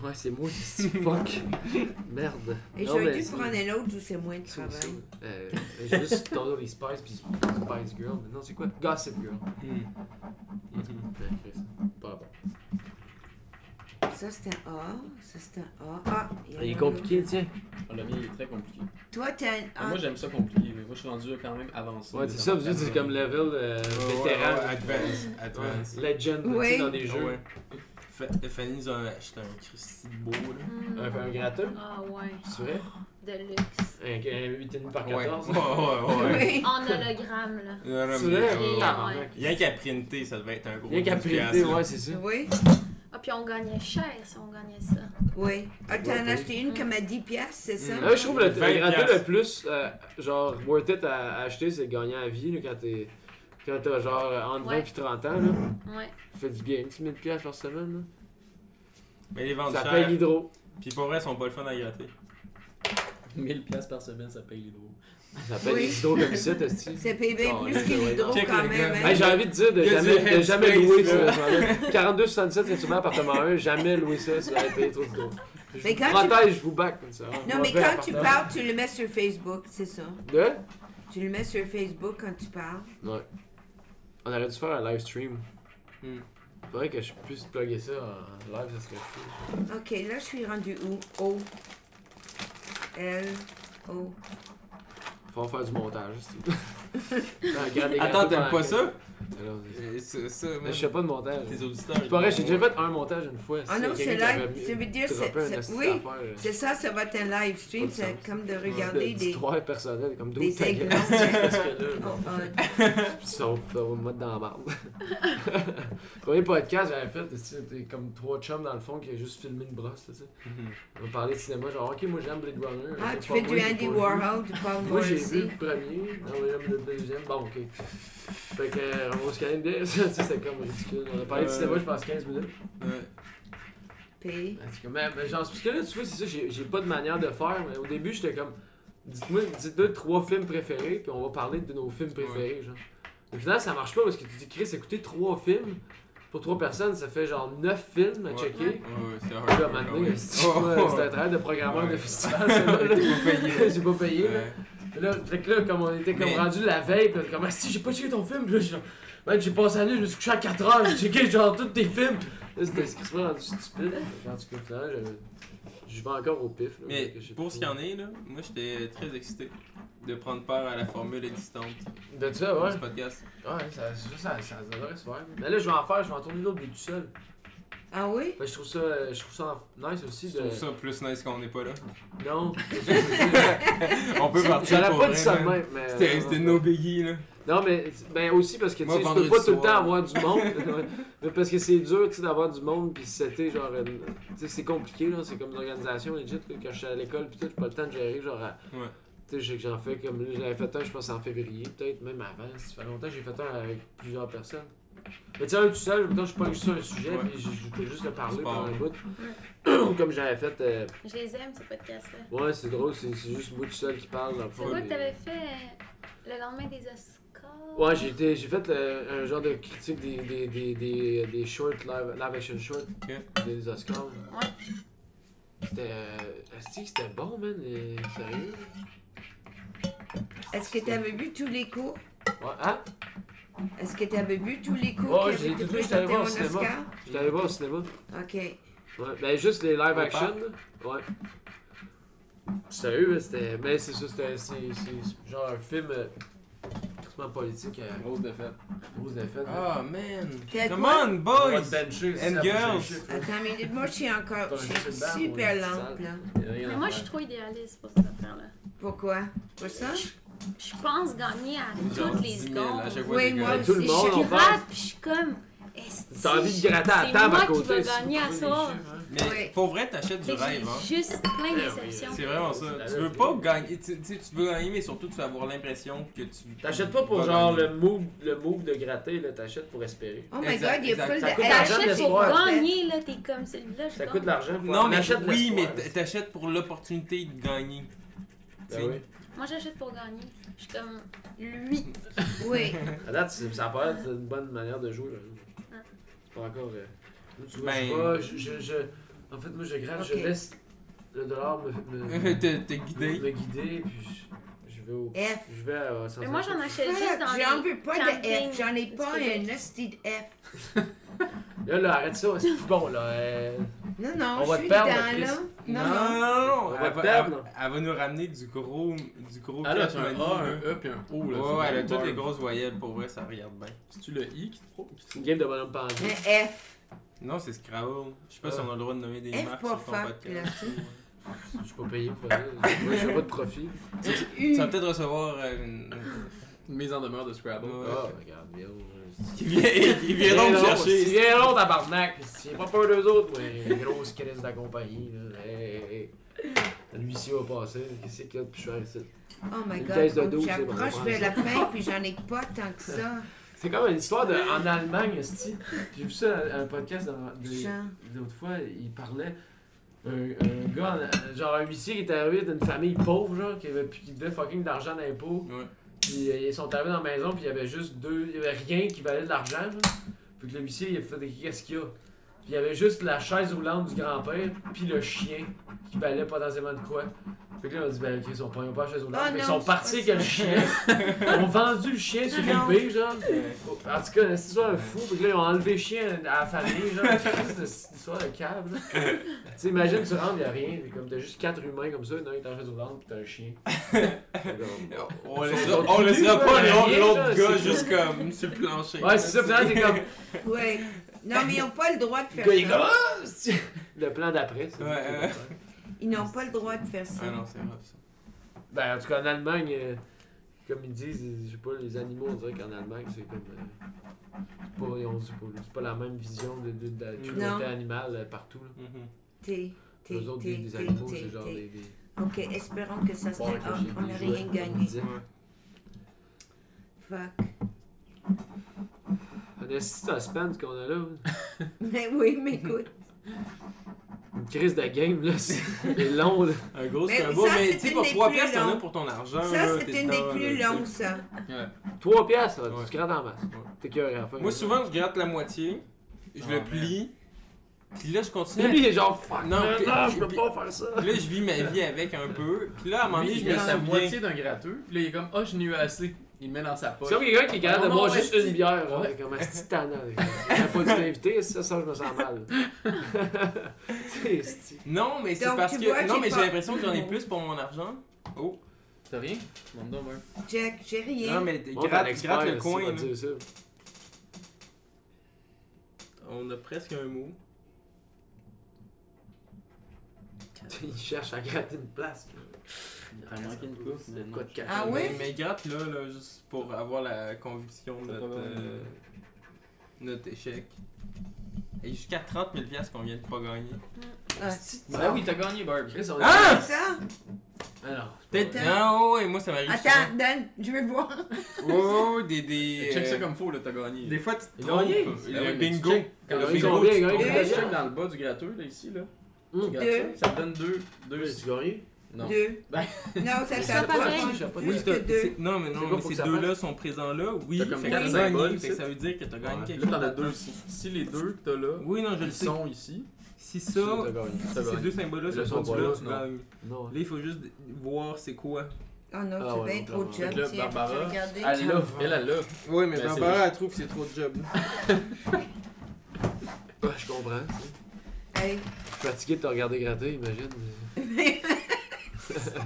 C: Ouais, c'est moi qui fuck. Merde.
B: Et
C: Non,
B: j'aurais
C: mais
B: dû
C: c'est-
B: prendre un autre où c'est moins de
C: c'est ça.
B: travail.
C: Euh, j'ai juste Total Spice puis Spice Girl. Mais non, c'est quoi Gossip Girl.
E: Hmm.
D: Hmm.
C: Ouais, Chris. Pas bon.
B: Ça, c'est un A. Ça, c'est un A. Ah, il y en
C: Il est
B: a
C: compliqué, tiens.
E: Ah, Le mien, il est très compliqué.
B: un. Toi, t'as un A.
C: Ah,
E: Moi, j'aime ça compliqué, mais moi, je suis rendu quand même avancé.
C: Ouais, c'est ça, vous dites, c'est comme level euh, vétéran.
D: Advance. Advance.
C: Ouais, Legend, tu sais,
B: Oui.
C: dans des
D: Ah
C: jeux.
D: ouais. Fa- Fanny nous a acheté un Christy de beau, là.
F: Hmm.
C: Un, un gratteux,
F: Ah ouais,
C: c'est vrai?
F: de luxe.
C: Un, un 8,5 par
D: Ouais.
C: 14.
D: Ouais, ouais, ouais.
F: En hologramme, là.
D: Non, non,
C: C'est
D: mais-
C: vrai?
D: ouais, ouais.
C: Tabarnak.
D: Rien qu'à printer, ça devait être un gros.
C: Rien qu'à
D: pièce,
C: priorité,
D: là.
C: ouais, c'est ça.
B: Oui,
F: Ah, puis on gagnait cher si on gagnait ça.
B: oui. Ah, t'en
C: Ouais,
B: as acheté une comme à 10 piastres, c'est ça?
D: Mm.
C: Ah ouais, je trouve le, le
D: 20
C: gratteux
D: piastres.
C: le plus, euh, genre, worth it à, à acheter, c'est gagnant à vie, là, quand t'es. Quand t'as genre euh, entre 20
F: Ouais.
C: et 30 ans, là,
F: Ouais.
C: ça fait du bien, un petit 1000 piastres par semaine.
D: Mais les
C: Là.
D: ventes
C: Ça paye
D: chères.
C: l'hydro.
D: Pis pour vrai, ils sont pas le fun à gratter.
E: 1000 piastres par semaine, ça paye les droits.
C: Ça paye
B: Oui.
C: l'hydro comme ça, t'as dit.
B: Ça paye bien
C: Oh,
B: plus
C: ouais,
B: que
C: ouais,
B: l'hydro
D: check
B: quand
D: les
B: même.
D: gars.
B: hein.
C: Hey, j'ai envie de dire de
D: Il y a
C: jamais,
D: du
C: de jamais
D: headspace,
C: louer
D: là.
C: ça. 42-77, c'est souvent appartement 1, jamais louer ça, ça va payer trop d'hydro. Je
B: Mais
C: vous
B: quand tu-
C: protège, je vous back comme ça.
B: Non, mais quand tu parles, tu le mets sur Facebook, c'est ça.
C: De?
B: Tu le mets sur Facebook quand tu parles.
C: On aurait dû faire un live stream.
D: Hmm.
C: Faudrait que je puisse plugger ça en live, ça serait fou.
B: OK, là, je suis rendu où? O. L. O.
C: Faut en faire du montage. c'est- Non, regarde les
D: Attends,
C: gars,
D: t'aimes pas
C: pendant
D: ça?
C: que- Alors, c'est-
D: Euh, C'est ça,
C: Mais
D: man.
C: je fais pas de montage.
D: Tes auditeurs.
C: C'est pas vrai, j'ai
D: ils vont-
C: déjà fait un montage une fois.
B: Ah non, c'est live. Ça veut dire, c'est- c'est- oui,
C: euh,
B: c'est ça, ça va être un live stream.
C: Pas de
B: C'est
C: sens.
B: comme de regarder des,
C: histoires personnelles comme d'où
B: des
C: ta gueule.
B: aiglons.
C: Parce que là,
B: Oh, oh.
C: Sauf, euh, ça va me mettre dans la marde. Premier podcast, j'avais fait, tu sais, t'es comme trois chums dans le fond qui a juste filmé une brosse, là, tu sais.
D: Mhm.
C: On parlait de cinéma, genre, ok, moi j'aime Blade Runner.
B: Ah,
C: C'est
B: tu
C: pas
B: fais
C: moi,
B: du
C: j'ai
B: Andy
C: pas vu.
B: Warhol, du Paul
C: Moi j'ai vu
B: Morrissey.
C: le premier, non, mais j'aime le deuxième, bon, ok. Fait que, euh, on va se calmer bien, ça, tu sais, c'était comme ridicule. On a parlé de
D: Euh.
C: cinéma, je pense, 15 minutes.
D: Ouais.
B: Puis,
C: Ah, c'est comme, mais, mais genre, c'est parce que là, tu vois, c'est ça, j'ai j'ai pas de manière de faire, mais au début, j'étais comme, dites-moi, dites-nous trois films préférés, puis on va parler de nos films préférés, genre. Mais finalement, ça marche pas parce que tu dis, Chris, écouter trois films pour trois personnes, ça fait genre neuf films à
D: Ouais.
C: checker.
D: Ouais, ouais, c'est
C: Puis là, à un
D: hard.
C: moment donné, c'est
D: Oh, oh,
C: c'était un travail de programmeur
D: Ouais.
C: de festival, ça, là. J'ai pas payé, là.
D: Ouais.
C: Puis Là, fait que là, comme on était comme
D: Mais-
C: rendu la veille, pis comme, ah, si j'ai pas checké ton film, pis là, j'ai genre, Ouais, j'ai passé la nuit, je me suis couché à 4 heures, j'ai checké genre tous tes films. Là, c'était ce qui se rendu stupide. En tout cas, finalement, je, je vais encore au pif. Là,
D: Mais
C: que je sais
D: pour
C: pas.
D: ce qu'il y en est, là, moi j'étais très excité de prendre part à la formule existante
C: De ça, ouais.
D: du podcast.
C: Ouais, ça, ça, ça, ça devrait se faire. Mais là, je vais en faire, je vais en tourner l'autre, mais tout seul.
B: ah oui?
C: Fait que je trouve ça, euh, je trouve ça en- nice aussi
D: Je
C: de.
D: trouve ça plus nice qu'on n'est pas là.
C: Non,
D: On peut partir
C: j'aurais
D: Ah, pour
C: pas
D: vrai,
C: dit ça de
D: man.
C: même, mais. euh,
D: C'était c'était no biggie, là.
C: Non, mais ben aussi parce que tu
D: Moi,
C: sais, tu peux
D: vendredi
C: pas tout le
D: soir.
C: temps avoir du monde. Ouais. mais parce que c'est dur tu sais, d'avoir du monde. Puis c'était genre. une- Tu sais, c'est compliqué. là C'est comme une organisation legit. là, Quand je suis à l'école, puis tout, j'ai pas le temps de gérer. Genre. à-
D: Ouais.
C: Tu sais, je sais que j'en fais comme. là, J'avais fait un, je pense, en février, peut-être même avant. Ça fait longtemps que j'ai fait un avec plusieurs personnes. Mais tu sais, un tout seul, en même temps, je suis pas juste sur un sujet.
D: Ouais.
C: Puis je- je peux juste le parler
D: Sport.
C: pendant un bout. Ou comme j'avais fait. euh,
F: Je les aime, ces podcasts-là.
C: Ouais, c'est drôle, c'est c'est juste moi tout seul qui parle. dans le
F: C'est
C: fond,
F: quoi
C: mais-
F: que t'avais fait euh, le lendemain des Oscars?
C: Ouais, j'ai été- j'ai fait le- un genre de critique des, des, des, des, des shorts, live, live action shorts
D: Ok.
C: des Oscars.
F: Ouais.
C: C'était. Euh, asti que c'était bon, man, euh, sérieux?
B: Est-ce que tu avais vu tous les cours?
C: Ouais, hein?
B: Est-ce que tu avais vu tous les cours
C: Oh,
B: qui
C: j'ai
B: avaient été
C: tout vu, j'étais
B: présentés
C: allé voir
B: en
C: au cinéma.
B: Oscar?
C: J'étais allé voir au cinéma.
B: OK.
C: Ouais, ben juste les live
D: Au
C: action,
D: parc?
C: là. Ouais. Sérieux, là, c'était. Mais c'est ça, c'était. C'est c'est genre un film. Euh, complètement politique, euh,
E: Grosse défaite.
C: grosse défaite. là.
D: Ah, man.
B: T'as
D: Come
B: quoi?
D: on,
C: On va
D: boys!
C: te bencher, c'est
D: and
C: la prochaine
D: girls.
C: chiffre, là.
B: Attends, mais moi, je suis encore je suis
C: Dans le
B: super
C: sous-bar,
B: lente, là.
E: Il y a rien
F: Mais
E: à
F: moi, je
E: faire.
F: suis trop idéaliste pour cette affaire-là.
B: Pourquoi? Pour ça?
F: Je pense gagner à
D: Genre
F: toutes les
D: 10 000
F: secondes.
D: à chaque fois,
B: Oui,
D: les
B: moi
D: gars.
C: Mais
B: aussi.
C: tout le monde,
B: je
C: on
B: suis-
F: Je
C: pense.
F: gratte, puis je suis comme. est-ce
C: T'as envie de gratter à
F: c'est
C: la table
F: moi
C: à
F: qui
C: côté.
F: vais
C: si vous
F: gagner à
C: trouvez des
F: soir.
C: chiffres, hein.
D: Mais
B: Ouais.
D: pour vrai, t'achètes du
F: Fait que
D: rêve,
F: J'ai
D: hein.
F: juste plein
C: oui.
F: d'exceptions.
D: C'est vraiment ça. Tu veux pas gagner, tu, tu, tu veux gagner, mais surtout tu veux avoir l'impression que tu.
C: T'achètes pas pour
D: vas
C: genre
D: gagner.
C: le move, le move de gratter, là, t'achètes pour espérer.
B: Oh my
D: Exact,
B: God, il y a
D: exact.
B: full de...
C: Ça coûte de l'argent,
B: Hey,
F: T'achètes pour
C: l'espoir.
F: gagner, là, t'es comme celui-là. je
C: Ça
F: gagne.
C: coûte de l'argent. faut-
D: Non,
C: on
D: mais
C: achète
D: oui, mais
C: l'espoir, là.
D: t'achètes pour l'opportunité de gagner.
C: Ben
D: Tu-
C: oui.
F: Moi, j'achète pour gagner. Je suis comme. Lui.
B: Oui.
C: À date, c'est- ça paraît être une bonne manière de jouer. là. C'est pas encore. euh, nous, tu vois,
D: Ben-
C: je, vois, je, je, je- En fait, moi, je gratte,
B: Ok.
C: je laisse le dollar me, me,
D: T'es t'es guidé.
C: me guider, puis je, je vais au.
B: F.
C: Je vais à euh, San
F: Mais moi, j'en
C: Francisco.
F: achète juste dans
B: J'en
F: les...
B: veux pas de
F: camping
B: F. J'en ai
F: du
B: pas
F: Québec.
B: un hostie de F.
C: Là, là, arrête ça, c'est plus bon, là. euh,
B: Non, non,
C: On
B: je
C: va te
B: suis
C: perdre,
B: dedans,
C: Chris.
B: là.
D: Non,
B: Non,
D: non,
B: non.
D: non, non.
C: On va
D: Elle va, elle,
C: perdre.
D: va- elle va nous ramener du gros. Du gros
E: Ah là, t'as un
D: Catmani,
E: A,
D: là.
E: un E puis un O. Là,
D: Ouais, ouais, elle
E: c'est
D: a
E: vraiment
D: toutes les
E: bar.
D: grosses voyelles, pour vrai, ça regarde bien.
E: C'est-tu le I qui te pro- qui te
C: C'est une
E: trouve?
C: game de bonhomme pendu.
B: Un F.
D: Non, c'est Scrabble. Je sais pas
C: Ah.
D: si on a le droit de nommer des
B: F
D: marques
B: pas
D: sur ton
B: fuck,
D: podcast.
C: Je suis pas payé pour ça. Moi, je fais pas de profit.
D: Tu vas peut-être recevoir euh, une.
E: Une mise en demeure de Scrabble.
D: Ouais.
C: Oh, regarde, euh, viens.
D: Ils viennent- ils viendront me
C: Si
D: chercher.
C: viens long, tabarnak. Si j'ai pas peur d'eux autres, moi, les grosses crises de la compagnie, là. Hey, hey, hey. L'huissier va passer. Qu'est-ce qu'il y a de plus cher ici?
B: Oh my
C: Une caisse de
B: god,
C: douze, c'est bon,
B: j'approche
C: ouais.
B: vers la fin, puis j'en ai pas tant que ça.
C: C'est comme une histoire de, en Allemagne, esti. J'ai vu ça à un podcast dans- des-
B: Genre.
C: l'autre fois, il parlait. Un, un gars, en- genre un huissier qui était arrivé d'une famille pauvre, genre, qui, avait, puis qui devait fucking de l'argent d'impôt.
D: Ouais.
C: Puis euh, ils sont arrivés dans la maison, puis il y avait juste deux. Il y avait rien qui valait de l'argent, là. Fait que le huissier, il a fait qu'est-ce qu'il y a Puis il y avait juste la chaise roulante du grand-père, puis le chien, qui valait potentiellement de quoi. Fait que là, on a dit, ben, ok, ils sont pas, ils ont pas la chaise roulante.
B: Ah
C: Fait
B: non,
C: qu'ils sont
B: c'est
C: partis
B: pas
C: avec le chien. Ils ont vendu le chien sur
B: Non.
C: eBay, genre. En tout cas, c'est une histoire de fou. Puis là, ils ont enlevé le chien à la famille, genre. C'est une histoire de cave, là. tu sais, imagine, tu rentres, il a rien. Puis Comme t'as juste quatre humains comme ça, il y en a un qui est en chaise roulante, puis t'as un chien. C'est comme-
D: On laissera, on laissera pas l'autre l'autre gars juste comme sur le plancher.
C: Ouais, c'est ça, finalement, t'es comme.
B: Ouais. Non, mais ils n'ont pas le droit de
C: Le
B: faire
C: gars, il est comme.
B: ça.
C: Ah! c'est- Le plan d'après, c'est.
D: Ouais, ouais.
B: Ils n'ont pas le droit de faire ça.
D: Ah non, c'est rough ça.
C: Ben, en tout cas, en Allemagne, euh, comme ils disent, euh, je sais pas, les animaux, on dirait qu'en Allemagne, c'est comme. euh, c'est pas, on- c'est pas- c'est pas la même vision de, de- de la cruauté animale euh, partout. Là.
D: Mhm.
B: T'es, t'es,
C: Eux autres,
B: t'es,
C: des, des
B: t'es,
C: animaux,
B: t'es,
C: c'est genre
B: t'es.
C: des. des...
B: Ok, espérons que ça se
C: Bon,
B: termine.
C: j'ai- j'ai
B: on
C: des
B: n'a
C: jouets,
B: rien
C: comme on
B: gagné.
C: disait.
B: Fuck.
C: On est si suspense qu'on a là.
B: Mais oui, mais écoute.
C: Une crise de game, là. C'est long, là.
D: Un gros
B: Mais
D: Scrabble,
B: ça,
D: mais
B: c'est
D: tu sais,
B: une
D: pour
B: des
D: 3
B: plus
D: piastres, t'en as
B: longues.
D: pour ton argent.
B: Ça,
D: là, t'es
B: c'est une des
D: dedans,
B: plus
D: là, tu sais.
B: longues, ça.
C: Trois piastres, là,
D: Ouais.
C: tu te grattes en masse.
D: Ouais.
C: T'es cœur à la fin.
D: Moi, souvent, je gratte la moitié, je
E: Ah,
D: le
E: man.
D: plie, puis là, je continue. à-
C: Lui, il est genre, fuck,
D: Non,
C: non,
D: puis-
C: non, je peux
D: puis-
C: pas faire ça.
D: Puis Là, je vis ma vie avec un peu, puis là, à un moment
E: Lui,
D: donné, je
E: il
D: me
E: met sa
D: souviens.
E: moitié d'un gratteux, puis là, il est comme, ah, je n'ai eu assez. Il le met dans sa poche.
C: C'est comme quelqu'un qui est capable de
E: Non,
C: boire
E: non,
C: juste
E: esti.
C: une bière, genre,
E: Ouais.
C: comme un petit tannant. J'aurais pas dû t'inviter, ça, ça, je me sens mal. C'est esti.
D: Non, mais c'est
B: Donc,
D: parce
B: tu
D: que.
B: vois,
D: non,
B: j'ai
D: mais j'ai
B: pas- Hmm.
D: l'impression que j'en ai plus pour mon argent. Oh.
E: T'as rien? Demande donc, ouais.
B: Jack, j'ai
D: Non,
B: rien.
D: mais
C: Montre à
D: gratte,
C: l'expert,
D: gratte le
C: esti,
D: coin.
C: va
D: là.
C: dire ça.
D: On a presque un mot.
C: Il cherche à gratter une place.
E: T'as manqué une coupe, mais non.
C: Quoi de cacher.
B: Ah ouais?
D: Mais, mais gratte là, là, juste pour avoir la conviction de
E: T'as
D: notre,
E: pas besoin.
D: euh, notre échec. Et jusqu'à 30 000 piastres qu'on vient de pas gagner.
B: Ah,
E: Ben oui, t'as gagné, Barb.
C: Chris, on est-
D: Ah!
B: ça?
C: Ah non, c'est pas
D: Peut-être.
C: vrai.
D: Non, ouais, moi ça m'arrive.
B: Attends, Dan, je veux voir.
D: souvent. Oh, oh, des. des
E: Check ça
D: euh,
E: comme faux, là, t'as gagné.
D: Des fois, tu te
C: Ils
D: trompes.
C: ont gagné.
E: Ah
D: Le
E: ouais, mais tu
D: bingo.
E: check-
D: Le
E: quand
C: ils
D: bingo,
C: ont gagné,
D: tu te
C: ils ont
E: Quand
D: trompes.
E: tu
B: gagné.
E: check dans le bas du gratteux, là, ici, là,
C: Hum.
B: Deux.
E: tu grattes E, ça, ça te donne deux. deux
C: Tu as gagné?
E: non.
B: Deux.
E: Ben-
B: Non, ça
F: pas
B: sert pas
F: pareil.
B: à
C: Oui,
B: Plus
D: t'as-
B: que deux.
D: c'est- Non, mais
C: C'est
D: non,
C: quoi,
D: mais
C: faut
D: ces
C: que ça
D: deux-là sont présents là. Oui,
E: T'as comme
D: fait
E: quatre
D: que
E: symboles
D: gagné,
E: ici.
D: fait que ça veut dire que t'as gagné
C: Ouais.
D: quelque
E: Là,
D: chose.
E: t'en as deux ici. Si les deux que t'as là,
D: Oui, non, je le
E: ils
D: sais.
E: sont ici,
D: Si
C: Tu
D: ça,
C: as gagné.
D: si
E: t'as
D: ces
E: gagné.
D: deux symboles-là
C: Là,
D: se
C: ils
D: sont
C: sont
D: là,
C: pas
D: tu
E: là, non.
D: gagnes.
C: Non.
D: Là, il faut juste voir c'est quoi.
B: Oh
C: Ah
B: non,
C: ouais,
B: c'est bien
C: non,
B: trop de
C: clairement.
B: job.
E: Là,
B: Tiens,
E: Barbara,
B: tu regardais.
C: elle l'a.
E: elle, elle l'a.
D: Oui,
E: Mais Ben, c'est Barbara,
D: elle trouve que c'est trop de job.
C: Ah, Je comprends. tu sais.
B: Hey,
C: Je suis fatigué de te regarder gratter, imagine.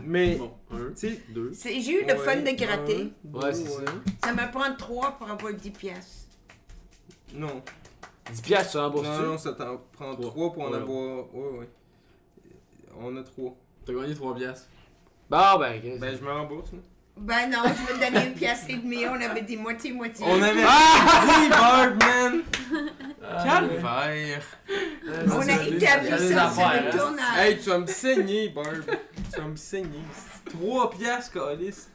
D: Mais,
E: Bon, un,
D: tu sais.
E: deux.
B: c'est- J'ai eu le fun de gratter.
C: Ouais, c'est ça.
B: Ça me prend trois pour avoir 10 piastres.
D: Non.
C: 10 piastres, tu
D: Non, non,
C: rembourses-tu?
D: ça t'en prend
E: Trois.
D: 3 pour en
E: Ouais.
D: avoir. Ouais, ouais. On a 3.
E: T'as gagné trois piastres.
C: Bon, ben, Chris.
D: Ben, je me rembourse. là.
B: Ben non, je vais te donner une pièce et demie. On avait dit moitié-moitié.
D: On avait. Ah! Birdman!
C: Ah,
D: Calvaire!
B: On a établi ça
C: J'avais
B: sur
C: Ah, des affaires,
B: le
C: hein.
B: tournage.
D: Hey, tu vas me saigner, Barb! tu vas me saigner. 3 piastres, Calis!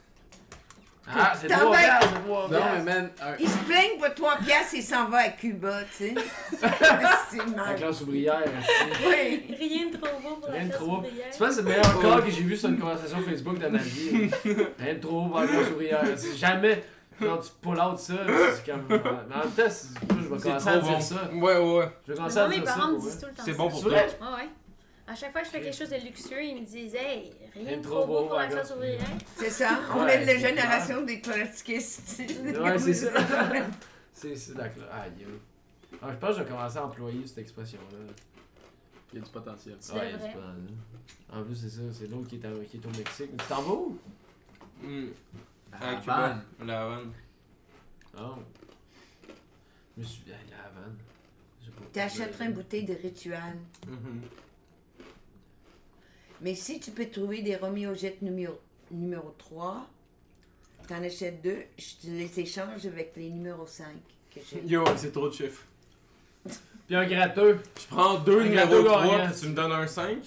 C: Ah, c'est
B: T'en
C: trois
B: vas-
C: piastres, c'est trois
E: Non, mais
C: piastres.
E: man, un-
B: Il se plaignent pour trois piastres et s'en va à Cuba, tu sais. c'est
C: La
B: mal.
C: classe ouvrière. hein,
B: Oui.
F: Rien de trop beau pour
C: Rien
F: la
C: de
F: classe
C: trop.
F: ouvrière.
C: Je pense que c'est le meilleur corps que j'ai vu sur une conversation Facebook de ma vie. Rien de trop beau pour la classe ouvrière. C'est hein. Jamais. Genre, tu pull out ça, c'est comme. Mais en même temps, c'est- moi, je vais
D: C'est
C: commencer
D: trop
C: à dire
D: bon.
C: ça.
D: Ouais, ouais.
C: Je vais
F: Mais
C: commencer
F: moi,
C: à
F: mes
C: dire ça.
F: parents me
C: pour
F: disent
C: vrai.
F: tout le temps
D: C'est
F: ça.
D: bon pour
C: C'est
D: toi.
C: vrai?
F: Ouais, ouais. À chaque fois que je fais quelque chose de luxueux, ils me disent Hey, rien de
C: trop
F: trop
C: beau
F: beau pour la
C: pour la
F: classe ouvrière.
B: C'est ça, on
C: Ouais,
B: est la
C: c'est
B: génération des trotskistes.
C: Ouais, c'est ça. C'est c'est d'accord. Aïe. aïe. Ah, je pense que je vais commencer à employer cette expression-là.
E: Il y a du potentiel.
F: C'est vrai.
C: c'est pas- hein. En plus, c'est ça, c'est l'autre qui, est à- qui est au Mexique. Mais tu t'en vas où?
D: Hmm.
E: Ah,
D: À Cuba.
E: Havane.
D: La Havane.
C: Non. Ah. Je me suis dit, la Havane. Je sais pas.
B: T'achèteras une bouteille de ritual.
D: Mhm.
B: Mais si tu peux trouver des Romeo Jet numéro, numéro 3, t'en achètes deux, je te les échange avec les numéros 5 que j'ai.
D: Yo, c'est trop de chiffres.
C: Puis un gratteux.
D: Je prends deux
C: Un
D: numéro
C: gâteau
D: 3
C: gagnant.
D: puis tu me donnes un 5.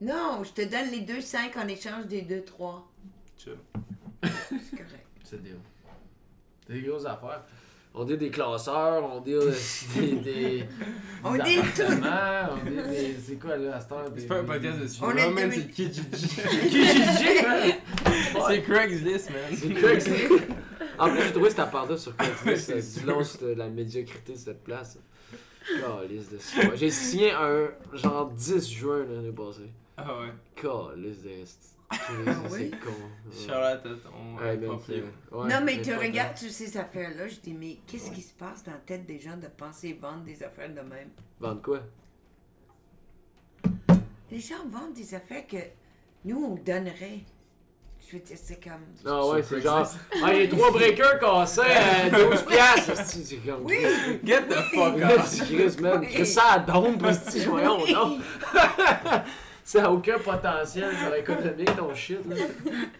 B: Non, je te donne les deux 5 en échange des deux 3.
D: Chill.
B: C'est correct.
C: C'est des... C'est des grosses affaires. On dit des classeurs, on dit aussi des... des
B: On
C: des
B: dit tout.
C: appartements, On dit des... C'est quoi, là, à cette heure?
D: C'est pas un podcast de
B: On
D: cinéma,
B: est
D: man,
B: deux-
D: c'est Kijiji.
C: Kijiji, man!
D: C'est Craigslist, Ah, man.
C: C'est Craigslist. En plus, j'ai trouvé cet appart-là sur Craigslist euh, du long sur la médiocrité de cette place. Calice de soi. J'ai signé un genre 10 juin l'année passée.
D: Ah ouais.
C: Calice de
B: Ah
C: C'est
B: oui?
C: con.
D: Shout out à ton
C: Ouais,
D: euh,
C: mec,
D: proprio.
C: euh, ouais,
B: non, mais
C: j'ai
B: tu
C: pas de-
B: regardes toutes ces affaires-là, je dis, mais qu'est-ce qui se passe dans la tête des gens de penser vendre des affaires de même?
C: Vendre quoi
B: Les gens vendent des affaires que nous, on donnerait. Je veux dire, c'est comme.
C: Non, ouais, c'est
D: Craigslist.
C: genre. Ah, il y a trois breakers cassés à 12 piastres. esti, C'est comme.
B: Oui!
D: Get the fuck
C: Là,
D: out.
C: c'est Chris, man. Chris, ça à dompe, esti, voyons, non. Ça n'a aucun potentiel pour économique, ton shit, là.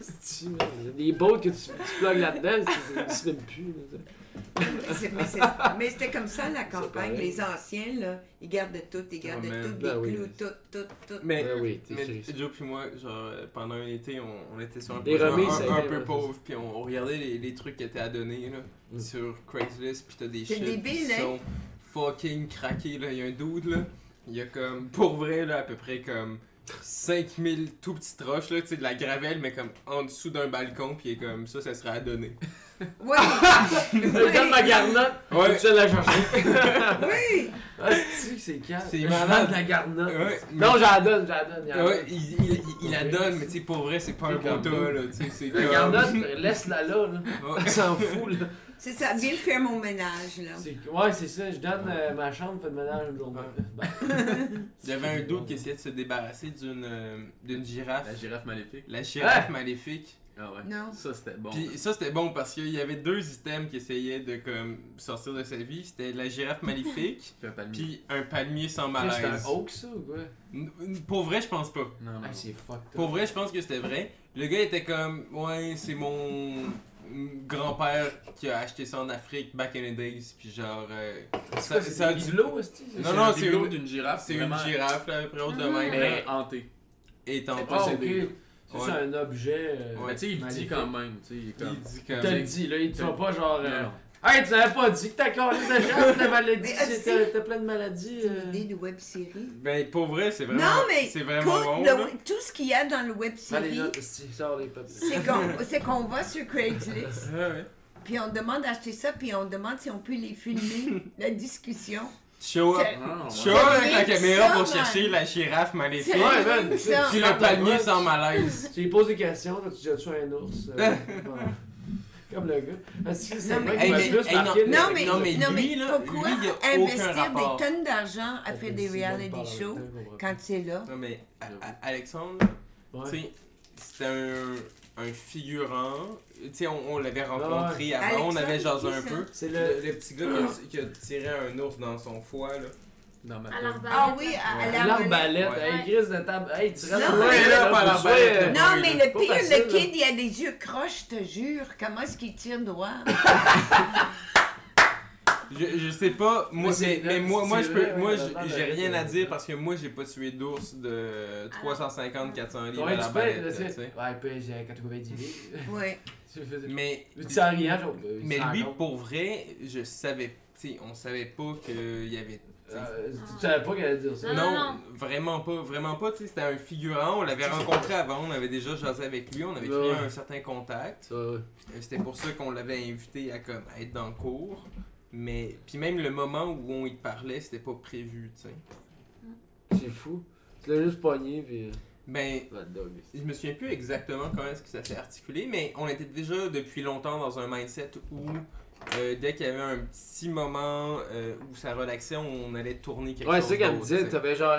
C: Esti, man. Il y a Des boats que tu, tu plugues là-dedans, c'est- c'est même plus, là.
B: C'est- mais c'est- Mais c'était comme ça la campagne.
C: pareil.
B: Les anciens, là, ils gardent tout, ils gardent
D: Ah, man,
B: tout, des
C: ben oui.
B: clous, tout, tout, tout.
D: Mais,
C: Ben oui, t'es
D: mais
C: sérieux.
D: Joe puis moi, genre, euh, pendant un été, on, on était sur un
C: Les
D: projet
C: remises,
D: un-
C: ça
D: un,
C: aidait,
D: peu
C: ouais,
D: pauvre, puis on, on regardait les, les trucs qui étaient à donner là,
C: Mm.
D: sur Craigslist, puis t'as des
B: C'est
D: shit
B: débile,
D: qui
B: hein?
D: sont fucking craqués. Là. Il y a un dude, là, il y a comme, pour vrai, là, à peu près comme 5000 tout petites roches, là, tu sais, de la gravelle, mais comme en dessous d'un balcon, puis il est comme ça, ça serait à donner.
B: Ouais.
C: Je donne ma garnotte,
D: Ouais,
C: tu vas la chercher.
B: oui!
C: Esti, c'est calme.
D: C'est
C: Je
D: malade.
C: vends de la garnotte.
D: ouais, mais-
C: Non, j'en donne, j'en donne. y'en
D: ouais,
C: donne.
D: il, il, il- il la donne, mais tu sais, pour vrai, c'est pas un
C: C'est comme-
D: quota, là, tu sais, c'est
C: La
D: comme-
C: garnotte, laisse-la là, là.
D: Ouais.
C: On s'en fout, là.
B: C'est ça, viens faire mon ménage, là.
C: C'est- Ouais, c'est ça, je donne euh, ma chambre, fais le ménage une journée.
D: Ouais.
C: Ben,
D: Il y avait un doute qui essayait de se débarrasser d'une euh, d'une girafe,
E: La girafe maléfique.
D: la girafe maléfique.
E: Ah ouais.
B: Non.
E: Ça, c'était bon.
D: Puis ça c'était bon parce qu'il y avait deux items qui essayaient de comme sortir de sa vie, c'était la girafe maléfique
E: Puis un palmier.
D: puis un palmier sans
C: Ben, C'est un
D: malaise.
C: hoax, ça, ou quoi?
D: N- n- Pour vrai, je pense pas.
E: Non, non.
C: Ah, c'est fucked
D: Pour
C: up.
D: vrai, je pense que c'était vrai. Le gars était comme ouais, c'est mon mm, grand-père qui a acheté ça en Afrique back in the days puis genre euh,
C: C'est quoi,
D: ça,
C: c'est
D: ça a
C: des
D: du
C: bibelots, est-ce que c'est-
D: Non, non,
E: un
D: c'est
E: bibelot
D: une-
E: d'une girafe.
D: c'est une
E: vraiment-
D: girafe là, à peu près haute de
F: Ah.
D: même là,
E: Mais hantée.
D: et en
E: C'est
C: Ah,
E: pas-
D: plus,
C: ok.
E: des-
C: Ça,
D: Ouais.
C: c'est un objet. euh,
D: Ouais.
E: Mais tu sais, il le dit
C: Magnifique.
E: quand même. Tu sais, il est
D: il
E: comme.
D: dit
C: Il
D: comme
C: te le dit, là, il te
E: Ouais.
C: fait pas genre. euh,
E: Non.
C: Hey, tu n'avais pas dit que ta carrière de chasse, ta maladie,
B: Mais,
C: c'était- t'as plein de maladies.
B: C'est
C: euh.
B: l'idée de web-série.
D: Ben, pour vrai, c'est vraiment.
B: Non, mais
D: C'est
B: Tout,
D: vraiment bon.
B: le-
D: là.
B: tout ce qu'il y a dans le
C: Allez,
B: web-série,
C: là, si, sors les papiers.
B: c'est qu'on c'est qu'on va sur Craigslist,
D: Ouais, Ah, ouais.
B: puis on demande d'acheter ça, puis on demande si on peut les filmer, la discussion.
D: Show up.
B: C'est-
E: Ah,
D: Show
E: ouais.
D: up avec la
B: C'est
D: caméra
B: ça,
D: pour
B: man.
D: chercher la girafe maléfique.
B: C'est
C: Ouais, man,
B: rien que
C: c'est-
B: ça.
D: Puis le palmier sans malaise.
C: Tu lui poses des questions, toi, tu jettes sur un ours. euh, voilà. Comme le gars. Ah, si, c'est
B: Non,
C: vrai
B: mais-
C: qu'il va
D: Hey,
C: plus
D: mais- hey,
C: marquer les-
B: Non mais,
D: Non, mais
B: non, mais
D: lui, là,
B: pourquoi
D: lui, il y a aucun
B: investir
D: rapport.
B: des tonnes d'argent à faire des
C: Si, on
B: reality
C: parle
B: shows
C: en même temps, on va-
B: quand c'est là?
D: Non, mais A- A- Alexandre,
C: Ouais.
D: tu sais, c'était un, un figurant. Tu sais, on, on l'avait rencontré avant, on
B: Alexandre,
D: avait jasé
B: qui
D: un
B: ça?
D: peu.
C: C'est
D: Le,
C: le.
D: le petit gars qui a, qui a tiré un ours dans son foie, là.
E: Dans ma
F: À
E: tête.
F: l'arbalète.
B: Ah oui, à, à la relève.
C: L'arbalète,
D: Ouais.
C: hey, Chris de table. Hey, tu restes
B: Non,
C: loin,
B: mais-
C: là,
D: Pas
C: faut que tu sois,
D: l'arbalète.
C: euh,
B: Non, mais le
C: Pas
B: pire,
C: facile,
B: le
C: là.
B: kid, il a des yeux croches, je te jure. Comment est-ce qu'il tire droit?
D: Je, je sais pas, moi,
C: Mais c'est-
D: mais, mais moi,
C: c'est
D: moi, je
C: vrai,
D: peux,
C: ouais,
D: moi,
C: dans
D: j'ai-
C: la-
D: j'ai rien à
C: euh,
D: dire parce que moi, j'ai pas tué d'ours
F: Ah.
D: de 350-400 livres à
C: Ouais,
D: la
C: tu payes,
D: balette,
C: là,
D: là,
C: tu sais.
D: tu sais.
C: Ouais, puis j'ai 90 livres.
B: Ouais.
C: Tu faisais-
D: Mais
C: Tu sais, en riant, genre,
D: Mais
C: il s'en
D: lui,
C: raconte.
D: pour vrai, je savais t'sais, on savait pas qu'il y avait. t'sais,
C: Euh, tu savais pas qu'elle allait dire ça.
F: Non,
D: non,
F: non,
D: vraiment pas, vraiment pas. t'sais, C'était un figurant, on l'avait rencontré avant, on avait déjà jasé avec lui, on avait
J: Ouais.
D: créé un certain contact.
J: Ça,
D: Euh, C'était pour ça qu'on l'avait invité à comme être dans le cours. Mais puis même le moment où on y parlait, c'était pas prévu, tu sais.
C: C'est fou. Tu l'as juste pogné, puis.
D: Ben,
C: euh, Bad dog.
D: je me souviens plus exactement comment est-ce que ça s'est articulé, mais on était déjà depuis longtemps dans un mindset où euh, dès qu'il y avait un petit moment euh, où ça relaxait, on allait tourner quelque
C: Ouais,
D: chose.
C: c'est ça qu'elle me
D: d'autre,
C: disait.
D: tu sais.
C: T'avais genre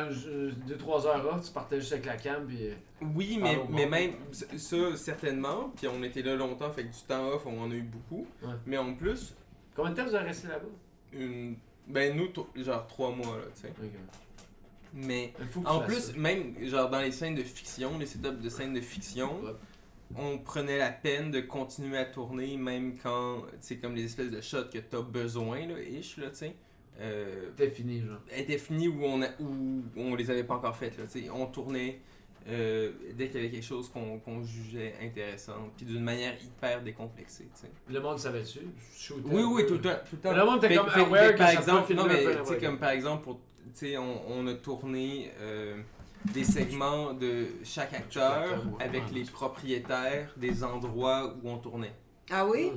C: 2-3 heures off, tu partais juste avec la cam, puis. euh,
D: Oui, mais,
C: Ah, au
D: mais
C: monde.
D: même c- ça, certainement. Puis on était là longtemps, fait que du temps off, on en a eu beaucoup.
C: Ouais.
D: Mais en plus,
C: Combien de temps vous avez resté là-bas
D: une... ben nous, to- genre trois mois, là, tu sais. Mais
C: Il faut que tu
D: en
C: fasses
D: plus,
C: ça.
D: même genre dans les scènes de fiction, les setups de scènes de fiction,
C: Ouais.
D: on prenait la peine de continuer à tourner, même quand, tu sais, comme les espèces de shots que t'as besoin, là, ish, là, tu sais. Euh,
C: C'était fini, genre.
D: étaient finis où on, a, où on les avait pas encore faites. Là, tu sais. on tournait euh, dès qu'il y avait quelque chose qu'on qu'on jugeait intéressant, puis d'une manière hyper décomplexée. tu sais.
C: Puis Le monde savait-tu Shootait
D: Oui,
C: un
D: oui,
C: peu.
D: tout le temps. euh, Tout le temps.
C: Mais le monde était
D: Fait-
C: comme
D: fait-
C: aware
D: fait
C: que
D: par
C: ça peut
D: exemple,
C: filmer
D: non,
C: un
D: mais
C: peu
D: tu sais,
C: n'importe
D: comme
C: quoi.
D: par exemple, pour, tu sais, on, on a tourné euh, des segments de chaque acteur
C: acteur, ouais.
D: avec les propriétaires des endroits où on tournait.
B: Ah oui?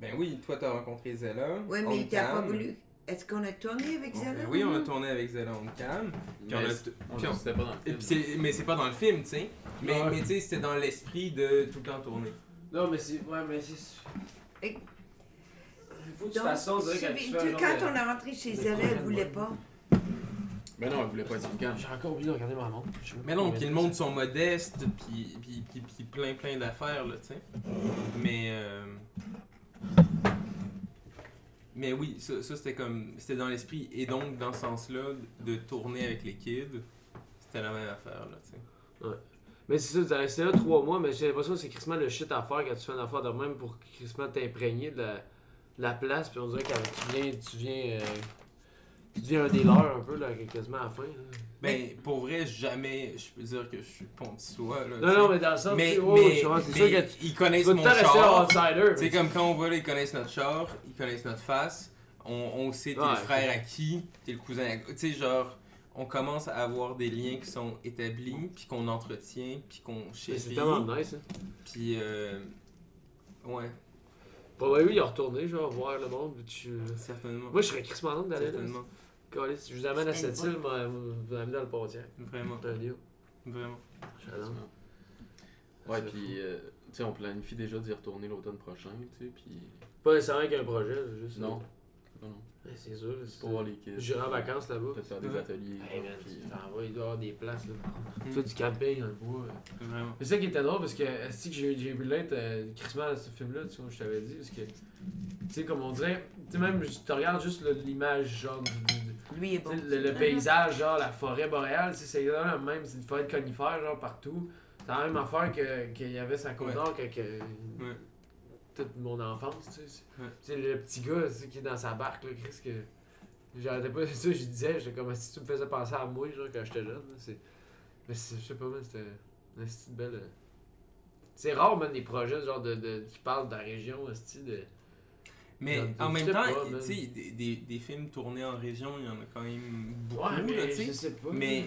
D: Ben oui, toi t'as rencontré Zella. ben
B: Oui, mais il t'a pas voulu. Est-ce qu'on a tourné avec Zella?
D: Oui, on a tourné avec Zella on cam. Puis on a
E: Mais
D: t-
E: on
D: puis on-
E: c'était pas dans
D: Et
E: le
D: puis
E: film.
D: c'est- mais c'est pas dans le film, tu sais. Mais,
C: Ouais.
D: mais tu sais, c'était dans l'esprit de tout le temps tourner.
C: Non, mais c'est. Ouais, mais c'est.
B: Et-
C: Il faut que tu
B: Donc,
C: fasses ça, on dirait que tu
B: souvi-
C: fais un
B: tu-
C: genre
B: quand
C: de-
B: on est rentré chez
C: de
B: elle, elle
C: problème,
B: voulait
C: ouais.
B: pas.
E: Mais non, elle voulait pas être en camp.
C: J'ai encore oublié de regarder ma montre. Je sais
D: Mais
C: pas
D: non,
C: combien
D: puis le
C: de
D: monde
C: temps
D: sont modestes, puis, puis, puis, puis plein plein d'affaires, là, tu sais. Mais. euh, Mais oui, ça, ça, c'était comme. C'était dans l'esprit. Et donc, dans ce sens-là, de tourner avec les kids, c'était la même affaire, là, tu sais.
C: Mais c'est ça, t'as resté là trois mois, mais j'ai l'impression que c'est Christmas le shit à faire quand tu fais une affaire de même pour que Christmas t'imprégner de la, de la place, puis on dirait que tu viens, tu viens, euh, tu deviens un des leurs un peu, là, quasiment à la fin. là.
D: Ben, pour vrai, jamais je peux dire que je suis pont de soi, là.
C: Non, non, mais dans le sens,
D: mais.
C: tu- oh,
D: mais,
C: tu vois, c'est
D: mais
C: sûr que tu,
D: ils
C: tu
D: connaissent
C: vas tout le
D: mon
C: temps rester
D: char.
C: un outsider.
D: C'est comme quand on voit, là, ils connaissent notre char, ils connaissent notre face, on, on sait t'es
C: Ouais,
D: le frère à qui, t'es le cousin à Tu sais, genre, on commence à avoir des liens qui sont établis, puis qu'on entretient, puis qu'on
C: Mais C'est
D: chérit,
C: tellement nice. Hein.
D: puis... euh, ouais,
C: Bah ouais, oui, il a retourné, genre, voir le monde, puis tu...
D: certainement.
C: Moi, je serais Christmas en d'aller là.
D: certainement.
C: Calais, si je vous amène à
B: C'est
C: cette île, moi, vous vous amène dans le pontiac.
D: Vraiment,
C: C'est un deal.
D: vraiment.
C: J'adore.
E: Ouais,
C: C'est
E: puis euh, tu sais, on planifie déjà d'y retourner l'automne prochain, tu sais, puis.
C: Pas nécessairement qu'un projet, c'est juste...
E: Non. Non, non.
C: Ouais, c'est sûr, c'est-
E: C'est pour voir les kids.
C: J'irai en vacances là-bas.
E: Peut-être faire des
D: Ouais.
E: ateliers.
C: Hey man,
E: puis-
C: tu t'en vas, il doit y avoir des places là.
D: Mm.
C: Tu fais du camping dans le bois. là.
D: Vraiment.
C: Mhm. C'est ça qui était drôle parce que si que j'ai j'ai relate euh, crissement à ce film-là, tu sais, je t'avais dit, parce que tu sais comme on dirait, tu sais même je- tu regardes juste le- l'image genre du- du- du-
B: Lui est
C: tu
B: bon.
C: sais, le, le
F: Mhm.
C: paysage, genre la forêt boréale, tu sais, c'est exactement le même, c'est une forêt de conifères genre partout. C'est la même affaire que- qu'il y avait sa côte
D: Ouais.
C: nord que, que-
D: Ouais.
C: toute mon enfance, tu sais. c'est-
D: Ouais.
C: Tu sais, le petit gars tu sais, qui est dans sa barque, là, Chris, que. J'arrêtais pas ça, je disais, j'étais comme si tu me faisais penser à moi, genre, quand j'étais jeune. là, c'est- Mais c'est- je sais pas, man, c'était une petite belle. euh, C'est rare, même, des projets, genre, de, de- qui parlent de la région, style de.
D: Mais
C: Dans- dans-
D: en même
C: je sais
D: temps,
C: pas, man.
D: tu sais, des, des, des films tournés en région, il y en a quand même beaucoup,
C: Ouais, mais
D: là, tu
C: je
D: sais.
C: sais pas.
D: Mais,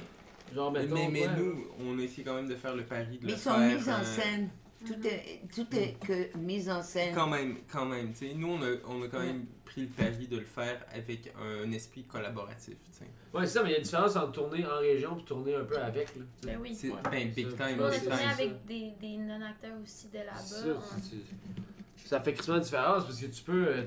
C: genre,
D: mais,
C: mettons,
D: mais
C: ouais, là.
D: nous, on essaie quand même de faire le pari de
B: Mais
D: le
B: ils sont
D: faire,
B: mis en
D: euh,
B: scène. Tout est, tout est que mise en scène.
D: Quand même, quand même. tu sais, nous, on a, on a quand
B: Ouais.
D: même pris le pari de le faire avec un, esprit collaboratif. tu sais.
C: Ouais, c'est ça, mais il y a une différence entre tourner en région et tourner un peu avec, là. tu sais.
F: ben oui.
D: C'est ben, big
C: Ça,
D: time.
F: On
C: ouais,
F: a
D: big
C: c'est
F: tourné
D: time.
F: avec des, des non-acteurs aussi de là-bas.
C: Ça,
F: on-
C: c'est- ça fait crissement une différence parce que tu peux. euh,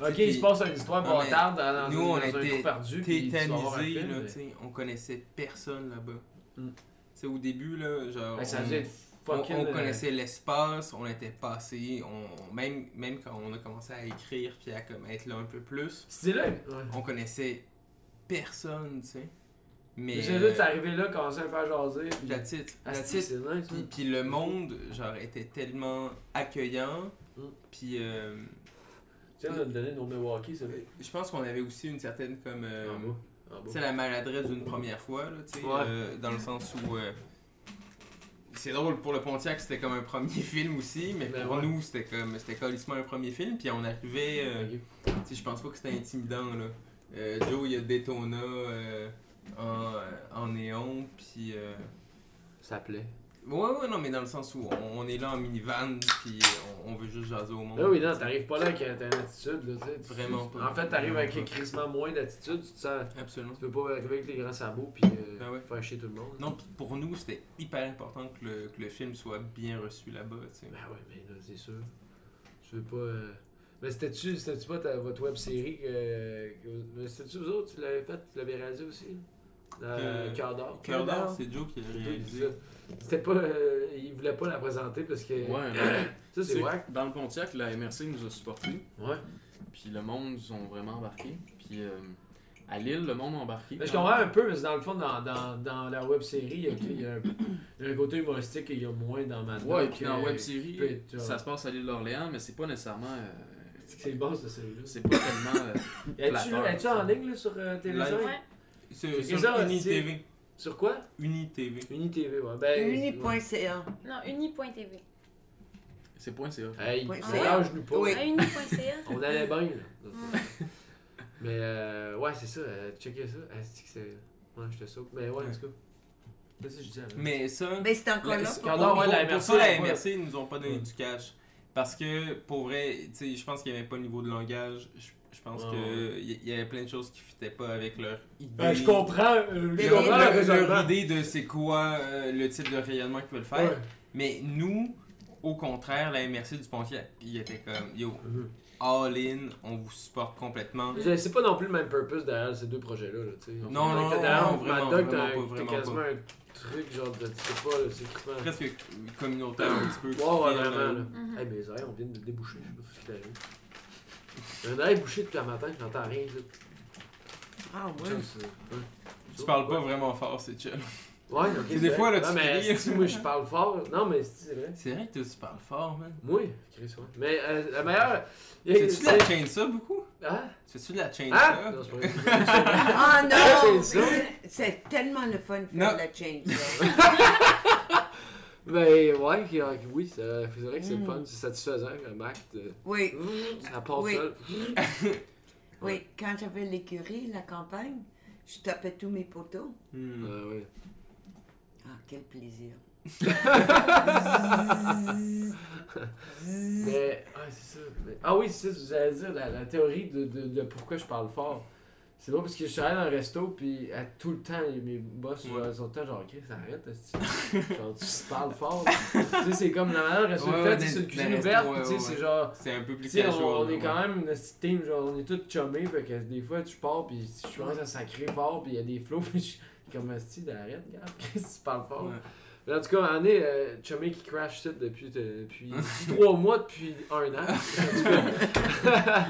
C: ok,
D: puis-
C: il se passe une histoire
D: Non, mais
C: bâtarde dans, dans,
D: nous, on
C: dans un
D: était
C: trou perdu. puis tu vas avoir un
D: Tétanisé,
C: film,
D: là,
C: mais-
D: tu sais, on connaissait personne là-bas.
C: Mm.
D: Tu sais, au début, là, genre,
C: Ben, ça
D: on-
C: faisait être
D: on,
C: fucking.
D: on
C: euh,
D: connaissait l'espace, on était passé, on, on- même, même quand on a commencé à écrire puis à comme, être là un peu plus,
C: C'est là. Ouais.
D: on connaissait personne, tu sais. Mais.
C: C'est là, t'es arrivé là, commencé à faire jaser. Puis...
D: la titre,
C: Ah, c'est c'est nice.
D: Puis, puis le monde, genre, était tellement accueillant.
C: Mm.
D: Puis euh,
C: Tiens, on a donné nos Milwaukee, c'est vrai.
D: je pense qu'on avait aussi une certaine comme. euh,
C: En bas. En
D: tu
C: bas.
D: euh, sais, la maladresse d'une première fois, là, tu sais.
C: Ouais.
D: euh, dans le sens où. euh, c'est drôle, pour le Pontiac, c'était comme un premier film aussi, mais
C: Ben
D: pour
C: ouais.
D: nous, c'était comme c'était colissement un premier film, puis on arrivait. euh,
C: Ok.
D: tu sais, je pense pas que c'était intimidant, là. Euh, Joe, il y a Daytona euh, en, euh, en néon, puis. euh,
C: Ça plaît.
D: Ouais, ouais, non, mais dans le sens où on, on est là en minivan, puis on, on veut juste jaser au monde.
C: Là, Ben Ah oui, non, t'arrives pas là avec euh, t'as une attitude, là, tu sais. tu-
D: Vraiment pas.
C: En fait, t'arrives avec un
D: Vraiment pas.
C: crissement moins d'attitude, tu te sens.
D: Absolument.
C: Tu peux pas arriver avec les grands sabots puis euh,
D: Ben ouais.
C: faire chier tout le monde.
D: Non, puis pour nous, c'était hyper important que le, que le film soit bien reçu là-bas, tu sais.
C: Ben ouais, mais là, c'est sûr. Tu veux pas. euh, Mais c'était-tu c'était-tu pas ta, votre web série euh, que. que- Mais c'était-tu vous autres, tu l'avez fait, tu l'avez réalisé aussi euh,
D: Euh,
C: Cœur d'or.
D: Cœur d'or, c'est Joe qui l'a
C: Toi, il
D: réalisé.
C: disait- C'était pas. euh, il voulait pas la présenter parce que.
E: euh, Ouais, non.
C: Ça, c'est
E: Tu sais,
C: wack.
E: Dans le Pontiac, la MRC nous a supportés,
C: Ouais.
E: puis le monde nous ont vraiment embarqué. Puis euh, à Lille, le monde a embarqué.
C: Mais je comprends un peu, parce que dans le fond, dans, dans, dans la web série, il y a, il y a un, il y a un côté humoristique qu'il y a moins dans Mad
E: Ouais, et
C: Dog
E: puis
C: que-
E: dans la web
C: qui peut
E: série,
C: être,
E: ça
C: genre,
E: se passe à l'île d'Orléans, mais c'est pas nécessairement. euh,
C: C'est bon, cette série-là.
E: c'est pas tellement. euh,
C: Es-tu
E: Flatteur,
C: es-tu en ligne là, sur euh, Télévision
D: Live.
F: Ouais.
D: C'est
C: C'est
D: sur
C: ça,
D: UniTV.
C: Sur quoi
D: UniTV.
C: UniTV, ouais. Ben, ouais.
B: Uni.ca.
F: Non, uni.tv.
E: C'est point CA.
C: Hey,
B: Point
F: C A.
C: voyage-nous pas.
B: Oui.
F: À uni.ca.
C: On allait bien, là. Mais euh, ouais, c'est ça. euh, checker ça. Ah, c'est que c'est. Ouais, je te saute. Mais ouais, en tout cas. Qu'est-ce que je disais avant?
D: Mais ça.
B: Ben, c'est encore là.
D: Pour-
C: Cœur
D: pour-
C: d'or, ouais, la
D: pour
C: MRC,
D: ça, la
C: ouais.
D: MRC, ils nous ont pas donné
C: Ouais.
D: du cash. Parce que, pour vrai, tu sais, je pense qu'il n'y avait pas le niveau de langage. Je je pense
C: Ouais,
D: que qu'il y avait plein de choses qui ne fitaient pas avec leur idée.
C: Ben, je comprends. euh, je
D: Leur,
C: comprends le
D: leur- leur
C: raisonnement.
D: idée de c'est quoi euh, le type de rayonnement qu'ils veulent faire.
C: Ouais.
D: Mais nous, au contraire, la MRC du Pontiac, il était comme yo,
C: Mhm.
D: all in, on vous supporte complètement.
C: Je- C'est pas non plus le même purpose derrière ces deux projets-là. Là, tu sais.
D: Non,
C: Fait
D: non,
C: que
D: non,
C: derrière,
D: non, vraiment,
C: Mad Dog,
D: vraiment
C: t'as-
D: pas, vraiment
C: T'as quasiment un truc genre de. Tu sais pas, là, c'est quasiment.
D: Presque communautaire un petit peu. qui
C: Wow, ouais,
D: fait,
C: vraiment,
D: euh,
C: là.
F: Mhm.
C: Hey, mes oreilles, on vient de le déboucher, je sais pas ce qui t'arrive. J'ai un oreille bouché depuis la matin, je n'entends rien. Là.
B: Ah ouais.
C: Ça, c'est- ouais.
D: Tu parles pas vraiment fort, c'est chill.
C: Ouais, ok.
D: Des
C: c'est
D: fois,
C: vrai.
D: là, tu
C: Non, mais
D: cries.
C: si moi, je parle fort. Non, mais si, c'est vrai.
D: C'est vrai que toi, tu parles fort, man.
C: Moi, Chris, ouais. Mais euh, la meilleure. il y a-
D: Fais-tu de la chaîne ça beaucoup?
C: Hein?
D: Fais-tu de la chaîne
C: Hein?
D: ça?
C: Non, c'est pas vrai.
B: Ah non!
C: C'est ça.
B: C'est- C'est tellement le fun de faire
D: Non.
B: de la chainsaw.
C: Ben, ouais, qui- euh, oui, ça- c'est vrai que c'est le
B: Mm.
C: fun, c'est satisfaisant, euh, un acte.
B: Oui,
C: Ça part
B: Oui.
C: seul.
B: oui. Quand j'avais l'écurie, la campagne, je tapais tous mes poteaux.
D: Hmm.
C: Euh, ouais.
B: Ah, quel plaisir.
C: Mais, ah, c'est ça. Mais- ah oui, c'est ça, vous allez dire, la, la théorie de, de, de pourquoi je parle fort. C'est bon parce que je suis allé dans un resto, puis à tout le temps, les- mes boss
D: Ouais.
C: ils sont tout le temps genre, ok, ça arrête, esti. genre, tu parles fort. tu sais, c'est comme la manière resto
D: Ouais,
C: le
D: ouais,
C: fait, tu
D: des-
C: sais, c'est une
D: des
C: cuisine
D: restos,
C: ouverte,
D: ouais,
C: tu sais,
D: ouais,
C: c'est
D: ouais.
C: genre.
D: C'est un peu
C: Tu
D: plus
C: sais,
D: casual.
C: on, on est
D: ouais.
C: quand même une petite team, genre, on est tous chummés, fait que des fois, tu pars, puis je commence à sacrer fort, puis il y a des flots, puis je suis comme, esti, arrête, regarde, qu'est-ce que tu parles fort.
D: Ouais.
C: Mais en tout cas, Anne est euh, chumé qui crash site depuis, euh, depuis trois mois, depuis un an. En tout cas.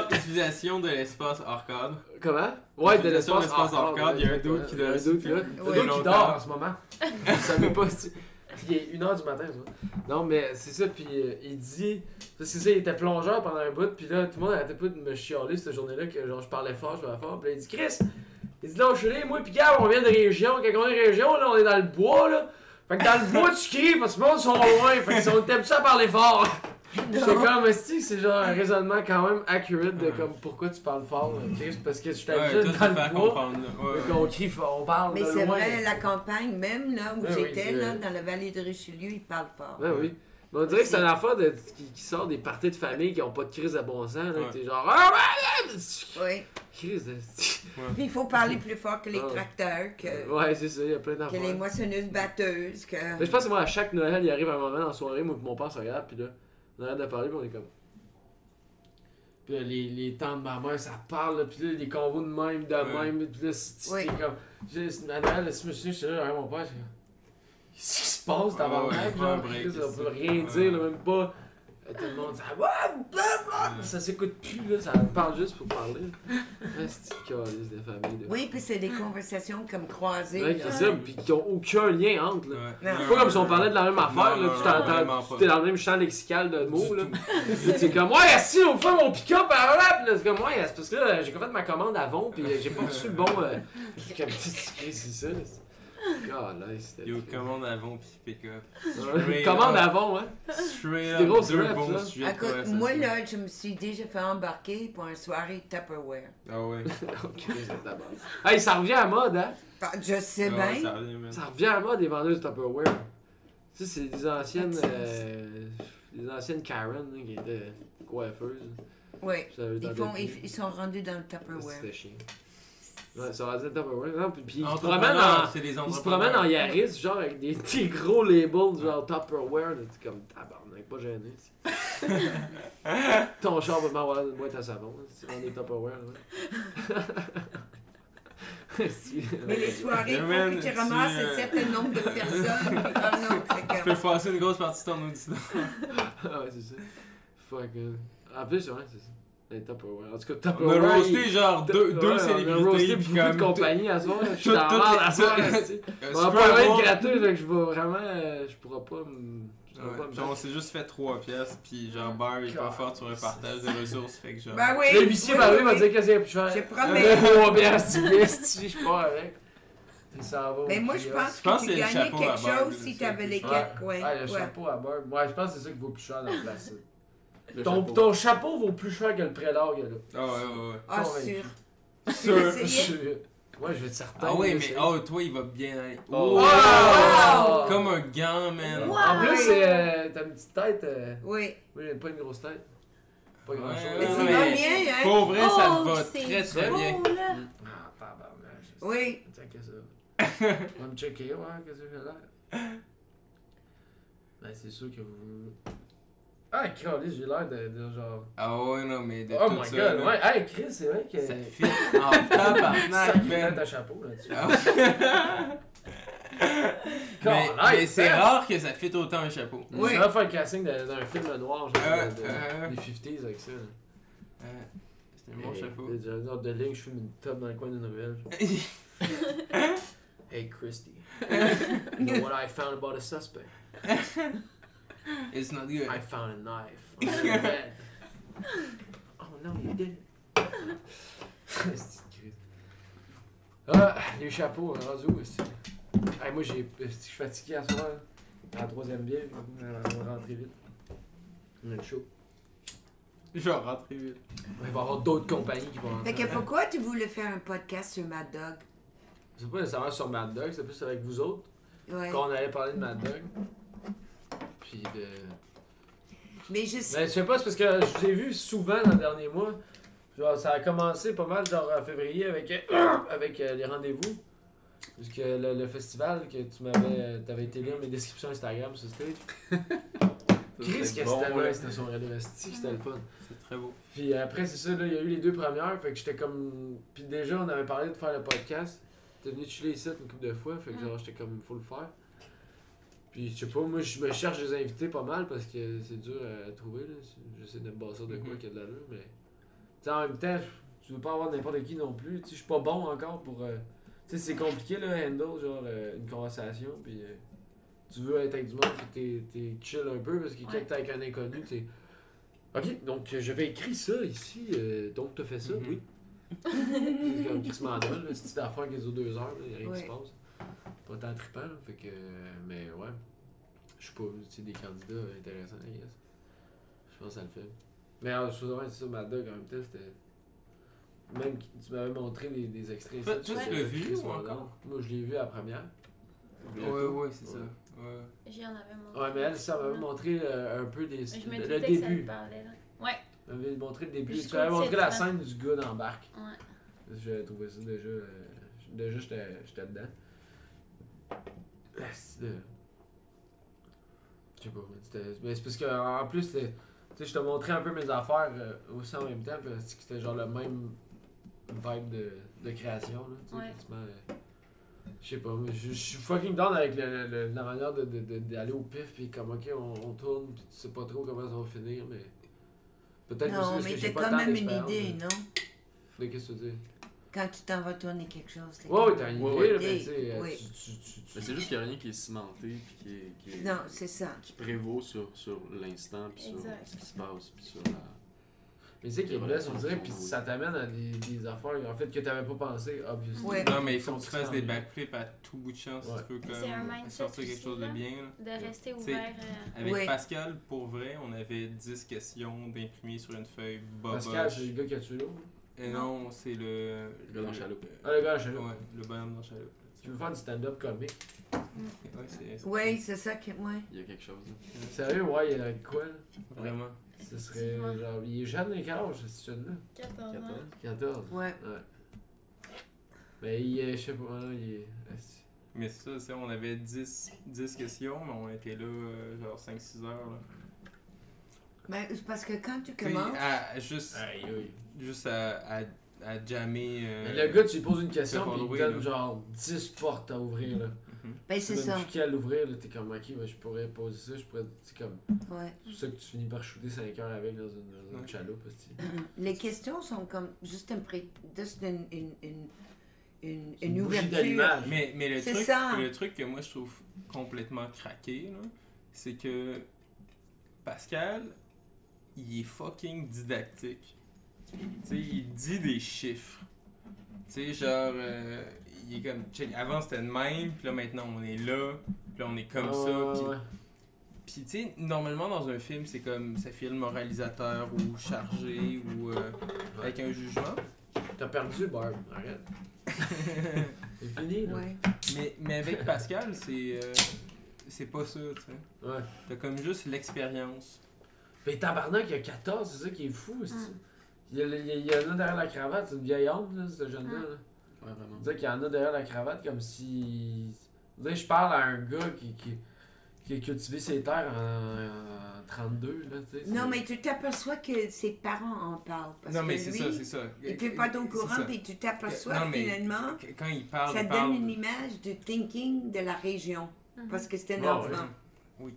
D: Encore utilisation de l'espace hors cadre.
C: Comment Ouais, de
D: Utilisation
C: l'espace
D: de l'espace hors cadre, il y a un
C: exactement.
D: dude qui
C: Il y a
D: doit
C: un
D: rester
C: dude, là.
D: plus
C: Le
B: Ouais.
C: dude qui
D: longtemps.
C: dort en ce moment. Je savais pas si. Il est 1h du matin, ça. Non, mais c'est ça, puis euh, il dit. Parce que c'est ça, il était plongeur pendant un bout, puis là, tout le monde arrêtait pas de me chialer cette journée-là, que genre je parlais fort, je parlais fort, puis là, il dit Chris Il dit non, je suis là, moi, puis Gab, on vient de région. Quand on est région, là, on est dans le bois, là. Fait que dans le bois, tu cries parce que le monde sont loin, fait que si on était plus à parler fort. C'est comme, esti, c'est genre un raisonnement quand même accurate de
D: Ouais.
C: comme pourquoi tu parles fort, là, Chris, parce que je
D: Ouais,
C: t'habitude
D: toi, tu
C: dans
D: faire
C: le bois.
D: comprendre. là. Ouais, ouais.
C: Fait qu'on crie, fort, on parle
B: Mais
C: de
B: c'est
C: loin.
B: vrai, la campagne, même là où
C: Ah oui,
B: j'étais,
C: c'est-
B: là, dans la vallée de Richelieu, ils parlent fort.
C: Ben oui. Mais on dirait que c'est un affaire de- qui, qui sort des parties de famille qui ont pas de crise de bon sens. là.
D: Ouais.
C: T'es genre. Ah, ouais, ouais, ouais.
B: Oui.
C: Crise de.
B: Puis il faut parler plus fort que les
C: Ah.
B: tracteurs, que,
C: Ouais, c'est ça, il y a plein
B: que les
C: d'affaires.
B: moissonneuses batteuses, que.
C: Mais je pense que moi, à chaque Noël, il arrive un moment dans la soirée, moi, pis mon père se regarde, puis là, on arrête de parler, puis on est comme. Puis là, les, les tantes de ma mère, ça parle, là, puis là, les convos de même, de
D: Ouais.
C: même, puis là, c'est c'est
B: Oui.
C: comme. Juste, à Noël, si je me souviens, j'étais là, derrière mon père, j'étais comme. Qu'est-ce qui se passe, t'as
D: Ouais,
C: avant
D: ouais, prends un
C: genre,
D: break,
C: Chris, on
D: ici.
C: peut rien dire, là,
D: Ouais.
C: même pas. Tout le monde, ça va, ça s'écoute plus, là, ça parle juste pour parler. Ouais, c'est une calice de famille, de.
B: Oui, puis c'est des conversations comme croisées.
C: Ouais,
B: là.
C: c'est ça, puis qui ont aucun lien entre, là.
D: Ouais.
B: Non.
D: Non,
C: C'est pas comme si on parlait de la même
D: Non,
C: affaire,
D: non,
C: là,
D: non,
C: tu
D: vraiment
C: t'entends,
D: pas.
C: tu es dans le même champ lexical de
D: Du
C: mots, là.
D: tout.
C: Puis C'est comme, ouais, si, on fait mon pick-up, ah, là, Puis là, c'est comme, ouais, c'est parce euh, que là, j'ai fait ma commande avant, puis j'ai pas reçu le bon. euh, Puis comme, c'est c'est ça, là. Calais, c'était.
D: Yo, commande avant pis pick-up.
C: Ouais. Commande avant, hein?
D: Straight
C: C'est
D: up,
C: gros
D: deux
C: rap,
D: bons
C: là.
D: sujets de
B: Écoute,
D: conversation.
B: moi, là, je me suis déjà fait embarquer pour une soirée Tupperware.
D: Ah ouais.
C: Ok, c'est de la base. Hey, ça revient à mode, hein?
B: Fa- Je sais
D: Ah ouais, ça
B: bien.
D: revient, man.
C: Ça revient à mode, les vendeuses Tupperware. Tu sais, c'est des anciennes. euh, des anciennes Karen, là, qui étaient coiffeuses.
B: Oui.
C: Puis ça avait
B: Ils,
C: dans
B: font,
C: le
B: ils,
C: cul.
B: ils sont rendus dans le Tupperware.
C: C'était chiant. Ouais, ça revient à Tupperware. Non, puis, puis ils se promènent
D: Entrepreneurs,
C: en.
D: c'est des
C: Ils se promènent
D: entrepreneurs.
C: en Yaris, genre avec des, des gros labels, du genre Tupperware, là, t'es comme tabarnak, pas gêné. t'sais. Ton char va m'avoir une boîte à savon, là, si tu vends des Tupperware. là. Si-
B: Mais les soirées, il faut
D: Amen,
B: que tu
D: tu,
B: ramasses
D: euh,
B: un certain nombre de personnes. Ah non, c'est
D: Tu peux
B: carrément-
D: passer une grosse partie de ton audition.
C: Ah ouais, c'est ça. Fuck, man. En plus, ouais, c'est ça. Les Tupperware. En tout cas,
D: On a
C: Tupperware.
D: roasté
C: ils-
D: genre deux,
C: Ouais,
D: deux
C: On a roasté
D: célébrités
C: beaucoup
D: pis
C: de
D: comme...
C: compagnies à soir. là. Je suis
D: tout-
C: dans la
D: toutes
C: merde
D: les-
C: à soir.
D: tout-
C: là, tu sais.
D: Euh,
C: On va
D: tu peux
C: pas être
D: avoir-
C: gratuit, fait que je vais vraiment. euh, Je pourrais pas me. je pourrais pas
D: Ouais,
C: me
D: genre on s'est juste fait 3 pièces pis genre Bear est pas fort sur le partage de ressources fait que genre
B: Ben oui.
C: Le huissier
B: oui,
C: m'a
B: oui,
C: m'a
B: oui.
C: dit que c'est plus cher.
B: Je promets.
D: Euh,
C: Il y en a trois bières, si tu veux, si je pars avec. Il s'en va.
B: Mais
C: au
B: moi, je
C: kiosque.
B: pense
D: Je pense
B: que
D: que
B: tu
D: c'est le
B: gagnais
D: chapeau à
B: quelque
D: barbe,
B: chose
D: là,
B: si
D: c'est
B: tu avais
D: le
B: les
D: plus
B: quatre coins.
C: Ah, le
B: Ouais.
C: chapeau à beurre. Ouais, je pense que c'est ça qui vaut plus cher dans la place. ça.
E: Le
C: ton,
E: chapeau.
C: ton chapeau vaut plus cher que le prélat, il y a là.
D: Ah ouais ouais ouais
B: Ah,
C: Convaincu.
B: sûr.
D: Sûr.
B: C'est-
C: Je- Moi, je vais être certain.
D: Ah ouais
C: là,
D: mais
C: c'est- Ah!
D: oh toi il va bien aller Oh!
E: Oh.
B: Wow!
D: Comme un gant man
F: Wow!
C: En plus, euh, t'as une petite tête. euh,
B: Oui.
C: Oui, j'ai pas une grosse tête. Pas
D: Ouais,
C: grand chose.
B: Mais
D: ouais,
B: c'est
D: ouais.
B: pas bien, hein?
D: Pour vrai ça te va
F: oh, c'est
D: très très
F: beau,
D: bien
F: là.
C: Ah, tabarnak. je-
B: Oui.
C: Check ça. On va me checker, ouais, qu'est-ce que j'ai l'air. Ben, c'est sûr que vous. Ah, Carlis, j'ai l'air de, de genre.
D: Ah ouais non mais de
C: oh
D: tout
C: my
D: ça
C: god,
D: là,
C: ouais. Hey, Chris, c'est vrai que.
D: Ça fit en tabarnak
C: met
D: man
C: ta chapeau là-dessus.
D: Ah ouais. Mais,
C: Calais,
D: mais c'est
C: man.
D: rare que ça fit autant un chapeau
C: Je
B: Oui.
C: vais hein? faire un casting d'un d'un film noir, genre
D: Euh,
C: de- de-
D: euh,
C: des 50s avec ça. là.
D: Euh, C'est un bon
C: Et-
D: chapeau
C: et J'ai un ordre de ligne, je fume une top dans le coin d'une ruelle. Hey Christy, you know what I found about a suspect?
D: It's not good
C: I found a knife. under the bed. oh no, you didn't. C'est cute. ah, les chapeaux, hein, rendu où aussi? Hey, moi, j'ai- euh, je suis fatigué à soir. À la troisième bière, on va rentrer vite. On est chaud.
D: Je vais rentrer vite
C: Il va y avoir d'autres compagnies qui vont
B: Fait
C: rentrer.
B: que pourquoi tu voulais faire un podcast sur Mad Dog?
C: C'est pas nécessairement sur Mad Dog, c'est plus avec vous autres.
B: Ouais.
C: Quand on allait parler de Mad Dog. Puis de.
B: Mais je sais.
C: Ben, je sais pas, c'est parce que je vous ai vu souvent dans le dernier mois. Genre, ça a commencé pas mal, genre en février, avec, avec euh, les rendez-vous. Parce que le, le festival que tu m'avais. euh, T'avais été lire mes descriptions Instagram sur stage. Chris, que c'était
E: bon,
C: nice,
E: là.
C: c'était son radio esti, c'était le fun.
D: C'est très beau
C: Puis après, c'est ça, là, il y a eu les deux premières. Fait que j'étais comme. Puis déjà, on avait parlé de faire le podcast. T'es venu chiller ici une couple de fois. Fait que genre, j'étais comme, faut le faire. Puis je sais pas, moi, je me cherche des invités pas mal parce que c'est dur à trouver. là. J'essaie de me bâtir de quoi
D: Mhm.
C: qu'il y a de l'allure, mais. Tu sais, en même temps, tu veux pas avoir n'importe qui non plus. Tu sais, je suis pas bon encore pour. euh, Tu sais, c'est compliqué, là, handle, genre, euh, une conversation. Puis. euh, tu veux être avec du monde, puis t'es, t'es chill un peu parce que quand
F: Ouais.
C: t'es avec un inconnu, t'es. Ok, donc euh, j'avais écrit ça ici, euh, donc t'as fait ça,
D: Mhm.
C: oui. c'est comme Chris Mandel, là, c'est d'affaire qu'ils ont deux heures, il y a rien qui
B: Ouais.
C: se passe. Pas tant trippant, là, fait que. euh, Mais ouais. Je suis pas tu sais, des candidats euh, intéressants, I guess. Je pense que ça le fait. Mais alors, je trouve vraiment que c'est ça, Mad Dog, en même temps, c'était. Même qui- tu m'avais montré des, des extraits.
D: Toi-
C: ça,
D: toi, tu
C: sur,
D: l'as
C: euh,
D: vu
C: Chris
D: ou
C: Mandel.
D: encore?
C: Moi, je l'ai vu à la première.
D: Ouais ouais c'est ça
C: Ouais.
D: Ouais
F: J'en avais montré.
C: Ouais, mais elle, ça m'avait
F: Non.
C: montré euh, un peu des,
F: Mm-hmm. Je me
C: le,
F: doutais que ça
C: début.
F: me parlait, là. Ouais,
C: Elle m'avait montré le début. Tu
F: Jusqu'au
C: m'avais montré la
F: titre,
C: scène du gars dans la barque.
F: ouais.
C: J'avais trouvé ça déjà. euh, déjà, j'étais j'étais dedans. Ah, c'est de- Je sais pas, mais c'était- mais c'est parce que en plus, c'était- tu sais, je te montrais un peu mes affaires euh, aussi en même temps, puis c'est que c'était genre le même vibe de, de création, là, tu sais,
F: Ouais.
C: quasiment, euh, Je sais pas, mais je je suis fucking down avec le- le- le- la manière d'aller de, de- d'aller au pif, puis comme ok, on, on tourne, puis tu sais pas trop comment ça va finir, mais. Peut-être aussi
B: Non,
C: parce
B: mais
C: que j'ai
B: t'as
C: pas
B: quand
C: tant
B: même une
C: d'expérience,
B: idée,
C: mais-
B: non?
C: De qu'est-ce que tu veux dire?
B: Quand tu t'en vas tourner quelque chose. t'as
C: Ouais,
B: quand
C: ouais, t'as une idée,
E: Ouais,
C: là,
E: ouais.
C: mais tu
B: Idée,
C: sais, euh,
B: oui.
C: tu- tu- tu- tu-
E: Mais c'est juste qu'il n'y a rien qui est cimenté puis qui, est, qui, est-
B: même- Non, c'est ça.
E: qui prévaut sur, sur l'instant puis sur
F: Exact.
E: ce qui se passe puis sur la.
C: Mais tu sais qu'ils blessent, on dirait, puis ça t'amène à des, des affaires, en fait, que t'avais pas pensé, obviously.
B: Ouais.
D: Non, mais il faut que
C: Ils
D: tu
C: sont
D: fasses des
C: différents.
D: backflips à tout bout de champ si
C: Ouais.
D: tu veux
F: Mais c'est un
D: comme
F: mindset
D: sortir quelque
F: aussi,
D: chose de
F: là.
D: bien. là.
F: de rester
D: T'sais,
F: ouvert. euh,
D: Avec
B: Ouais.
D: Pascal, pour vrai, on avait 10 questions d'imprimer sur une feuille boba.
C: Pascal, c'est le gars qui a tué l'eau.
D: Et non, c'est le. euh,
E: Le gars dans la chaloupe.
C: Ah, le gars, je suis là.
D: Ouais, le bonhomme dans Chaloupe.
C: Tu veux faire du stand-up comique?
D: Ouais, c'est. c'est-
B: Oui, c'est ça que. Ouais.
E: Il y a quelque chose. là.
C: Sérieux, ouais, il y a de quoi, là?
D: Vraiment.
C: Ce serait genre. Il est jeune, il a quel âge, ce jeune-là
F: 14 ans.
E: 14.
C: 14.
B: Ouais.
C: Ouais. Mais il est, je sais pas, là, il est. Asti.
D: Mais c'est ça, c'est- on avait 10, 10 questions, mais on était là euh, genre 5-6 heures. Là.
B: Ben, c'est parce que quand tu
D: Tu sais,
B: commences.
D: à- juste,
C: Aïe, aïe.
D: juste à, à, à jammer. euh,
C: Mais le gars, tu lui poses une question,
D: c'est
C: puis il te
D: Broadway,
C: donne
D: là.
C: genre 10 portes à ouvrir, là.
B: Ben,
C: Tu
B: c'est
C: donnes
B: ça.
C: plus qu'à l'ouvrir, là, t'es comme, ok, ben, je pourrais poser ça, je pourrais. C'est comme.
B: Ouais.
C: C'est pour ça que tu finis par shooter 5 heures avec dans une, dans une
D: Ouais.
C: chaloupe, asti.
B: Les questions sont comme juste, un pré- juste une, une, une, une,
C: C'est
B: une
C: une bougie
B: ouverture.
C: d'allumage.
D: Mais, mais le,
B: C'est
D: truc,
B: ça.
D: le truc que moi je trouve complètement craqué, là, c'est que Pascal, il est fucking didactique. Tu sais, il dit des chiffres. Tu sais, genre, euh, il est comme, check, avant c'était de même, puis là maintenant on est là, puis là on est comme ça,
C: Ah, Ouais,
D: puis
C: ouais.
D: Puis tu sais, normalement dans un film, c'est comme ça fait le moralisateur ou chargé ou euh, avec un jugement.
C: T'as perdu, Barb, arrête. C'est fini, là.
B: Ouais.
D: Mais, mais avec Pascal, c'est euh, c'est pas ça, tu sais.
C: Ouais.
D: T'as comme juste l'expérience.
C: Mais tabarnak, il y a 14, c'est ça qui est fou,
B: Ah.
C: asti. Il y, a, il y a- il y en a derrière la cravate, c'est une vieille honte, là, ce
B: Ah.
C: jeune-là.
F: Mm.
C: là.
E: Ouais, vraiment.
C: On dirait qu'il y en a derrière la cravate comme si. On dirait que je parle à un gars qui, qui, qui a cultivé ses terres en, en 32, là, tu sais.
B: Non,
C: c'est-
B: mais tu t'aperçois que ses parents en parlent. Parce
D: non, mais
B: que
D: c'est
B: lui,
D: ça, c'est ça.
B: Il peut pas être au
D: C'est
B: courant,
D: ça.
B: puis tu
D: Non,
B: t'aperçois
D: mais-
B: finalement.
D: Qu- Quand il parle,
B: Ça
D: il
B: donne
D: parle.
B: une image du thinking de la région.
F: Mhm.
B: Parce que c'est un
C: Ah,
B: enfant.
D: Oui.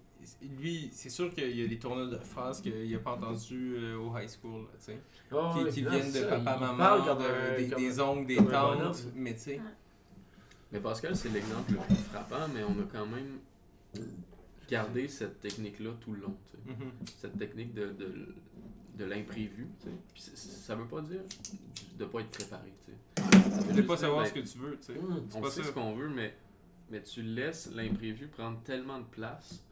D: Lui, c'est sûr qu'il y a des tournois de phrases qu'il a pas entendu euh, au high school, là, tu sais.
C: Ah,
D: Qui,
C: ouais,
D: qui
C: non,
D: viennent
C: c'est
D: de
C: ça,
D: papa,
C: il
D: maman,
C: parle comme
D: de-
C: un-
D: des,
C: comme
D: des
C: un-
D: oncles, des
C: comme un bonhomme.
D: tantes, mais tu sais.
E: Mais Pascal, c'est l'exemple le plus frappant, mais on a quand même gardé cette technique-là tout le long. tu sais.
D: Mhm.
E: Cette technique de, de, de l'imprévu. tu sais. Puis c'est- c'est- Ça veut pas dire de pas être préparé. tu sais. Ça veut
D: De
E: juste
D: pas
E: dire,
D: savoir
E: ben,
D: ce que tu veux, tu sais.
C: Hum,
D: C'est
E: On
D: pas
E: sait
D: ça.
E: ce qu'on veut, mais, mais tu laisses l'imprévu prendre tellement de place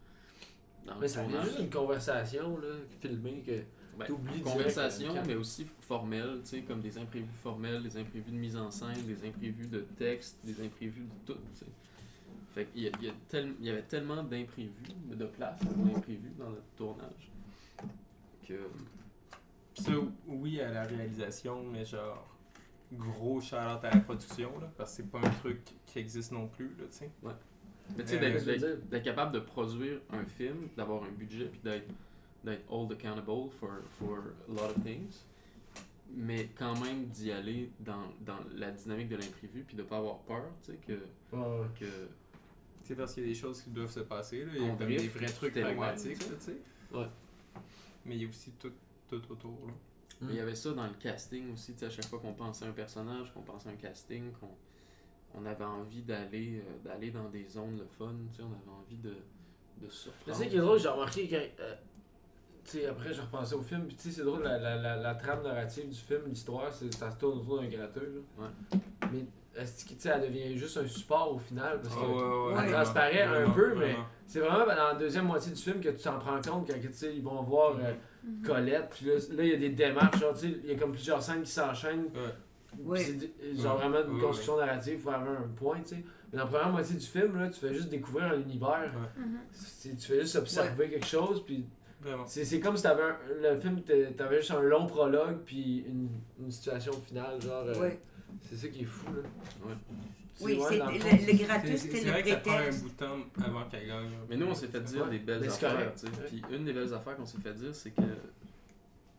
E: dans
C: Mais
E: le
C: ça vient
E: tournage.
C: juste d'une conversation, là, filmée, que.
E: Ben,
C: T'oublies
E: conversation,
C: direct, euh,
E: mais aussi formelle, tu sais, comme des imprévus formels, des imprévus de mise en scène, des imprévus de texte, des imprévus de tout, tu sais. Fait qu'il y, a- il y a tel- il y avait tellement d'imprévus, de place pour l'imprévu dans notre tournage, que...
D: Ça, oui, à la réalisation, mais genre, gros shout à la production, là, parce que c'est pas un truc qui existe non plus, là, tu sais.
E: Mais tu sais,
D: Euh,
C: je
E: d'être-
C: veux
E: d'être
C: dire-
E: d'être capable de produire un film, d'avoir un budget, puis d'être d'être all accountable for, for a lot of things, mais quand même d'y aller dans, dans la dynamique de l'imprévu, puis de pas avoir peur, tu sais, que...
C: Ouais.
E: que
D: C'est parce qu'il y a des choses qui doivent se passer, là. Il y a
E: Qu'on
D: comme
E: drift,
D: des vrais
E: tu
D: trucs
E: t'éloignes,
D: pragmatiques,
E: tu sais.
D: là, tu sais.
C: Ouais.
D: Mais il y a aussi tout, tout autour, là.
E: Mais il y avait ça dans le casting aussi, tu sais, à chaque fois qu'on pensait à un personnage, qu'on pensait à un casting, qu'on on avait envie d'aller euh, d'aller dans des zones le fun, tu sais, on avait envie de, de
C: Tu
E: surprendre.
C: sais, qui est drôle, j'ai remarqué quand. euh, tu sais, après, j'ai repensé au film, puis tu sais, c'est drôle, la, la, la, la trame narrative du film, l'histoire, c'est- ça se tourne autour d'un gratteux, là. Mais, est-ce que, tu sais, elle devient juste un support au final,
D: Ah,
E: Ah
C: parce que.
B: ouais,
D: vraiment,
C: transparaît un
D: vraiment,
C: peu, mais-
D: vraiment.
C: C'est vraiment dans la deuxième moitié du film que tu t'en prends compte quand tu sais, ils vont voir euh,
F: Mhm.
C: Colette. Puis là, là, il y a des démarches. genre, tu sais, Il y a comme plusieurs scènes qui s'enchaînent.
D: Ouais.
C: Puis
B: Ouais.
C: C'est du- genre
D: Ouais.
C: vraiment une
D: Ouais,
C: construction narrative pour avoir un point. tu sais. Mais dans la première moitié du film, là, tu fais juste découvrir un univers.
F: Mhm.
C: C'est- Tu fais juste observer quelque chose. Puis
D: Vraiment.
C: c'est c'est comme si t'avais un- le film, t'a- t'avais juste un long prologue. Puis une, une situation finale. Genre, euh,
B: Ouais.
C: c'est ça qui est fou. Là.
E: Ouais.
C: C'est-
B: Oui,
C: ouais,
B: c'est
C: dans le fond,
B: le, le
D: C'est-
B: gratuit,
D: C'est
B: c'était
D: c'est
B: le
D: vrai que ça prend un
B: prétexte.
D: bout de temps avant qu'elle gagne. là.
E: Mais nous, on s'est fait dire
C: Ouais.
E: des belles
C: Mais c'est
E: affaires,
C: correct.
E: tu sais.
C: Ouais.
E: Puis une des belles affaires qu'on s'est fait dire, c'est que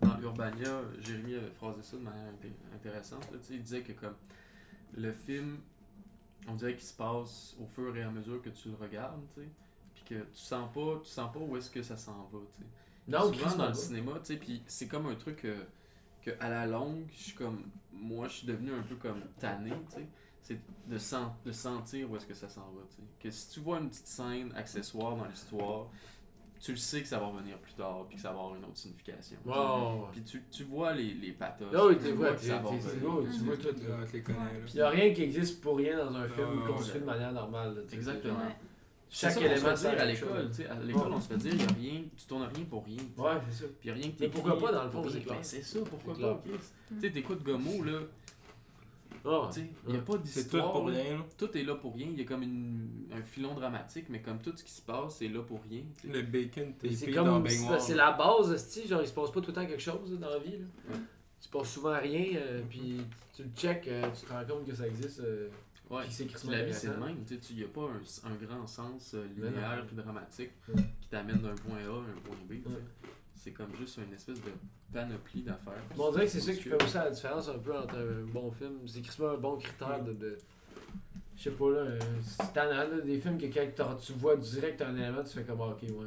E: dans Urbania, Jérémy avait phrasé ça de manière inté- intéressante, là, tu sais, il disait que comme le film, on dirait qu'il se passe au fur et à mesure que tu le regardes, tu sais. Puis que tu sens pas, tu sens pas où est-ce que ça s'en va, tu sais.
C: Non,
E: souvent
C: Chris,
E: dans le
C: pas.
E: cinéma, tu sais, puis c'est comme un truc euh, que à la longue, je suis comme moi, je suis devenu un peu comme tanné, tu sais, c'est de, sen- de sentir où est-ce que ça s'en va, tu sais. Que si tu vois une petite scène accessoire dans l'histoire, tu le sais que ça va revenir plus tard, puis que ça va avoir une autre signification.
C: Wow.
E: Puis tu, tu vois les, les pathos.
C: Là, oui,
E: tu
C: tu vois,
E: que
C: tu
E: ça va revenir.
C: vois, tu vois tout. là.
D: les connais, là.
C: Il n'y a rien qui existe pour rien dans un film
D: Non,
C: construit
E: Ah, ouais.
C: de manière normale. là, tu sais.
E: Exactement.
F: Ouais.
E: Chaque
C: C'est ça qu'on se
E: élément
C: fait
E: sert
C: dire
E: à
C: à quelque
E: l'école.
C: chose.
E: tu sais, À l'école,
C: Ouais.
E: on se fait dire, y a rien, tu tournes à rien pour rien. tu sais.
C: Ouais, c'est ça.
E: Puis rien que
C: Mais
E: t'écris,
C: pourquoi pas, dans le fond,
E: rien.
C: c'est clair.
E: Ben, C'est ça, pourquoi
C: C'est
E: pas, Chris. Tu sais, t'écoutes Gomo, là.
C: Ah,
E: Tu sais, y a pas
D: C'est tout
E: d'histoire.
D: pour
E: là.
D: rien, là.
E: Tout est là pour rien. Il y a comme une- un filon dramatique, mais comme tout ce qui se passe, c'est là pour rien. tu sais.
D: Le bacon, t'es
C: Mais C'est
D: pris dans
C: comme.
D: la
C: c'est-
D: baignoire.
C: C'est la base, sti, genre, il se passe pas tout le temps quelque chose là, dans la vie. Là.
E: Ouais.
C: Il se passe souvent rien, euh, puis tu le check, euh, tu te rends compte que ça existe. euh,
E: Ouais.
C: Puis c'est
E: Puis
C: crissement
E: la vie, c'est le
C: intéressant.
E: même. Tu sais, n'y a pas un, un grand sens euh,
C: Mais non.
E: linéaire puis dramatique
C: Ouais.
E: qui t'amène d'un point A à un point B. tu sais.
C: Ouais.
E: C'est comme juste une espèce de panoplie d'affaires.
C: Bon, on dirait que c'est ça qui fait aussi la différence un peu entre un bon film. C'est crissement un bon critère de. de- je sais pas, là. euh, C'est t'en as, là, des films que quand t'en- tu vois direct un élément, tu fais comme, Ah, ok, ouais. euh,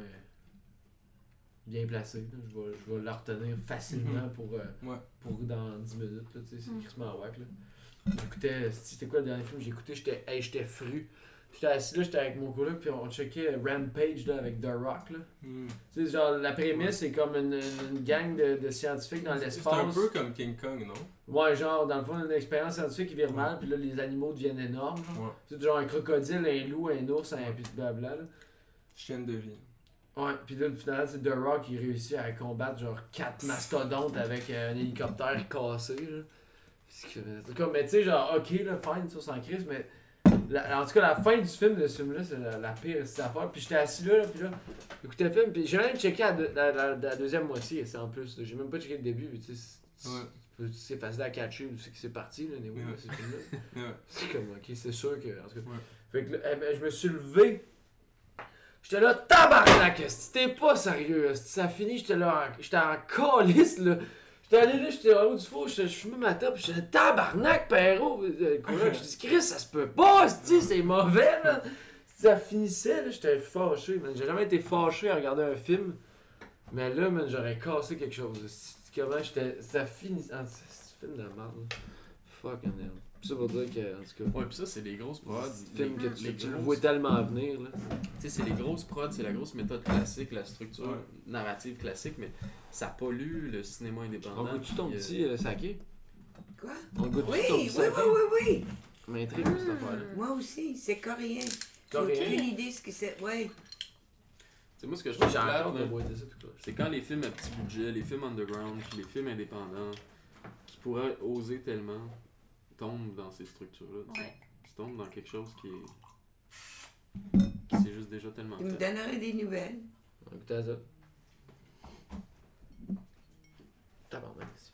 C: Bien placé, là, je vais, je vais le retenir facilement pour, euh,
D: Mhm. Ouais.
C: pour dans 10 minutes. là, tu sais,
F: Mm.
C: C'est crissement whack. Là. J'écoutais, c'était quoi le dernier film que j'ai écouté J'étais hey, j'étais fru. J'étais assis là, j'étais avec mon coloc, puis on checkait Rampage là, avec The Rock. Là.
D: Hmm.
C: Tu sais, genre, la prémisse, c'est comme une, une gang de, de scientifiques dans l'espace.
D: C'est un peu comme King Kong, non?
C: Ouais, genre, dans le fond, une expérience scientifique qui vire mal, puis là, les animaux deviennent énormes. genre.
D: Ouais.
C: C'est genre un crocodile, un loup, un ours, un puis de blabla. là.
D: Chienne de vie.
C: Ouais, puis là, finalement, c'est The Rock, il réussit à combattre genre 4 mastodontes avec euh, un hélicoptère cassé. là. C'est que- c'est comme, mais tu sais, genre, ok, là, fine, ça, sans crise, mais. la- en tout cas, la fin du film, de ce film-là, c'est la, la pire c'est affaire. Puis j'étais assis là, là puis là, j'écoutais le film, puis j'ai même checké la, deux- la- la- la deuxième moitié, c'est en plus. là. J'ai même pas checké le début, puis tu sais. c'est-
D: Ouais.
C: c'est- C'est facile à catcher, où c'est que c'est parti, là, niveau,
D: Ouais.
C: c'est film-là.
D: Ouais.
C: C'est comme, ok, c'est sûr que. En tout cas.
D: Ouais.
C: Fait que là, eh ben, je me suis levé. J'étais là, tabarnak, esti, t'es pas sérieux, esti, ça finit, j'étais là, en- j'étais en calice, là. J'étais allé là, j'étais en haut du four, j'étais- je fumais ma top, j'étais tabarnak, Perrault. Euh, quoi, là, Je dis, Chris, ça se peut pas, esti, c'est mauvais, man. Ça finissait, là, j'étais fâché, man. J'ai jamais été fâché à regarder un film, mais là, man, j'aurais cassé quelque chose, esti. Comment j'étais. Ça finissait. Ah, c'est- c'est un film de merde, là. Fucking hell. Ça pour dire que, en tout cas.
E: Ouais, puis ça, c'est les grosses prods.
C: C'est
E: Les,
C: un film que tu,
E: les
C: tu le
E: grosses-
C: vois tellement venir. Là.
E: tu sais, c'est les grosses prods, c'est la grosse méthode classique, la structure
D: Ouais.
E: narrative classique, mais ça pollue le cinéma indépendant.
A: On goûte-tu ton
E: puis, euh,
A: petit euh, saké?
B: Quoi?
A: On goûte-tu
B: Oui,
A: ton
B: oui,
A: petit
B: oui,
A: saké?
B: oui, oui.
A: M'intrigue cette affaire-là.
F: Mhm.
B: Moi aussi, c'est coréen. J'ai
C: Coréen?
B: aucune idée ce que c'est. Oui.
E: Tu sais, moi, ce que je trouve
C: J'ai
E: plate,
C: encore de
E: là,
C: boiter ça tout
E: c'est quand les films à petit budget, les films underground, puis les films indépendants, qui pourraient oser tellement, tombent dans ces structures-là. tu sais.
F: Ouais.
E: Tu tombes dans quelque chose qui est. qui c'est juste déjà tellement.
B: Tu me
E: fait.
B: donnerais des nouvelles.
C: On goûtait à ça. Tabarnak. c'est-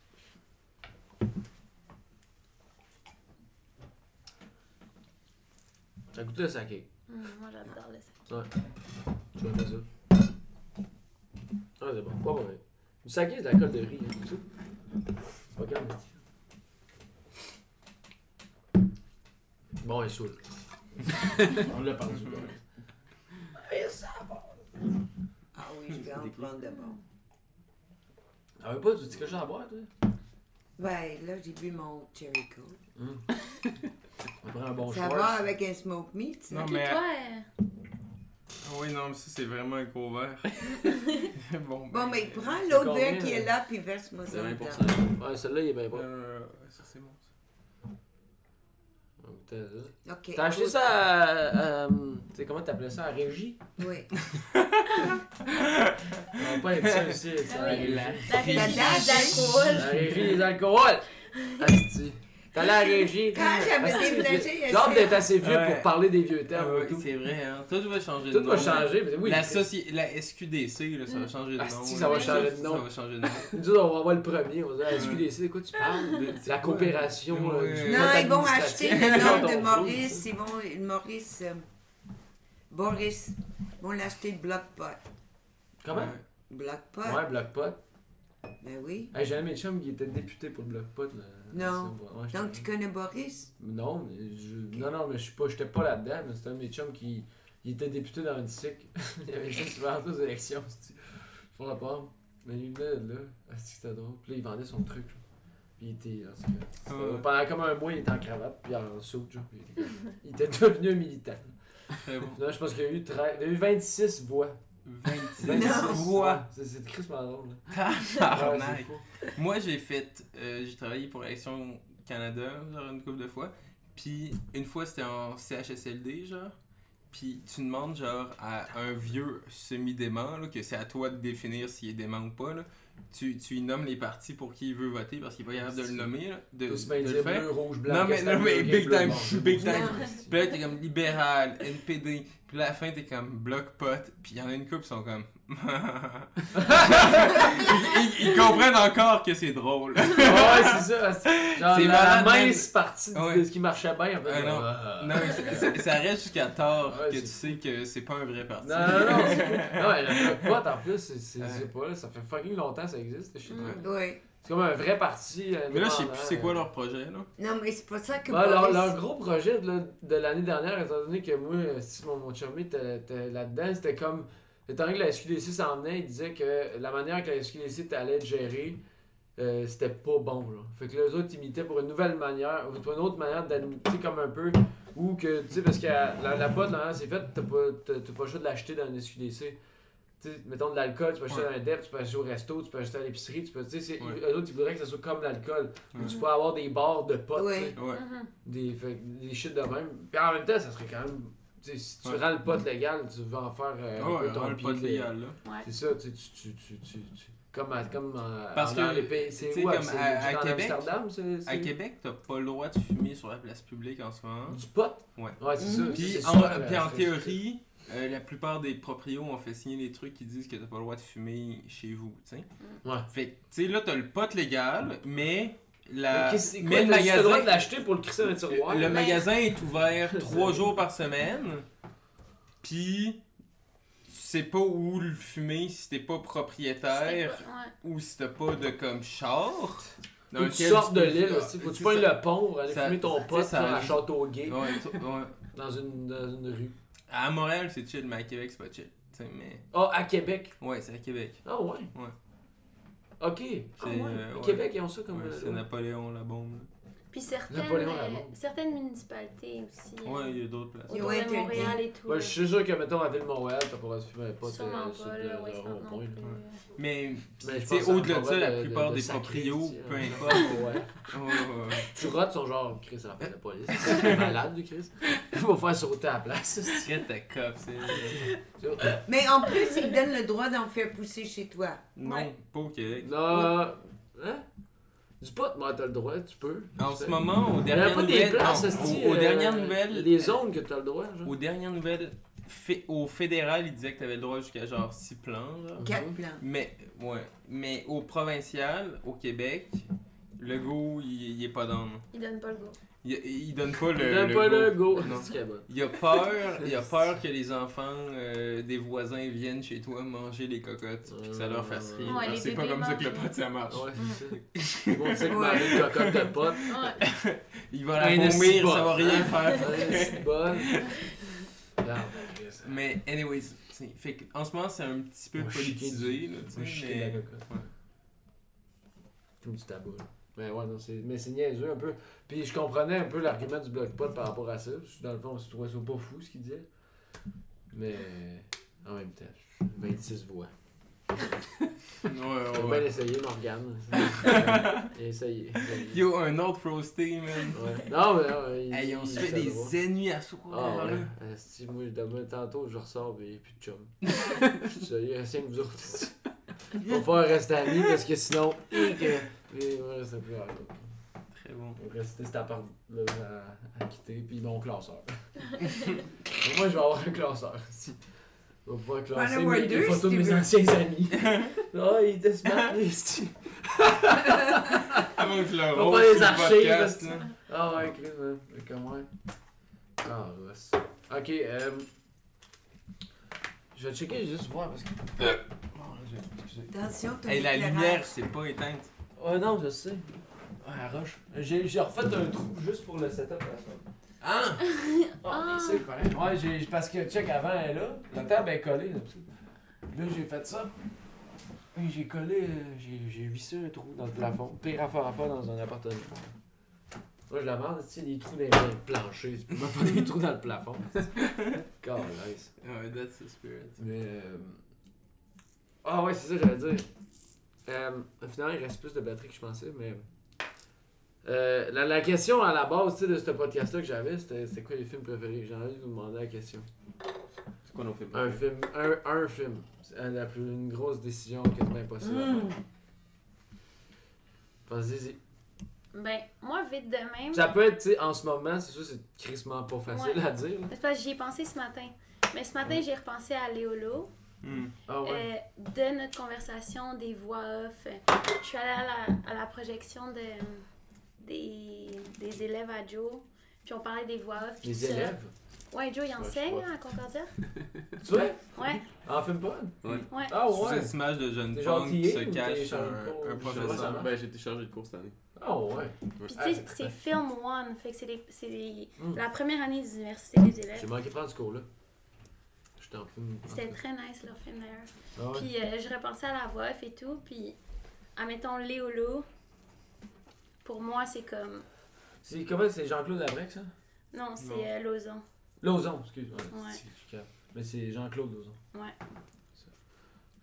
C: Ça goûte le saké.
F: Hum, moi, j'adore le sac.
C: Tu vois ça. Ah, c'est bon. Pas mauvais. Du saké, c'est de la colle de riz. hein, tout ça. C'est pas grave, mais- Bon, il est saoul. On l'a perdu.
B: Ah oui, je vais en prendre de bon.
C: Ah veut pas du petit cochon à boire, toi?
B: Ben, là, j'ai bu mon cherry coke.
C: On prend un bon
B: Ça
C: Schwartz.
B: va avec un smoke meat, ça?
D: Non,
F: Puis
D: mais.
F: toi, euh,
D: Ah oui, non, mais ça, c'est vraiment un gros verre. bon, ben,
B: Bon, ben, mais prends
C: C'est
B: l'autre
C: combien,
B: verre qui
C: là?
B: est là, puis verse-moi
E: C'est
B: ça
E: 20%.
B: dedans.
C: Ouais, celle-là, il est bien bon.
D: Euh, ça, c'est bon.
C: On goûtait à ça.
B: OK.
C: T'as acheté
B: good.
C: ça à. à, euh, tu sais, comment t'appelais ça? À Régie?
B: Oui.
C: On va pas être ça aussi. c'est à
F: Ah oui.
C: Régie.
F: la
B: La
F: régie
B: date
F: d'alcool.
C: La Régie des alcools! Asti. T'allais à la Régie.
B: Quand j'avais
C: Asti,
B: déménagé,
C: j'ai- J'ai hâte d'être assez vieux
D: Ouais.
C: pour parler des vieux termes.
D: Ah
C: et tout.
D: oui, c'est vrai, hein. Tout va changer de
C: Tout
D: nom.
C: va changer, mais oui.
D: la, soci- la SQDC, là, ça va changer de nom.
C: Ah, si,
D: là.
C: ça va changer de nom.
D: Ça va changer de nom.
C: Nous autres, on va avoir le premier. On va dire, SQDC, de quoi tu parles? La coopération.
D: Ouais.
C: euh, du
D: Non,
B: Non,
C: monde
B: ils vont
C: administratif.
B: acheter le nom de
C: Ton
B: Maurice. Ils vont. Maurice. euh, Boris. Ils vont l'acheter de Blockpot.
C: Comment?
B: Blockpot?
C: Ouais, Blockpot.
B: Ben oui.
C: Hey, J'avais mes chums qui étaient députés pour le Blockpot. là.
B: Non.
C: Ouais, j'étais-
B: Donc, tu connais Boris?
C: Non, mais je... non, non, mais je suis pas, j'étais pas là-dedans, mais c'était un de mes chums qui il était député dans une SIC. il avait juste souvent aux élections, c'est pour la part. Mais il venait de là, Ah, c'est que c'était drôle. Puis là, il vendait son truc. là. Puis il était, en tout cas, c'était
D: Ah Ouais.
C: drôle. pendant comme un mois, il était en cravate, puis en saut, genre. Puis il était- il était devenu un militant.
D: Très bon.
C: Là, je pense qu'il y a eu, 13 il y a eu 26 voix
D: 26
B: Non.
D: fois.
C: C'est c'est crissement drôle. là. Ouais, Ah, c'est
D: Tabarnak.
C: fou.
D: Moi, j'ai fait. euh, j'ai travaillé pour Action Canada, genre une couple de fois. Puis, une fois, c'était en CHSLD, genre. Puis, tu demandes, genre, à un vieux semi-dément, là, que c'est à toi de définir s'il est dément ou pas, là. Tu, tu y nommes les partis pour qui il veut voter parce qu'il va y avoir de le nommer, là, de,
C: Tous bien
D: de le
C: dire
D: faire.
C: bleu, rouge, blanc.
D: Non, mais-
C: castagne,
D: non, mais
C: bleu,
D: big
C: bleu,
D: time,
C: bon, c'est
D: big
C: beau.
D: time.
B: Non.
D: Puis là, t'es comme libéral, NPD. Puis là, à la fin, t'es comme bloc pot. Puis il y en a une couple qui sont comme. ils, ils- ils comprennent encore que c'est drôle.
C: Ouais, c'est ça. c'est- Genre,
D: C'est
C: la, la
D: malade,
C: mince partie de-
D: Ouais.
C: de ce qui marchait bien. en fait,
D: Ah, non.
C: genre,
D: non, mais c'est- c'est- ça reste jusqu'à tard
C: Ouais,
D: que
C: c'est-
D: tu sais que c'est pas un vrai parti.
C: Non, non, non, c'est fou. Non, mais le bloc pote, en plus, c'est- c'est
D: Ouais.
C: c'est pas là, ça fait fucking longtemps que ça existe, je sais
F: Mm.
C: pas.
B: Oui.
C: C'est comme un vrai parti. euh,
D: Mais là, je sais plus c'est quoi leur projet, là.
B: Non, mais c'est pas ça que.
C: Ouais, leur,
B: Boris-
C: leur gros projet de, la- de l'année dernière, étant donné que moi, euh, si mon, mon chummy était était là-dedans, c'était comme. Étant donné que la SQDC s'en venait, il disait que la manière que la SQDC t'allait te gérer, euh, c'était pas bon. Là. Fait que les autres imitaient pour une nouvelle manière, ou pour une autre manière d'admettre, comme un peu. Ou que, tu sais, parce que la, la boîte, la manière dont c'est faite, t'as pas, t'as, t'as pas le choix de l'acheter dans une SQDC. Tu sais, mettons de l'alcool, tu peux acheter
D: Ouais.
C: dans un DEP, tu peux acheter au resto, tu peux acheter à l'épicerie, tu peux. Tu sais, c'est-
D: Ouais.
C: eux autres, ils voudraient que ça soit comme l'alcool. Ou
D: Ouais.
C: tu peux avoir des bars de potes,
B: Ouais.
C: tu sais
D: Ouais.
F: Mhm.
C: des, fait que des shit de même. Puis en même temps, ça serait quand même. tu sais, Si tu
D: Ouais. Ah
C: rends le pot légal, tu vas en faire euh, un peu
D: ouais,
C: ton
D: le
C: pied
D: pot
C: de-
D: légal, là.
C: C'est ça, tu, sais, tu, tu, tu, tu, tu- Comme à. Comme à
D: Parce
C: en
D: que,
C: dehors des pays-
D: tu
C: C'est
D: sais,
C: où
D: comme
C: c'est-
D: à-
C: c'est
D: à
C: en
D: Québec-
C: Amsterdam, c'est.
D: À
C: c'est-
D: Québec, t'as pas le droit de fumer sur la place publique en ce moment.
C: Du pot
D: Ouais.
C: Ouais, c'est ça.
B: Mhm.
C: c'est
D: Puis
C: ça,
D: en,
C: euh,
D: puis en
C: c'est-
D: théorie, euh, la plupart des proprios ont fait signer des trucs qui disent que t'as pas le droit de fumer chez vous, tu sais.
C: Ouais.
D: Fait que, tu sais, là, t'as le pot légal, mais la.
C: Mais qu'est-ce- c'est quoi,
D: mais le
C: t'as juste le droit
D: euh, magasin.
C: de l'acheter pour le crisser dans un tiroir.
D: le
C: là?
D: magasin est ouvert trois jours par semaine, puis tu sais pas où le fumer si t'es pas
F: C'était
D: propriétaire
F: pas- ouais.
D: ou si t'as pas de comme char. dans
C: Ou tu
D: lequel
C: sors de
D: peux-
C: l'île aussi. Faut que tu pognes
D: ça-
C: le pont pour aller
D: ça-
C: fumer ton
D: ça-
C: pot
D: ça-
C: sur la Châteauguay,
D: Ouais, ça- ouais.
C: dans une dans une rue.
D: À Montréal, c'est chill, mais à Québec, c'est pas chill. Tu sais, mais.
C: Ah, à Québec.
D: Ouais, c'est à Québec.
C: Ah, ouais.
D: Ouais.
C: Ok. Ah,
D: C'est,
C: ouais.
D: euh, ouais.
C: Québec, ils ont ça comme.
D: Ouais,
C: euh,
D: c'est Napoléon la bombe.
F: Puis certaines,
C: Napoléon,
F: euh,
C: là-bas.
F: certaines municipalités aussi. euh,
D: là. Ouais, il y a d'autres places.
F: Autour
B: Ouais,
F: de
B: t'as-
F: Montréal et tout. euh,
C: Ouais, je suis sûr que, mettons, à Ville-Montréal, t'as pas le droit de fumer un pot
F: Sûrement
C: euh, sur
F: pas,
C: le-
F: là,
C: le
F: ouais, c'est
C: rond
F: non
C: point, là.
F: plus. euh,
D: Mais,
C: Mais
D: tu
C: Ben, je
D: sais,
C: pense à
D: au-delà de ça,
C: Montréal,
D: la
C: de- de-
D: plupart
C: de
D: des
C: sacrer,
D: proprios,
C: tu sais,
D: peu
C: hein.
D: importe.
C: Ouais.
D: Ouais, ouais, ouais.
C: Tu rotes, sont genre, Chris, ça l'appelle la police. C'est malade, du Chris. Ils vont faire sauter à la place.
D: Get the cop, c'est.
B: Mais en plus, ils donnent le droit d'en faire pousser chez toi.
D: Non, pas au Québec.
C: Là, hein? Du pot, moi, t'as le droit, tu peux.
D: En ce
C: C'est-
D: moment, aux
C: Il y a
D: dernières
C: pas des
D: nouvelles.
C: places,
D: non,
C: hostie,
D: aux, aux
C: euh,
D: dernières nouvelles.
C: Les zones que t'as le droit, genre.
D: Aux dernières nouvelles, fé- au fédéral, ils disaient que t'avais le droit jusqu'à genre 6 plans. genre.
B: Quatre plans.
D: Mais, ouais. Mais au provincial, au Québec, le go, il, il est pas dans.
F: Ils donnent pas le goût.
D: Il, il donne pas euh, le.
C: T'as pas
D: go.
C: le go.
D: Non.
C: C'est très bon.
D: Il a peur, il a peur que les enfants euh, des voisins viennent chez toi manger les cocottes puis que ça leur fasse rire.
F: Ouais,
D: Parce que
F: les
D: c'est pas
F: bébés
D: comme ça que le
F: mangent.
D: pot ça marche.
C: Ah Ouais,
D: Mm.
C: c'est ça. Bon, tu sais que Marie, une cocotte de hein, pot.
F: Ouais.
D: Il va la
C: Un
D: vomir,
C: esti
D: ça va
C: pot.
D: rien
C: Ouais,
D: faire.
C: C'est bon. Regarde, Chris.
D: Ah, mais anyways, c'est- fait que en ce moment c'est un petit peu
C: On va chiquer
D: politisé là,
C: Ouais,
D: tu
C: je
D: sais,
C: sais, la
D: mais...
C: cocotte. Comme du tabac. là. Mais ouais, non, c'est, mais c'est niaiseux un peu. Puis je comprenais un peu l'argument du bloc pot par rapport à ça. parce que Dans le fond, on se trouvait ça pas fou ce qu'il disait. Mais en même temps, 26 voix.
D: Ouais,
C: On
D: Ah ouais,
C: va
D: ouais.
C: l'essayer, Morgane. Essayez. essayez.
D: Yo, un autre roasté, man.
C: Ouais. Non, mais non, il-
D: Hey, on
C: il-
D: se
C: ça
D: fait
C: doit.
D: des ennuis à soir.
C: Ah
D: là.
C: ouais. Euh, Si moi, demain, tantôt, je ressors, mais il n'y a plus de chum. je suis sérieux, rien que vous autres. Faut pas rester amis parce que sinon. hic, euh, Mais ouais, c'est plus grave.
D: Très bon.
C: On va rester cet appart-là à, à quitter, puis mon classeur. Mais moi, je vais avoir un classeur aussi. On va pouvoir classer
B: avoir
C: mes,
B: deux,
C: les
B: si
C: photos
B: tu
C: de mes
B: veux.
C: anciens amis. Ah, il était smart, les sti-
D: Avant que je le
C: va
D: roast
C: les
D: sur le
C: archives,
D: podcast,
C: là.
D: là.
C: Ah ouais, Chris, man. Mais Comment? Ah, Ross. Ok, euh... Je vais checker juste voir parce que.
B: Attention, ton
D: Hey, la
B: éclairage.
D: lumière, c'est pas éteinte.
C: Ouais, non, je sais. Ah, roche. J'ai j'ai refait un trou juste pour le setup à la semaine.
D: Hein?
C: Ah, c'est pareil. Ouais, j'ai- parce que, check, avant, elle est là. La table est collée. Là, pis ça. Là, j'ai fait ça. Et J'ai collé, euh, j'ai j'ai vissé un trou dans le plafond. Pire affaire à faire dans un appartement. Moi, je la merde, tu sais, des trous dans les dans le plancher. Tu peux pas faire des trous dans le plafond. Calisse.
D: Ouais, Ah, that's the spirit.
C: Mais, euh, Ah ouais, c'est ça que j'allais dire. Euh, au final, il reste plus de batterie que je pensais, mais. Euh, la, la question à la base tu sais, de ce podcast-là que j'avais, c'était c'était quoi les films préférés J'ai envie de vous demander la question.
E: C'est quoi nos films
C: Un
E: préférés?
C: film, un, un film. C'est euh, la plus une grosse décision quasiment impossible. à prendre. Vas-y.
F: Ben, moi, vite de même.
C: Ça peut être, tu sais, en ce moment, c'est sûr, c'est crissement pas facile
F: Ouais.
C: à dire. là.
F: C'est parce que j'y ai pensé ce matin. Mais ce matin, j'ai repensé à Léolo.
D: Hmm.
C: Ah ouais.
F: Euh, de notre conversation, des voix off. euh, Je suis allée à la, à la projection de, euh, des, des élèves à Joe. Puis on parlait des voix off. puis
C: Les
F: tout ça.
C: élèves.
F: Ouais, Joe, il
E: je
F: enseigne
E: crois.
F: là, à Concordia.
C: Tu vois
F: Ouais,
C: En film pas
F: ouais.
C: Ah
D: Sous
C: ouais.
D: cette image de jeune
C: T'es
D: punk qui
C: gentil,
D: se
C: ou t'es
D: cache
C: genre
D: un, un
C: con,
D: professeur.
C: genre,
E: Ben, j'ai été chargé de cours cette année.
C: Ah ouais.
F: Puis
C: Ah,
F: tu sais,
C: c'est
F: c'est Film One. Fait que c'est les- c'est les-
C: Mm.
F: la première année des universités des
C: J'ai
F: élèves.
C: manqué de prendre ce cours-là. J'étais en film.
F: C'était très nice leur film d'ailleurs.
C: Ah ouais.
F: Puis euh, je repensais à la voix off et tout. Puis, admettons, Léolo, pour moi, c'est comme.
C: C'est comment c'est Jean-Claude Labrec, ça
F: Non,
D: Non.
F: c'est euh, Lauson.
C: Lozon, excuse. Ouais.
F: Ouais.
C: c'est- je suis capable. Mais c'est Jean-Claude Lozon.
F: Ouais.
C: Ça.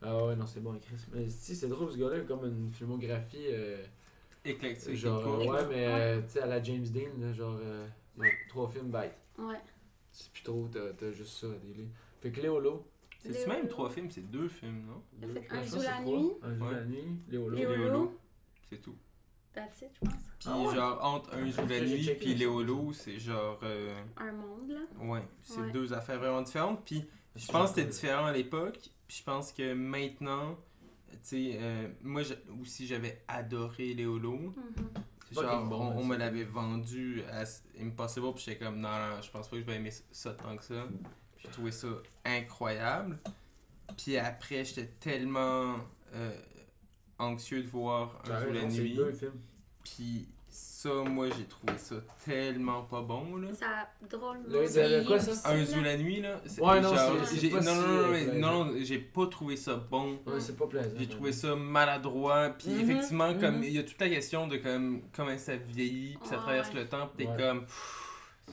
C: Ah ouais, non, c'est bon, Chris. Mais si, c'est drôle, ce gars-là, il a comme une filmographie. euh,
D: Éclectique.
C: genre,
D: cool.
C: ouais, mais euh, tu sais, à la James Dean, là, genre, euh, trois films bêtes.
F: Ouais.
C: C'est plus trop, t'as t'as juste ça, des li- Fait que Léolo.
D: C'est même trois films, c'est deux films, non
F: T'as
C: deux-
F: fait un
C: ouais, je
F: zoo
C: pense que
F: la
C: c'est trois.
F: nuit.
C: Un jour
D: Ouais.
C: la nuit, Léolo.
D: Léo-
F: Léolo,
D: C'est tout.
F: that's it, je pense.
D: Puis
C: Ah ouais.
D: genre entre un jour
C: Ça,
D: la
C: j'ai
D: nuit
C: checké,
D: puis
C: ça.
D: Léolo, c'est genre euh,
F: Un monde, là.
D: ouais, c'est
F: Ouais.
D: deux affaires vraiment différentes. Puis je pense que c'était différent à l'époque. Puis je pense que maintenant, tu sais, euh, moi j'a- aussi j'avais adoré Léolo.
F: Mhm.
C: Fucking
D: Genre
C: bon,
D: on, on
C: hein,
D: me
C: ça.
D: l'avait vendu à S- Impossible puis j'étais comme non, non, je pense pas que je vais aimer ça tant que ça. Puis J'ai trouvé ça incroyable. Puis après j'étais tellement euh, anxieux de voir un
C: T'as
D: jour la
C: raison, c'est
D: nuit.
C: deux films.
D: Puis ça, moi, j'ai trouvé ça tellement pas bon, là.
F: Ça a drôlement.
C: Le- le- quoi, ça?
D: Un zoo la nuit, là. c'est-
C: Ouais, non,
D: genre,
F: c'est-
C: c'est
D: j'ai-
C: pas
D: non, non,
C: si,
D: non, non,
C: euh,
D: mais
C: plaisant.
D: non, non, j'ai pas trouvé ça bon.
C: Ouais, c'est pas plaisant.
D: J'ai trouvé
C: ça.
D: ça maladroit. Puis
F: Mm-hmm.
B: Mhm,
D: effectivement, comme
B: mhm.
D: il y a toute la question de comme, comment ça vieillit, puis ça
F: Ouais,
D: traverse
F: Ah, ouais.
D: le temps, puis t'es
C: Ouais.
D: comme.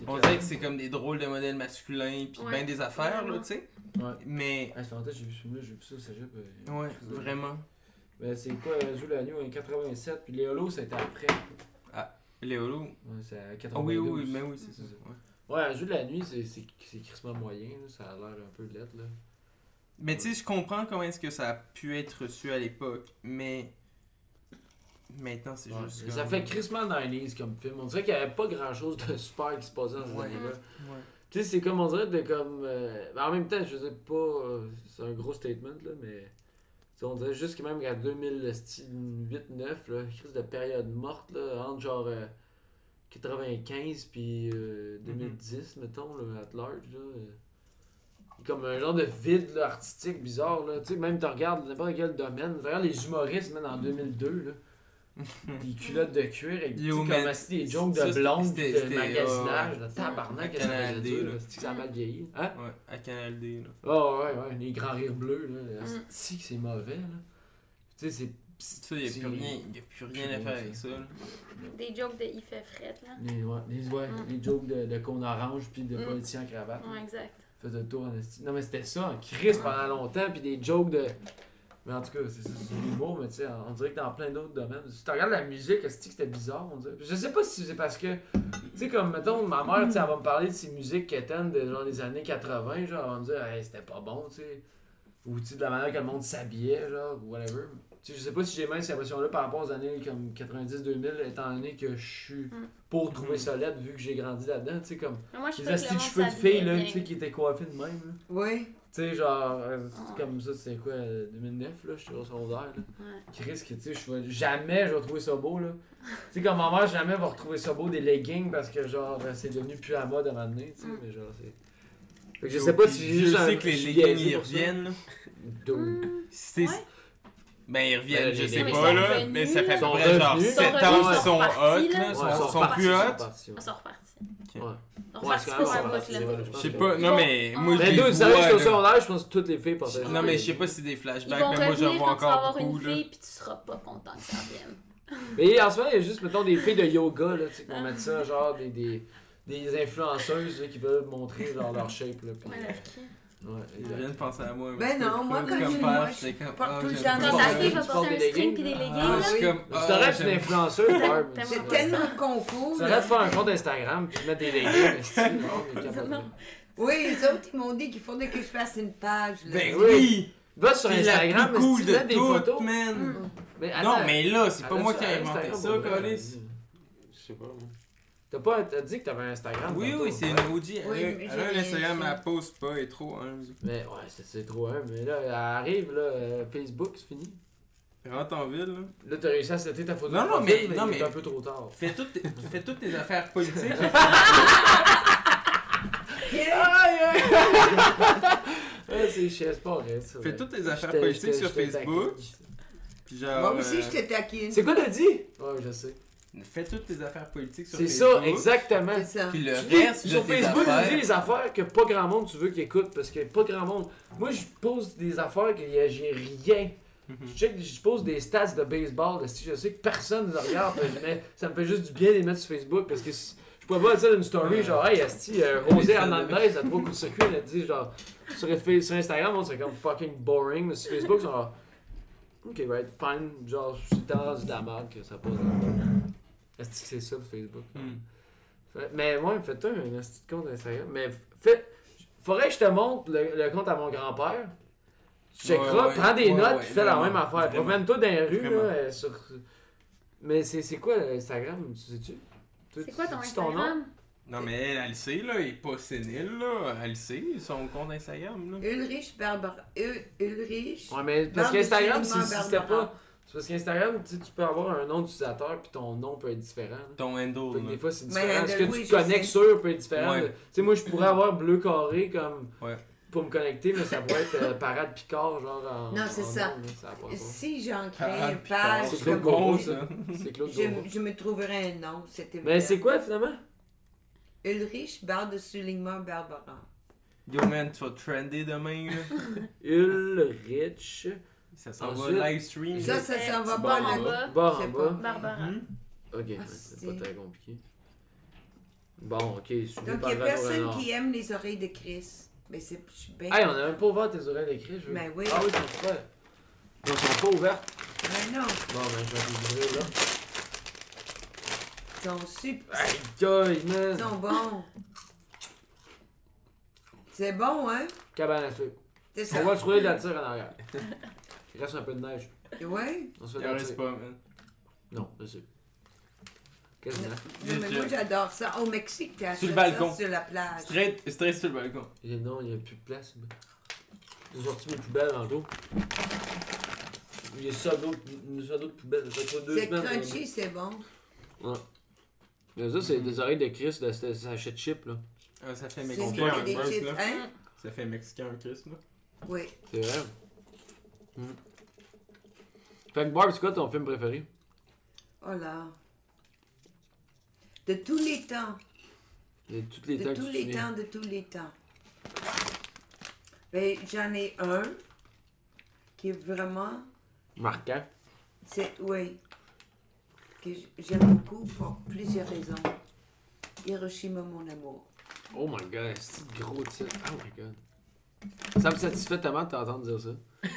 D: On dirait que c'est comme des drôles de modèles masculins, puis
F: Ouais,
D: ben des affaires, là,
F: vraiment.
D: tu sais.
C: Ouais.
D: Mais,
C: Ah, c'est fantastique, j'ai vu ce film-là, j'ai vu ça au cégep. euh,
D: ouais,
C: Chris de-
D: vraiment.
C: Ben, c'est quoi, euh, Joue la nuit en 87, puis Léolo, c'était après.
D: Léolo.
C: Ouais, c'est à
D: Ah oui,
C: 92.
D: oui, oui, mais oui, c'est ça. ouais.
C: Ouais, Joue de la nuit, c'est, c'est, c'est crissement moyen, là, ça a l'air un peu lettre, là.
D: Mais tu sais, je comprends comment est-ce que ça a pu être reçu à l'époque, mais maintenant c'est
C: Ouais,
D: juste.
C: ça
D: comme-
C: fait crissement 90 comme film. On dirait qu'il n'y avait pas grand-chose de super qui se passait dans ces
D: Ouais.
C: années-là.
D: Ouais.
C: Tu sais, c'est comme on dirait de comme. euh, ben, en même temps, je sais pas. euh, c'est un gros statement, là, mais. tu sais, On dirait juste que même qu'à 2008-2009, là, crise de période morte, là, entre genre euh, 95 puis euh,
D: Mm-hmm.
C: 2010, mettons, là, at large, là. euh, il y a comme un genre de vide là, artistique bizarre, là. Tu sais, même tu regardes n'importe quel domaine. Regarde les humoristes, même en 2002, là. Des culottes de cuir avec tu sais,
D: Mm. Yo,
C: comme
D: man,
C: assis des jokes
D: ça,
C: de
D: c'était-
C: blonde
D: c'était-
C: puis de
D: c'était,
C: magasinage.
D: euh,
C: là. tabarnak,
D: à
C: que ça
D: Canal
C: faisait
D: D,
C: dur,
D: là.
C: là. C'est-tu que ça a mal vieilli. Hein?
D: Ouais, à Canal D, là.
C: Oh, ouais, ouais. Les grands rires bleus, là.
F: Mm.
C: Si que c'est mauvais, là. Tu sais, c'est.
D: Ça, y a plus rien, y a plus rien à faire avec ça, là.
F: Des jokes de Il fait fret, là.
C: Les, ouais, les, ouais,
F: Mm.
C: les jokes de, de con orange puis de
F: Mm.
C: politicien en cravate. là.
F: Ouais, exact.
C: Faisait le tour en esti. Non, mais c'était ça, en crise pendant longtemps, puis des jokes de. Mais en tout cas, c'est ça, c'est de l'humour, mais tu sais, on dirait que dans plein d'autres domaines. Si tu regardes la musique, est-ce que c'était bizarre, on dirait? Je sais pas si c'est parce que. Tu sais, comme, mettons, ma mère, tu sais, elle va me parler de ses musiques quétaines de, genre, des années 80, genre, elle va me dire, hey, c'était pas bon, tu sais. Ou, tu sais, de la manière que le monde s'habillait, genre, ou whatever. Tu sais, je sais pas si j'ai même cette impression-là par rapport aux années comme 90-2000, étant donné que je suis
F: Mm.
C: pour trouver ça laid, vu que j'ai grandi là-dedans, tu sais, comme.
F: Mais moi, je
C: Les
F: trouve que
C: astis
F: le
C: de
F: monde
C: cheveux de filles, là,
F: s'habillait
C: tu sais,
F: bien.
C: qui étaient coiffées de même, là.
B: Oui.
C: Tu sais, genre, euh, c'est
F: Ouais.
C: comme ça, c'est quoi, euh, 2009, là, j'étais au secondaire, là.
F: Ouais.
C: Qui risque, tu sais, je vais- jamais je vais trouver ça beau, là. Tu sais, comme ma mère, jamais va retrouver ça beau des leggings parce que, genre, euh, c'est devenu plus à mode à un moment donné, tu sais,
F: Mm.
C: mais genre, c'est. Fait que je sais pas si j'ai juste
D: Je
C: un-
D: sais que les
C: je suis
D: leggings,
C: biaisé
D: ils
C: pour ça.
D: reviennent, là.
C: Dude.
F: Mm.
D: C'est-
F: Ouais.
D: Ben, ils reviennent,
C: Ben,
D: je
C: les
D: sais
C: leggings,
D: pas,
F: ils sont
D: là.
F: revenus.
D: Mais ça fait à peu
C: Ils
D: près
C: sont
D: genre 7 ans
F: Ils sont revenus,
C: revenus.
D: qu'ils
F: ils
D: sont
F: sont repartis,
D: hot, là.
F: là.
D: Ils
C: Ouais,
D: sont- sont plus hot.
F: ils
C: ils repartis, ouais.
F: On sont repartis.
D: Ok.
C: Ouais.
F: On
C: Ouais,
F: repartit
C: c'est
F: pour
C: quand
F: un
C: même ça,
F: bout,
C: c'est
F: là.
C: vrai, je
D: Je
C: pense
D: sais
C: que-
D: pas, non, mais moi, je
C: Mais
D: les
C: deux, sérieux, j'étais au
D: vois, là.
C: secondaire, je pense que toutes les filles portaient
D: Non, mais je sais pas si c'est des
F: Ils
D: flashbacks,
F: vont
D: mais moi, je
F: revenir
D: vois
F: quand tu vas
D: encore
F: avoir une
D: beaucoup, là.
F: fille, puis tu seras pas content que ça revienne.
C: Mais en ce moment, il y a juste, mettons, des filles de yoga, là, tu sais, qui vont mettre ça, genre, des, des, des influenceuses, là, qui veulent montrer, genre, leur shape, là. puis,
F: Ouais,
C: euh,
F: la fille.
C: Ouais,
D: Je viens de penser à moi.
B: Ben
D: mais
B: non, moi,
D: comme
B: quand j'ai-
D: père,
B: moi, je
D: j'étais comme,
B: porte
D: ah,
B: tout le
D: j'aime
B: temps
D: pas
F: Quand
B: dans
F: ta
D: ça.
B: la
F: fille va
C: Tu
F: porter
C: portes
F: un
C: des
F: string
C: leggings?
F: pis des
D: Ah,
F: leggings,
D: je suis
B: là.
D: comme,
C: Tu devrais
D: ah,
C: être une
D: j'aime-
C: influenceuse,
F: T'as-
C: Barb.
F: t'as-
C: Tu
B: C'est tellement confus.
C: devrais
B: là.
C: te faire un compte Instagram puis te mettre des leggings. esti, non, mais
F: là.
C: capote.
F: Non.
B: Oui, les autres, ils m'ont dit qu'il faudrait que je fasse une page. Là.
D: Ben
C: Oui.
D: oui!
C: Va sur
D: C'est la
C: Instagram,
D: plus cool
C: esti,
D: de
C: mets des photos.
D: toutes, man!
F: Hum.
C: Mais
D: Non,
C: attends,
D: mais là, c'est pas
C: attends,
D: moi qui ai
C: sur
D: inventé ça,
C: Instagram, ouais.
D: Colis.
E: Je sais pas, moi.
C: T'as pas t'as dit que t'avais un Instagram?
D: Oui,
C: tantôt,
D: oui, c'est
C: ouais.
D: une OG. Elle a-
B: Oui, mais
D: Elle a
B: j'ai-
D: un Instagram,
B: j'ai-
D: elle poste pas, hein. elle est trop humble.
C: Mais ouais, c'est- c'est trop un. Mais là, elle arrive, là, euh, Facebook, c'est fini.
D: Rentre en ville, là.
C: Là, t'as réussi à setter ta photo.
D: Non,
C: de
D: non,
C: profil,
D: mais-
C: mais
D: non,
C: t'es
D: mais-
C: un peu trop tard.
D: Fais toutes tes, fais toutes tes affaires politiques.
C: Ouais, c'est chiant, c'est pas vrai, ça.
D: fais toutes tes affaires
C: J'étais-
D: politiques
C: j'étais-
D: sur
C: j'étais
D: Facebook.
C: taquin.
D: Puis genre.
B: Moi aussi,
D: euh,
B: je te taquine.
C: C'est quoi t'as dit? Ouais, je sais.
D: Fais toutes tes affaires politiques sur
C: C'est
D: Facebook.
C: ça, exactement.
B: C'est ça.
D: Puis le
C: Tu dis-
D: reste de
C: sur
D: tes
C: Facebook, tu dis
D: affaires,
C: les affaires que pas grand monde tu veux qu'ils écoutent parce que pas grand monde. Moi, je pose des affaires que y a- j'ai rien.
D: Mhm.
C: Je check- Je pose des stats de baseball, si je sais que personne ne regarde, mais ça me fait juste du bien de les mettre sur Facebook parce que si- je pourrais pas dire une story genre Hey Asti, euh, José Hernandez à trois coups de circuit, elle a dit genre sur, F- sur Instagram, on serait comme fucking boring, mais sur Facebook, ils sont genre Ok, right, fine, genre c'est tellement rendu de la merde que ça pose. Asti, que c'est ça Facebook.
D: Hmm.
C: Fait- Mais ouais, fais-toi un petit compte Instagram. Mais f- fait. Faudrait que je te montre le, le compte à mon grand-père. Tu checkeras,
D: Ouais, ouais,
C: prends des
D: ouais,
C: notes,
D: ouais,
C: fais la
D: vraiment,
C: même affaire.
D: vraiment.
C: Promène-toi dans les rues, là,
D: Vraiment.
C: euh, sur... Mais c'est c'est quoi euh, Instagram, tu sais-tu? Toi,
F: C'est quoi ton
C: sais-tu
F: Instagram?
D: Non, mais elle, elle le sait, là. Elle est pas sénile, là. Elle le sait, son compte Instagram, là.
B: Ulrich Barbara. Ul- Ulrich.
C: Ouais, mais parce
B: Barbe
C: qu'Instagram, si
B: Simon
C: si c'était
B: Barbara.
C: pas. C'est parce qu'Instagram, tu sais, tu peux avoir un nom d'utilisateur, puis ton nom peut être différent. là.
D: Ton handle,
C: Fait que
D: là.
C: des fois, c'est
B: Mais
C: différent. Ce que
B: Handle,
C: tu
B: oui,
C: te
B: je
C: connectes sur peut être différent.
D: Ouais.
C: Tu sais, moi, je pourrais avoir bleu carré comme.
D: Ouais.
C: Pour me connecter, mais ça pourrait être euh, parade picard, genre en.
B: Non, c'est
C: en
B: ça.
C: nom, là, ça va pas.
B: Si j'en crée
D: Ah,
B: une
D: puis
B: page,
D: t'as-
C: c'est
B: je
C: Claude
B: me-
C: Gauvreau,
D: c'est
C: ça. C'est Claude Gauvreau.
B: je, je me trouverai un nom, c'était
C: Mais c'est quoi finalement
B: Ulrich Barre de Soulignement Barbara.
D: Yo, man, tu vas trender demain, là.
C: Ulrich.
D: Ça s'en va
C: Ensuite-
D: live stream.
B: Ça, ça s'en va
F: Petit
B: pas
F: bord en
B: là.
F: bas.
C: Barre
B: c'est
C: en
B: pas-
C: bas.
F: Barbara.
D: Hmm?
C: Ok, ouais,
B: Ah,
C: c'est
B: c'est-
C: pas très compliqué. Bon, ok, je suis
B: Donc, il n'y a personne qui aime les oreilles de Chris. Mais c'est je suis bête.
C: Hey, on a même pas ouvert tes oreilles d'écrit, je veux.
B: Ben oui.
C: Ah oui, c'est vrai. Elles sont pas ouvertes.
B: Mais non,
C: Bon, ben je vais les ouvrir là.
B: ils sont super.
C: Aïe, gueule, man.
B: Ils sont bons. C'est bon, hein?
C: Cabane à sucre.
B: C'est ça.
C: On va trouver de la tire en arrière. Il reste un peu de neige.
B: Oui.
C: On se
D: Il en
C: fait de la
D: reste
C: tire.
D: pas, man.
C: Non, je sais. Quasiment.
B: Mais moi, j'adore ça. Au Mexique, t'as
D: Sur le
B: ça
D: balcon.
B: sur la plage.
D: Straight, straight sur le balcon.
C: Il est- non, il n'y a plus de place. mais- J'ai sorti mes poubelles en l'eau. Il y a ça d'autres, il y a ça d'autres poubelles. Ça fait quoi, deux
B: C'est
C: semaines. euh,
B: crunchy, c'est bon.
C: Mais ça, c'est des oreilles de Chris de ce sachet de chips, là.
D: Ah, ça fait
B: C'est
D: mexicain
B: mieux
D: un
B: que des
D: Chris,
B: chips,
D: là.
B: hein?
D: Ça fait mexicain un Chris, là.
B: Oui.
C: C'est vrai. Mm. Fait que Barb, c'est quoi ton film préféré?
B: Oh là. De tous les temps.
C: De tous les temps
B: De
C: que tu
B: tous
C: te
B: les
C: souviens.
B: temps, de tous les temps. Ben, j'en ai un qui est vraiment.
C: Marquant.
B: C'est, oui. Que j- j'aime beaucoup pour plusieurs raisons. Hiroshima, mon amour.
C: Oh my god, c'est un gros titre. Oh my god. Ça me satisfait tellement de t'entendre dire ça.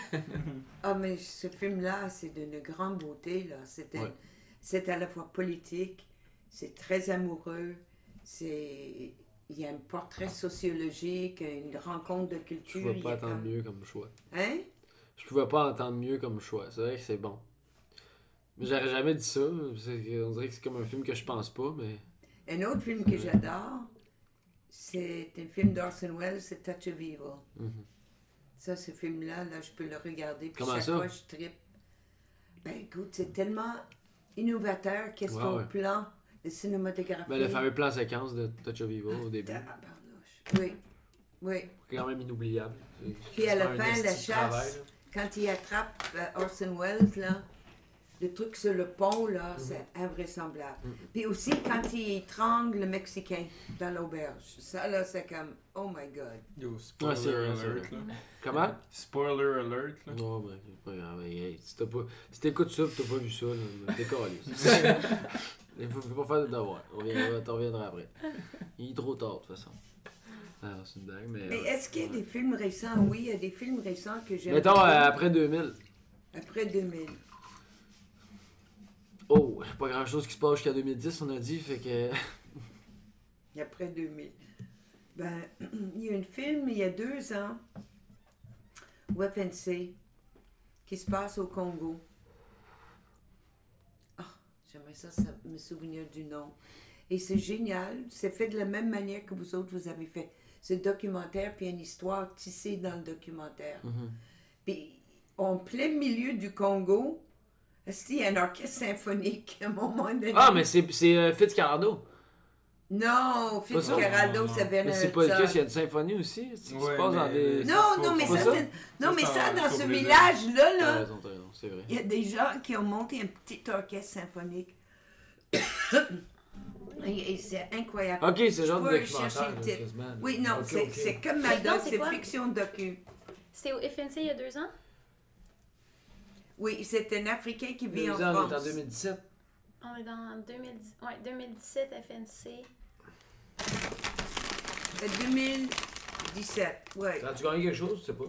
B: Ah, mais ce film-là, c'est d'une grande beauté, là. C'est un-
C: Ouais.
B: c'est à la fois politique, c'est très amoureux, c'est. Il y a un portrait sociologique, une rencontre de
C: Je
B: culture.
C: pouvais
B: il y
C: pas
B: a
C: entendre
B: comme-
C: mieux comme choix.
B: Hein?
C: Je pouvais pas entendre mieux comme choix. C'est vrai que c'est bon. Mais j'aurais jamais dit ça. C'est que- On dirait que c'est comme un film que je pense pas, mais.
B: Un autre film que j'adore, c'est un film d'Orson Welles, c'est Touch of Evil.
C: Mhm.
B: Ça, ce film-là, là, je peux le regarder. Puis
C: Comment
B: chaque
C: ça?
B: fois, je trippe. Ben écoute, c'est tellement innovateur. Qu'est-ce
C: Ouais,
B: qu'on
C: ouais.
B: plan de cinématographie?
C: Ben, le fameux plan séquence de Touch of Evil au début.
B: Tabarnouche. Oui, oui.
C: C'est quand même inoubliable. C'est-
B: Puis à
C: c'est
B: la
C: un
B: fin,
C: esti
B: la
C: de
B: chasse.
C: travail, là.
B: Quand il attrape euh, Orson Welles, là, le truc sur le pont,
C: Mhm.
B: là, c'est invraisemblable. Puis aussi, quand il étrangle le Mexicain dans l'auberge. Ça, là, c'est comme, oh my God.
D: Yo,
C: Ouais, c'est
D: spoiler
C: vrai, c'est
D: alert, là.
C: Comment?
D: Spoiler alert, là.
C: Non, ben, c'est pas grave. Hey, hey, si t'as pas- si t'écoutes ça pis t'as pas vu ça, là, ben, t'es calé. Il faut, faut pas faire de devoir. On reviendra, t'en reviendras après. Il est trop tard, de toute façon.
E: Ah, c'est une blague, mais.
B: Mais
C: euh,
E: ouais.
B: est-ce qu'il y a
E: Ouais.
B: des films récents? Oui, il y a des films récents que j'aime.
C: Mettons,
B: beaucoup.
C: euh, après 2000.
B: Après 2000.
C: Oh, pas grand chose qui se passe jusqu'à 2010, on a dit, fait que.
B: Après 2000. Ben, il y a un film, il y a deux ans, WFNC, qui se passe au Congo. Ah, j'aimerais ça, ça me souvenir du nom. Et c'est génial, c'est fait de la même manière que vous autres, vous avez fait. C'est documentaire, puis une histoire tissée dans le documentaire.
C: Mm-hmm.
B: Puis, en plein milieu du Congo, est-ce qu'il y a un orchestre symphonique à un moment donné?
C: Ah, mais c'est, c'est euh, Fitzcarraldo.
B: Non,
C: ça?
B: Fitzgeraldo, euh, ça vient
C: Mais c'est pas le cas, il y a une symphonie aussi. C'est ce qui se
D: Ouais,
C: passe dans
D: mais-
C: des.
B: Non, non, mais
C: C'est Euh, pas
B: ça,
C: ça?
B: c'est- non,
D: Ça,
B: mais
D: c'est
B: ça,
D: un
B: dans ce
D: tourbillon.
B: village-là,
C: T'as
B: là,
C: raison, t'as raison, c'est vrai.
B: il y a des gens qui ont monté un petit orchestre symphonique. et et c'est incroyable.
C: Ok, c'est le genre de
B: peux chercher
C: documentaire,
B: le
C: là,
B: titre.
C: quasiment.
B: Oui, non,
C: Ah, Ok,
B: c'est
C: ok.
B: c'est comme Madonna,
F: c'est
B: c'est
F: quoi?
B: fiction docu.
F: C'était au FNC il y a deux ans?
B: Oui, c'est un Africain qui vit
C: Deux
B: en
C: ans, on est en
B: France.
C: 2017.
F: On est dans 2010, ouais, 2017 FNC.
B: C'est 2017, oui.
C: As-tu gagné quelque chose? Je sais pas.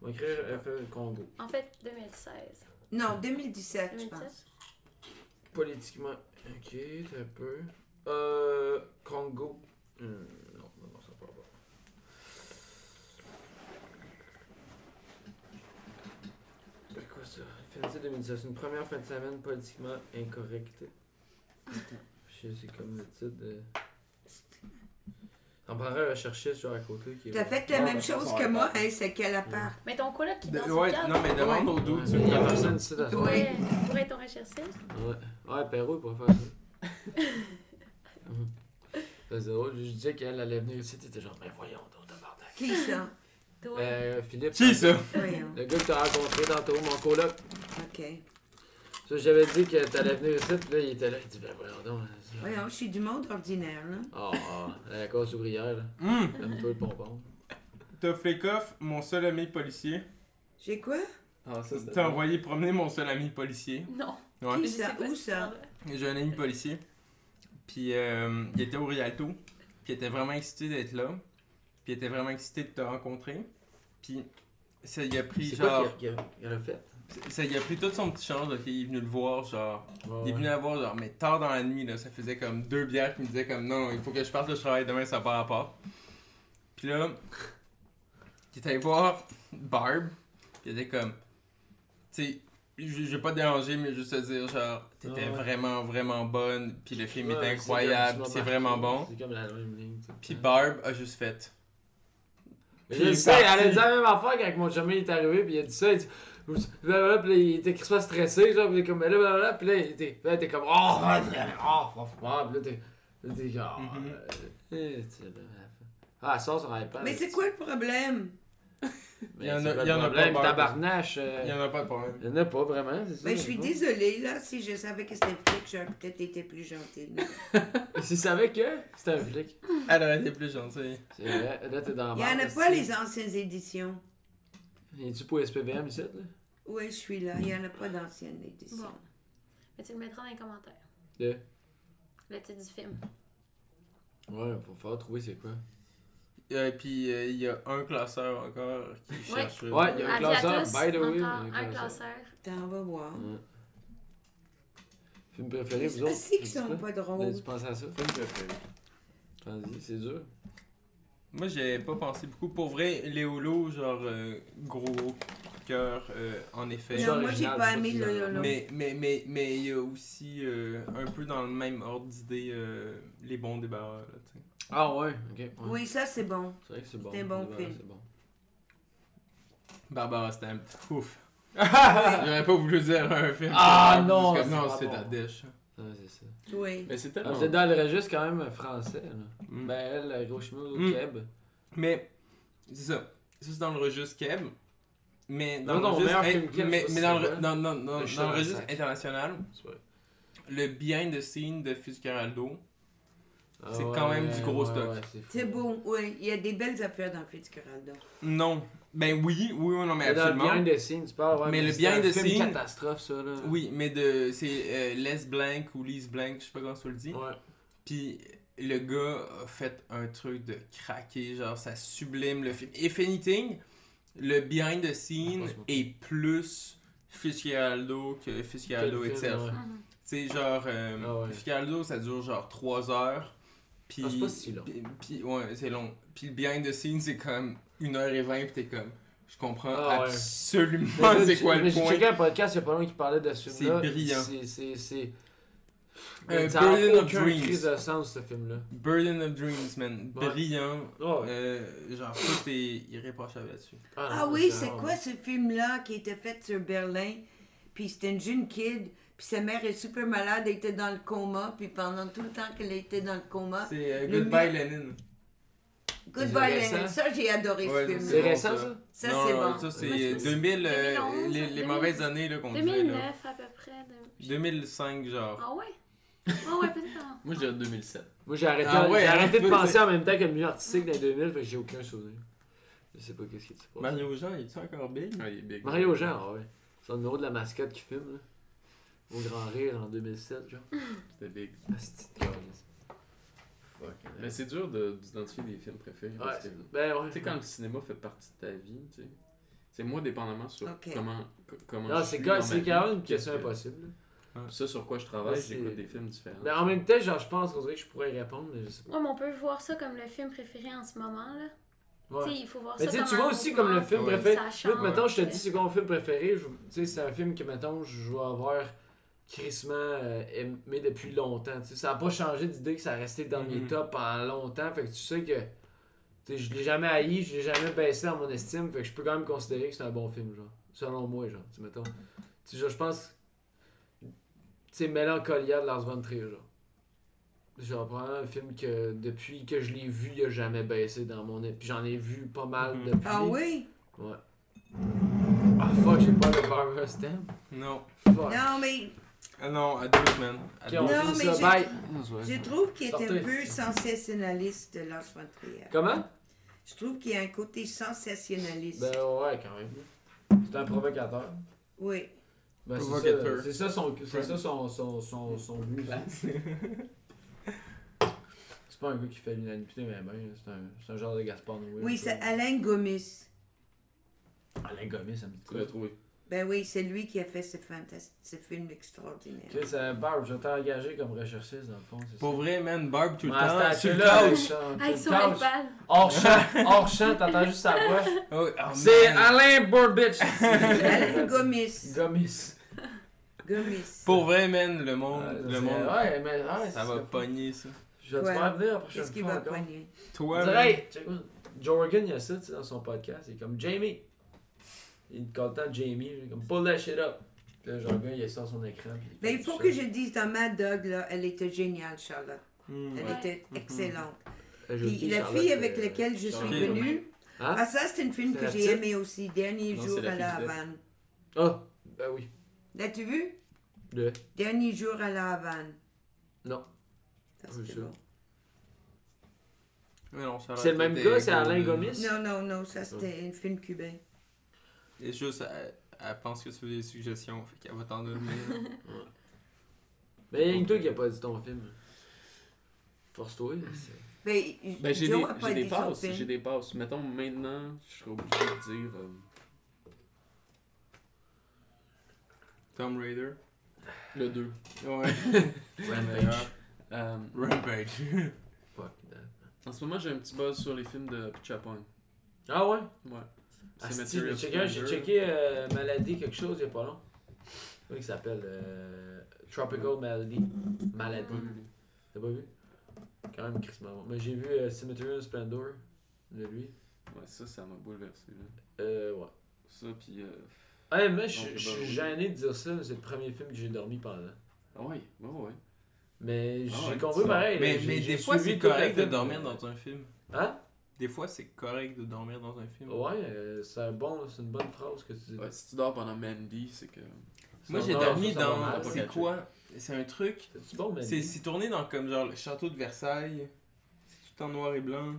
C: On va écrire euh, FE Congo.
F: En fait, 2016.
B: Non, 2017, je
F: 2017?
B: pense.
C: Politiquement. Ok, t'as un peu. Euh. Congo. Hmm, non, non, non, ça parle pas. C'est quoi ça? Fantasy 2017, c'est une première fin de semaine politiquement incorrecte. Je sais, c'est comme le titre de. On prendrait un recherchiste sur à côté qui est.
B: T'as fait la
E: Ouais,
C: ben,
B: même
E: mais ça,
B: chose
E: ça
B: que
E: va
B: moi,
E: pas.
B: hein, c'est qu'elle appart.
F: Mais ton coloc qui
D: De-
F: danse au
D: ouais,
F: cadre,
D: non, mais demande
B: Ouais.
D: aux deux.
C: Il y a personne ici dans ce
B: Ouais.
F: pourrait, pourrait être ton recherchiste.
C: Ouais, ouais Perrault, il pourrait faire ça. Mhm. Ça, C'est drôle, je disais qu'elle allait venir ici, t'étais genre, mais voyons, donc, tabarnak.
B: Qui ça?
F: Toi.
C: Euh, Philippe.
D: Qui ça
B: Voyons,
C: Le gars que t'as rencontré tantôt, mon coloc.
B: ok.
C: Ça, j'avais dit que t'allais venir ici, puis là, il était là, il dit, ben voyons donc. c'est ça.
B: Voyons, je suis du monde ordinaire, là.
C: Ah, ah, la cause ouvrière, là.
D: Hum,
C: Aime-toi le pompon.
D: Toflekoff, mon seul ami policier.
B: J'ai quoi?
E: Ah, ça, c'était.
D: T'as envoyé promener mon seul ami policier.
F: Non.
D: Ouais.
B: Qui
F: Je sais
B: ça?
F: pas
B: Où
F: si
B: ça?
F: tu parles.
D: J'ai un ami policier. Puis euh, il était au Rialto. Puis il était vraiment excité d'être là. Puis il était vraiment excité de te rencontrer. Puis ça y a pris
C: C'est
D: genre.
C: quoi qu'il a, qu'il a fait?
D: Ça y a pris tout son petit change. ok, Il est venu le voir genre.
C: Ouais,
D: Il est venu la voir genre, mais tard dans la nuit, là, ça faisait comme deux bières qui me disait comme non, il faut que je parte, là, je travaille demain, ça n'a pas rapport. Puis là, il est allé voir Barb, puis il était comme, tu sais, je je vais pas te déranger, mais juste te dire, genre, t'étais
C: Ah ouais.
D: vraiment, vraiment bonne, puis le film
C: Ouais,
D: est
C: c'est
D: incroyable,
C: comme-
D: puis c'est vraiment bon.
C: C'est comme la même ligne. tu sais.
D: Puis Barb a juste fait. Puis
C: Mais je
D: il
C: le
D: est
C: sais, elle a
D: parti.
C: dit la même affaire quand mon chemin est arrivé, puis il a dit ça, il dit, blablabla, puis là, il était crissement stressé, genre, puis il est comme, mais là, blablabla, puis là, il était, là, il était comme, oh, ouais, ouais, oh, oh, oh, puis là, t'es, là, t'es comme, Ah,
D: Mhm.
C: euh, eh, tu sais, là, ah, elle sort sur iPad.
B: Mais c'est quoi le problème?
D: Il
C: Mais
D: y en a-
C: c'est quoi
D: il
C: le
D: y en a pas,
C: problème,
D: Barb.
C: tabarnache, euh,
D: Il n'y en a pas de problème.
C: il y en a pas vraiment, c'est ça.
B: Ben, je suis
C: c'est
B: désolée, là, si je savais que c'était flic, j'aurais peut-être été plus gentille.
C: pas- S'il savait que c'était un flic,
D: Elle aurait été plus gentille.
C: c'est vrai, là, t'es dans la
B: Il n'y en
C: merde,
B: a
C: là,
B: pas
C: Ah, ben, c'est-
B: les anciennes éditions.
C: Es-tu pour SPVM ici, là?
B: Oui, je suis là. Il n'y en a pas d'anciennes
F: Bon.
B: éditions.
F: Mais tu le mettras dans les commentaires.
C: De?
F: Le titre du film.
C: Ouais, faut faire trouver c'est quoi.
D: Euh, puis euh, il y a un classeur encore qui
F: Ouais.
D: cherche.
C: Ouais, il y a un
F: Avis à
C: classeur,
F: tous,
C: by the way, il y a
F: encore un classeur.
B: Attends, on va voir.
C: Ouais. Film préféré, vous
B: C'est
C: autres?
B: si qu'ils
C: Un petit
B: sont
C: peu?
B: pas
C: Ben,
B: drôles.
C: tu penses à ça?
E: Film préféré.
C: Pense-y, c'est dur.
D: Moi, j'ai pas pensé beaucoup. Pour vrai, Léolo, genre, euh, gros cœur, euh, en effet.
B: Non, moi, j'ai
C: original,
B: pas
C: c'est
B: aimé
C: ça,
B: le-
C: c'est
B: le-
C: original.
D: Mais mais mais mais il y a aussi euh, un peu dans le même ordre d'idée euh, les bons débarras là, tu sais.
C: Ah ouais, ok. ouais.
B: Oui, ça, c'est bon.
C: C'est vrai que c'est bon.
B: C'est un bon
C: Ouais,
B: film.
C: C'est bon.
D: Barbara Stamp. Ouf. J'aurais pas voulu dire un film.
C: Ah,
D: Juste
C: non,
D: comme,
C: c'est
D: non,
C: pas
D: c'est
C: bon.
D: de la dèche. hein.
C: Ouais, c'est ça.
B: Oui.
E: Mais c'est
C: Ah,
E: tellement.
C: vous êtes dans le registre quand même français. Là.
D: Mm.
C: Ben elle, la gros chemin au
D: Mm.
C: Québec.
D: Mais c'est ça. Ça c'est dans le registre Keb. Mais dans
C: Non,
D: le
C: non,
D: registre
C: meilleur
D: hey,
C: film Keb,
D: mais,
C: ça,
D: mais
C: c'est
D: dans, le,
C: vrai.
D: re- dans, dans, dans,
C: Le
D: dans
C: cheval
D: le
C: à
D: registre
C: sac.
D: international,
E: C'est vrai.
D: le behind the scene de Fitzcarraldo.
C: Ah
D: C'est quand même du gros stock.
C: c'est fou.
B: C'est bon, oui. Il y a des belles affaires dans Fitzcarraldo.
D: Non. Ben oui, oui, oui, non, mais
C: Mais dans le
D: absolument.
C: behind the scenes, tu parles, ouais,
D: Mais le
C: c'est
D: behind
C: un
D: the
C: film
D: scenes-
C: catastrophe, ça, là.
D: Oui, mais de c'est euh, Les Blank ou Lise Blank, je sais pas comment ça le dit.
C: Ouais.
D: Puis le gars a fait un truc de craquer, genre ça sublime le film. If anything, le behind the scene
C: Je pense
D: est plus Fitzgeraldo que Fitzgeraldo
C: Quel film,
D: itself.
C: ouais.
F: Mhm.
D: Tu sais, genre, euh,
C: Ah ouais.
D: Fitzgeraldo, ça dure genre 3 heures. Puis,
C: Ah, c'est pas si long.
D: puis- puis- ouais, c'est long. Puis le behind the scenes, c'est comme 1h20, puis t'es comme, je comprends
C: Ah ouais.
D: absolument
C: Mais
D: c'est
C: tu-
D: quoi
C: mais
D: le
C: J'ai
D: point.
C: checké un podcast il y a pas longtemps qui parlait de ce
D: C'est
C: film-là.
D: brillant.
C: C'est- C'est. c'est-
D: Euh,
C: ça a
D: Burden of
C: aucun
D: Dreams.
C: crise de sens, ce film-là.
D: Burden of Dreams, man.
C: Ouais.
D: Brillant.
C: Oh,
D: Euh, genre, tout est irréprochable là-dessus.
B: Ah oui, c'est quoi ce film-là qui était fait sur Berlin? Puis c'était une jeune kid, puis sa mère est super malade, elle était dans le coma, puis pendant tout le temps qu'elle était dans le coma,
D: C'est euh,
B: Ah, Le
D: Goodbye Lenin.
B: Goodbye
C: C'est
B: Lenin.
C: récent?
B: Ça, j'ai adoré ce
D: Ouais,
C: C'est
D: bon,
B: film-là.
D: ça.
C: récent, ça?
B: Ça,
D: Non,
B: c'est
D: non,
B: bon.
D: Ça,
F: Moi, je
D: c'est
F: pense
D: 2000, euh,
F: 2011,
D: les, les
F: 2000.
D: mauvaises années là, qu'on disait. Là.
F: 2009 à peu près. de-
D: 2005, genre.
F: Ah ouais? Ah ouais, peut-être. avant.
E: Moi, je dirais 2007.
C: Moi, j'ai arrêté,
D: Ah ouais,
C: j'ai
D: hein,
C: arrêté de
D: toi,
C: penser
D: c'est-
C: en même temps que le milieu artistique dans les 2000, fait que j'ai aucun souvenir. Je sais pas qu'est-ce qui se passe.
D: Mario Jean, il est encore big?
E: Ouais, il est big.
C: Mario Jean, ah ouais. C'est le numéro de la mascotte qui filme, là. Au Grand Rire en 2007, genre.
E: C'était big.
C: Asti de câlisse.
E: Mais c'est dur de- d'identifier des films préférés. parce que-
C: Ouais, ben ouais.
E: Tu sais, quand le cinéma fait partie de ta vie, tu sais. C'est moi, dépendamment sur
B: Ok.
E: comment, co- comment
C: Non,
E: je
C: c'est
E: suis
C: quand
E: dans
C: c'est
E: ma
C: quand
E: vie,
C: même une
E: qu'est-ce
C: question
E: que-
C: impossible, là.
E: Ça, sur quoi je travaille,
C: Ouais, c'est-
E: j'écoute des films différents.
C: Mais en même temps, genre, je pense qu'on dirait que je pourrais y répondre, mais je sais pas.
F: Ouais, mais on peut voir ça comme le film préféré en ce moment, là.
C: Ouais.
F: Tu sais, il faut voir
C: Mais
F: ça
C: tu sais,
F: comme
C: tu
F: un
C: vois aussi
F: mouvement,
C: comme le film
F: puis
C: préféré.
F: ça
C: Là,
F: change.
C: mettons, je te dis, c'est quoi mon film préféré. je- Tu sais, c'est un film que, mettons, je vais avoir crissement euh, aimé depuis longtemps. Tu sais, ça n'a pas changé d'idée que ça a resté dans mes
D: Mhm.
C: tops pendant longtemps. Fait que tu sais que. Tu sais, je l'ai jamais haï, je l'ai jamais baissé dans mon estime. Fait que je peux quand même considérer que c'est un bon film, genre. Selon moi, genre. Tu sais, mettons. Tu sais, genre, je pense. Tu sais, Mélancolia de Lars von Trier, genre. Genre, probablement un film que depuis que je l'ai vu, il a jamais baissé dans mon. Puis j'en ai vu pas mal
D: Mhm.
C: depuis.
B: Ah oui?
C: Ouais. Ah fuck, j'ai pas le barber stem.
D: Non.
C: Fuck.
B: Non, mais
D: Ah non, à deux, man. À
C: Ok,
D: deux.
C: on
B: Non,
C: finit
B: mais
C: ça.
B: j'ai-
C: Bye.
B: je trouve qu'il est
C: Sortez.
B: un peu sensationnaliste, Lars von Trier.
C: Comment?
B: Je trouve qu'il y a un côté sensationnaliste.
C: Ben ouais, quand même. C'est un provocateur.
B: Oui.
C: Ben, c'est
D: Provocateur.
C: ça, c'est ça son, c'est ça son, son, son, son but. ça. C'est pas un gars qui fait l'unanimité, mais ben, c'est un, c'est un genre de Gaspard Noé.
B: Oui, c'est Alain Gomis.
C: Alain Gomis, ça me dit
E: Tu l'as trouvé.
B: Ben oui, c'est lui qui a fait ce, fantas- ce film extraordinaire.
C: Tu sais, c'est un barbe, je t'ai engagé comme recherchiste dans le fond, c'est ça. Ah,
D: Pour vrai, man, Barb tout le
C: Ouais,
D: temps.
C: c'est
D: Sur le
C: là,
D: couch.
F: Avec
C: sur
F: son
C: le couch.
F: iPad.
C: Hors champ, hors champ, t'entends juste sa voix.
D: Oh, oh,
C: C'est
D: man.
C: Alain Burbitch.
B: Alain Gomis.
C: Gomis.
B: Gomis.
D: Pour vrai, man, le monde.
C: Ouais,
D: Euh, le
C: Euh, c'est-
D: monde.
C: Ouais, mais ouais,
D: Ça
C: c'est-
D: va pogner, ça.
C: Je vais te
B: Ouais.
C: faire venir la prochaine
B: Qu'est-ce qu'il
C: fois
B: va
C: encore.
B: poigner?
D: Toi,
C: On
D: man.
C: dirait, hey, check it out. Joe Rogan, il y a ça, tu sais, dans son podcast. Il est comme Jamie. Il est content de Jamie. Il est comme pull that shit up. Puis là, Joe Rogan, il sort son écran. puis
B: Ben,
C: fait
B: il faut
C: ça.
B: que je dise dans Mad Dog, là, elle était géniale, Charlotte.
D: Hmm.
B: Elle
F: Ouais.
B: était excellente.
C: Euh, je
B: Puis
C: dis,
B: la
C: Charlotte,
B: fille avec
C: euh,
B: laquelle je suis
E: Charlotte.
B: venue.
C: Hein?
B: Ah, ça, c'est une film
C: C'est
B: que
C: la
B: j'ai
C: petite?
B: aimé aussi, Dernier
E: Non,
B: jour
E: c'est la
B: à la
E: fille du
B: Havane.
C: Ah, ben oui.
B: L'as-tu vu?
C: Le-
B: Dernier jour à la Havane.
C: Non.
B: Ça,
C: Oui,
B: c'était
C: ça.
B: bon.
D: Mais non, ça va,
C: C'est le même
D: t'es
C: gars, c'est
D: cool,
C: Alain
D: man.
C: Gomis.
B: Non, non, non, ça, c'était un film cubain.
D: Et juste, elle, elle pense que tu veux des suggestions, fait qu'elle va t'en donner.
C: Mais il y a que toi qui a pas dit ton film. Force-toi. c'est-
B: Ben,
E: Ben, j'ai
B: Joe
E: des,
B: a pas
E: j'ai des
B: dit son
E: passes.
B: film.
E: J'ai des passes. Mettons, maintenant, je serais obligé de dire. euh,
D: Tom Raider.
E: le 2.
D: Ouais.
C: Rampage.
E: Euh,
D: Rampage.
C: Fuck that.
E: en ce moment, j'ai un petit buzz sur les films de Chapon.
C: Ah ouais?
E: Ouais.
C: Asti,
E: Material
C: j'ai checké, j'ai
E: Splendor.
C: checké euh, Maladie quelque chose il n'y a pas long. Comment il s'appelle euh, Tropical Malady. Maladie.
E: Pas vu.
C: T'as pas vu Quand même, Chris bon. Mais j'ai vu euh, Cemetery Splendor de lui.
E: Ouais, ça, ça m'a bouleversé. Là.
C: Euh, ouais.
E: Ça, puis. Euh...
C: Ah, mais
E: Non,
C: je
E: c'est
C: je
E: pas
C: suis
E: bon.
C: gêné de dire ça, mais c'est le premier film que j'ai dormi pendant.
E: Ah ouais, ouais, ouais.
C: Mais
E: Ah
C: j'ai
E: ouais,
C: compris
E: ça.
C: pareil.
D: Mais,
C: j'ai-
D: mais
C: j'ai
D: des fois,
C: suivi
D: c'est
C: tout le
D: correct de
C: film.
D: dormir dans un film.
C: Hein
D: Des fois, c'est correct de dormir dans un film.
C: Ouais, euh, c'est un bon, c'est une bonne phrase que tu dis.
E: Ouais, si tu dors pendant Mandy, c'est que.
D: Moi,
C: Non,
D: j'ai
C: non,
D: dormi
C: ça, ça va
D: dans.
C: mal.
D: C'est quoi C'est un truc.
C: C'est bon, mais.
D: C'est c'est tourné dans comme genre le château de Versailles. C'est tout en noir et blanc.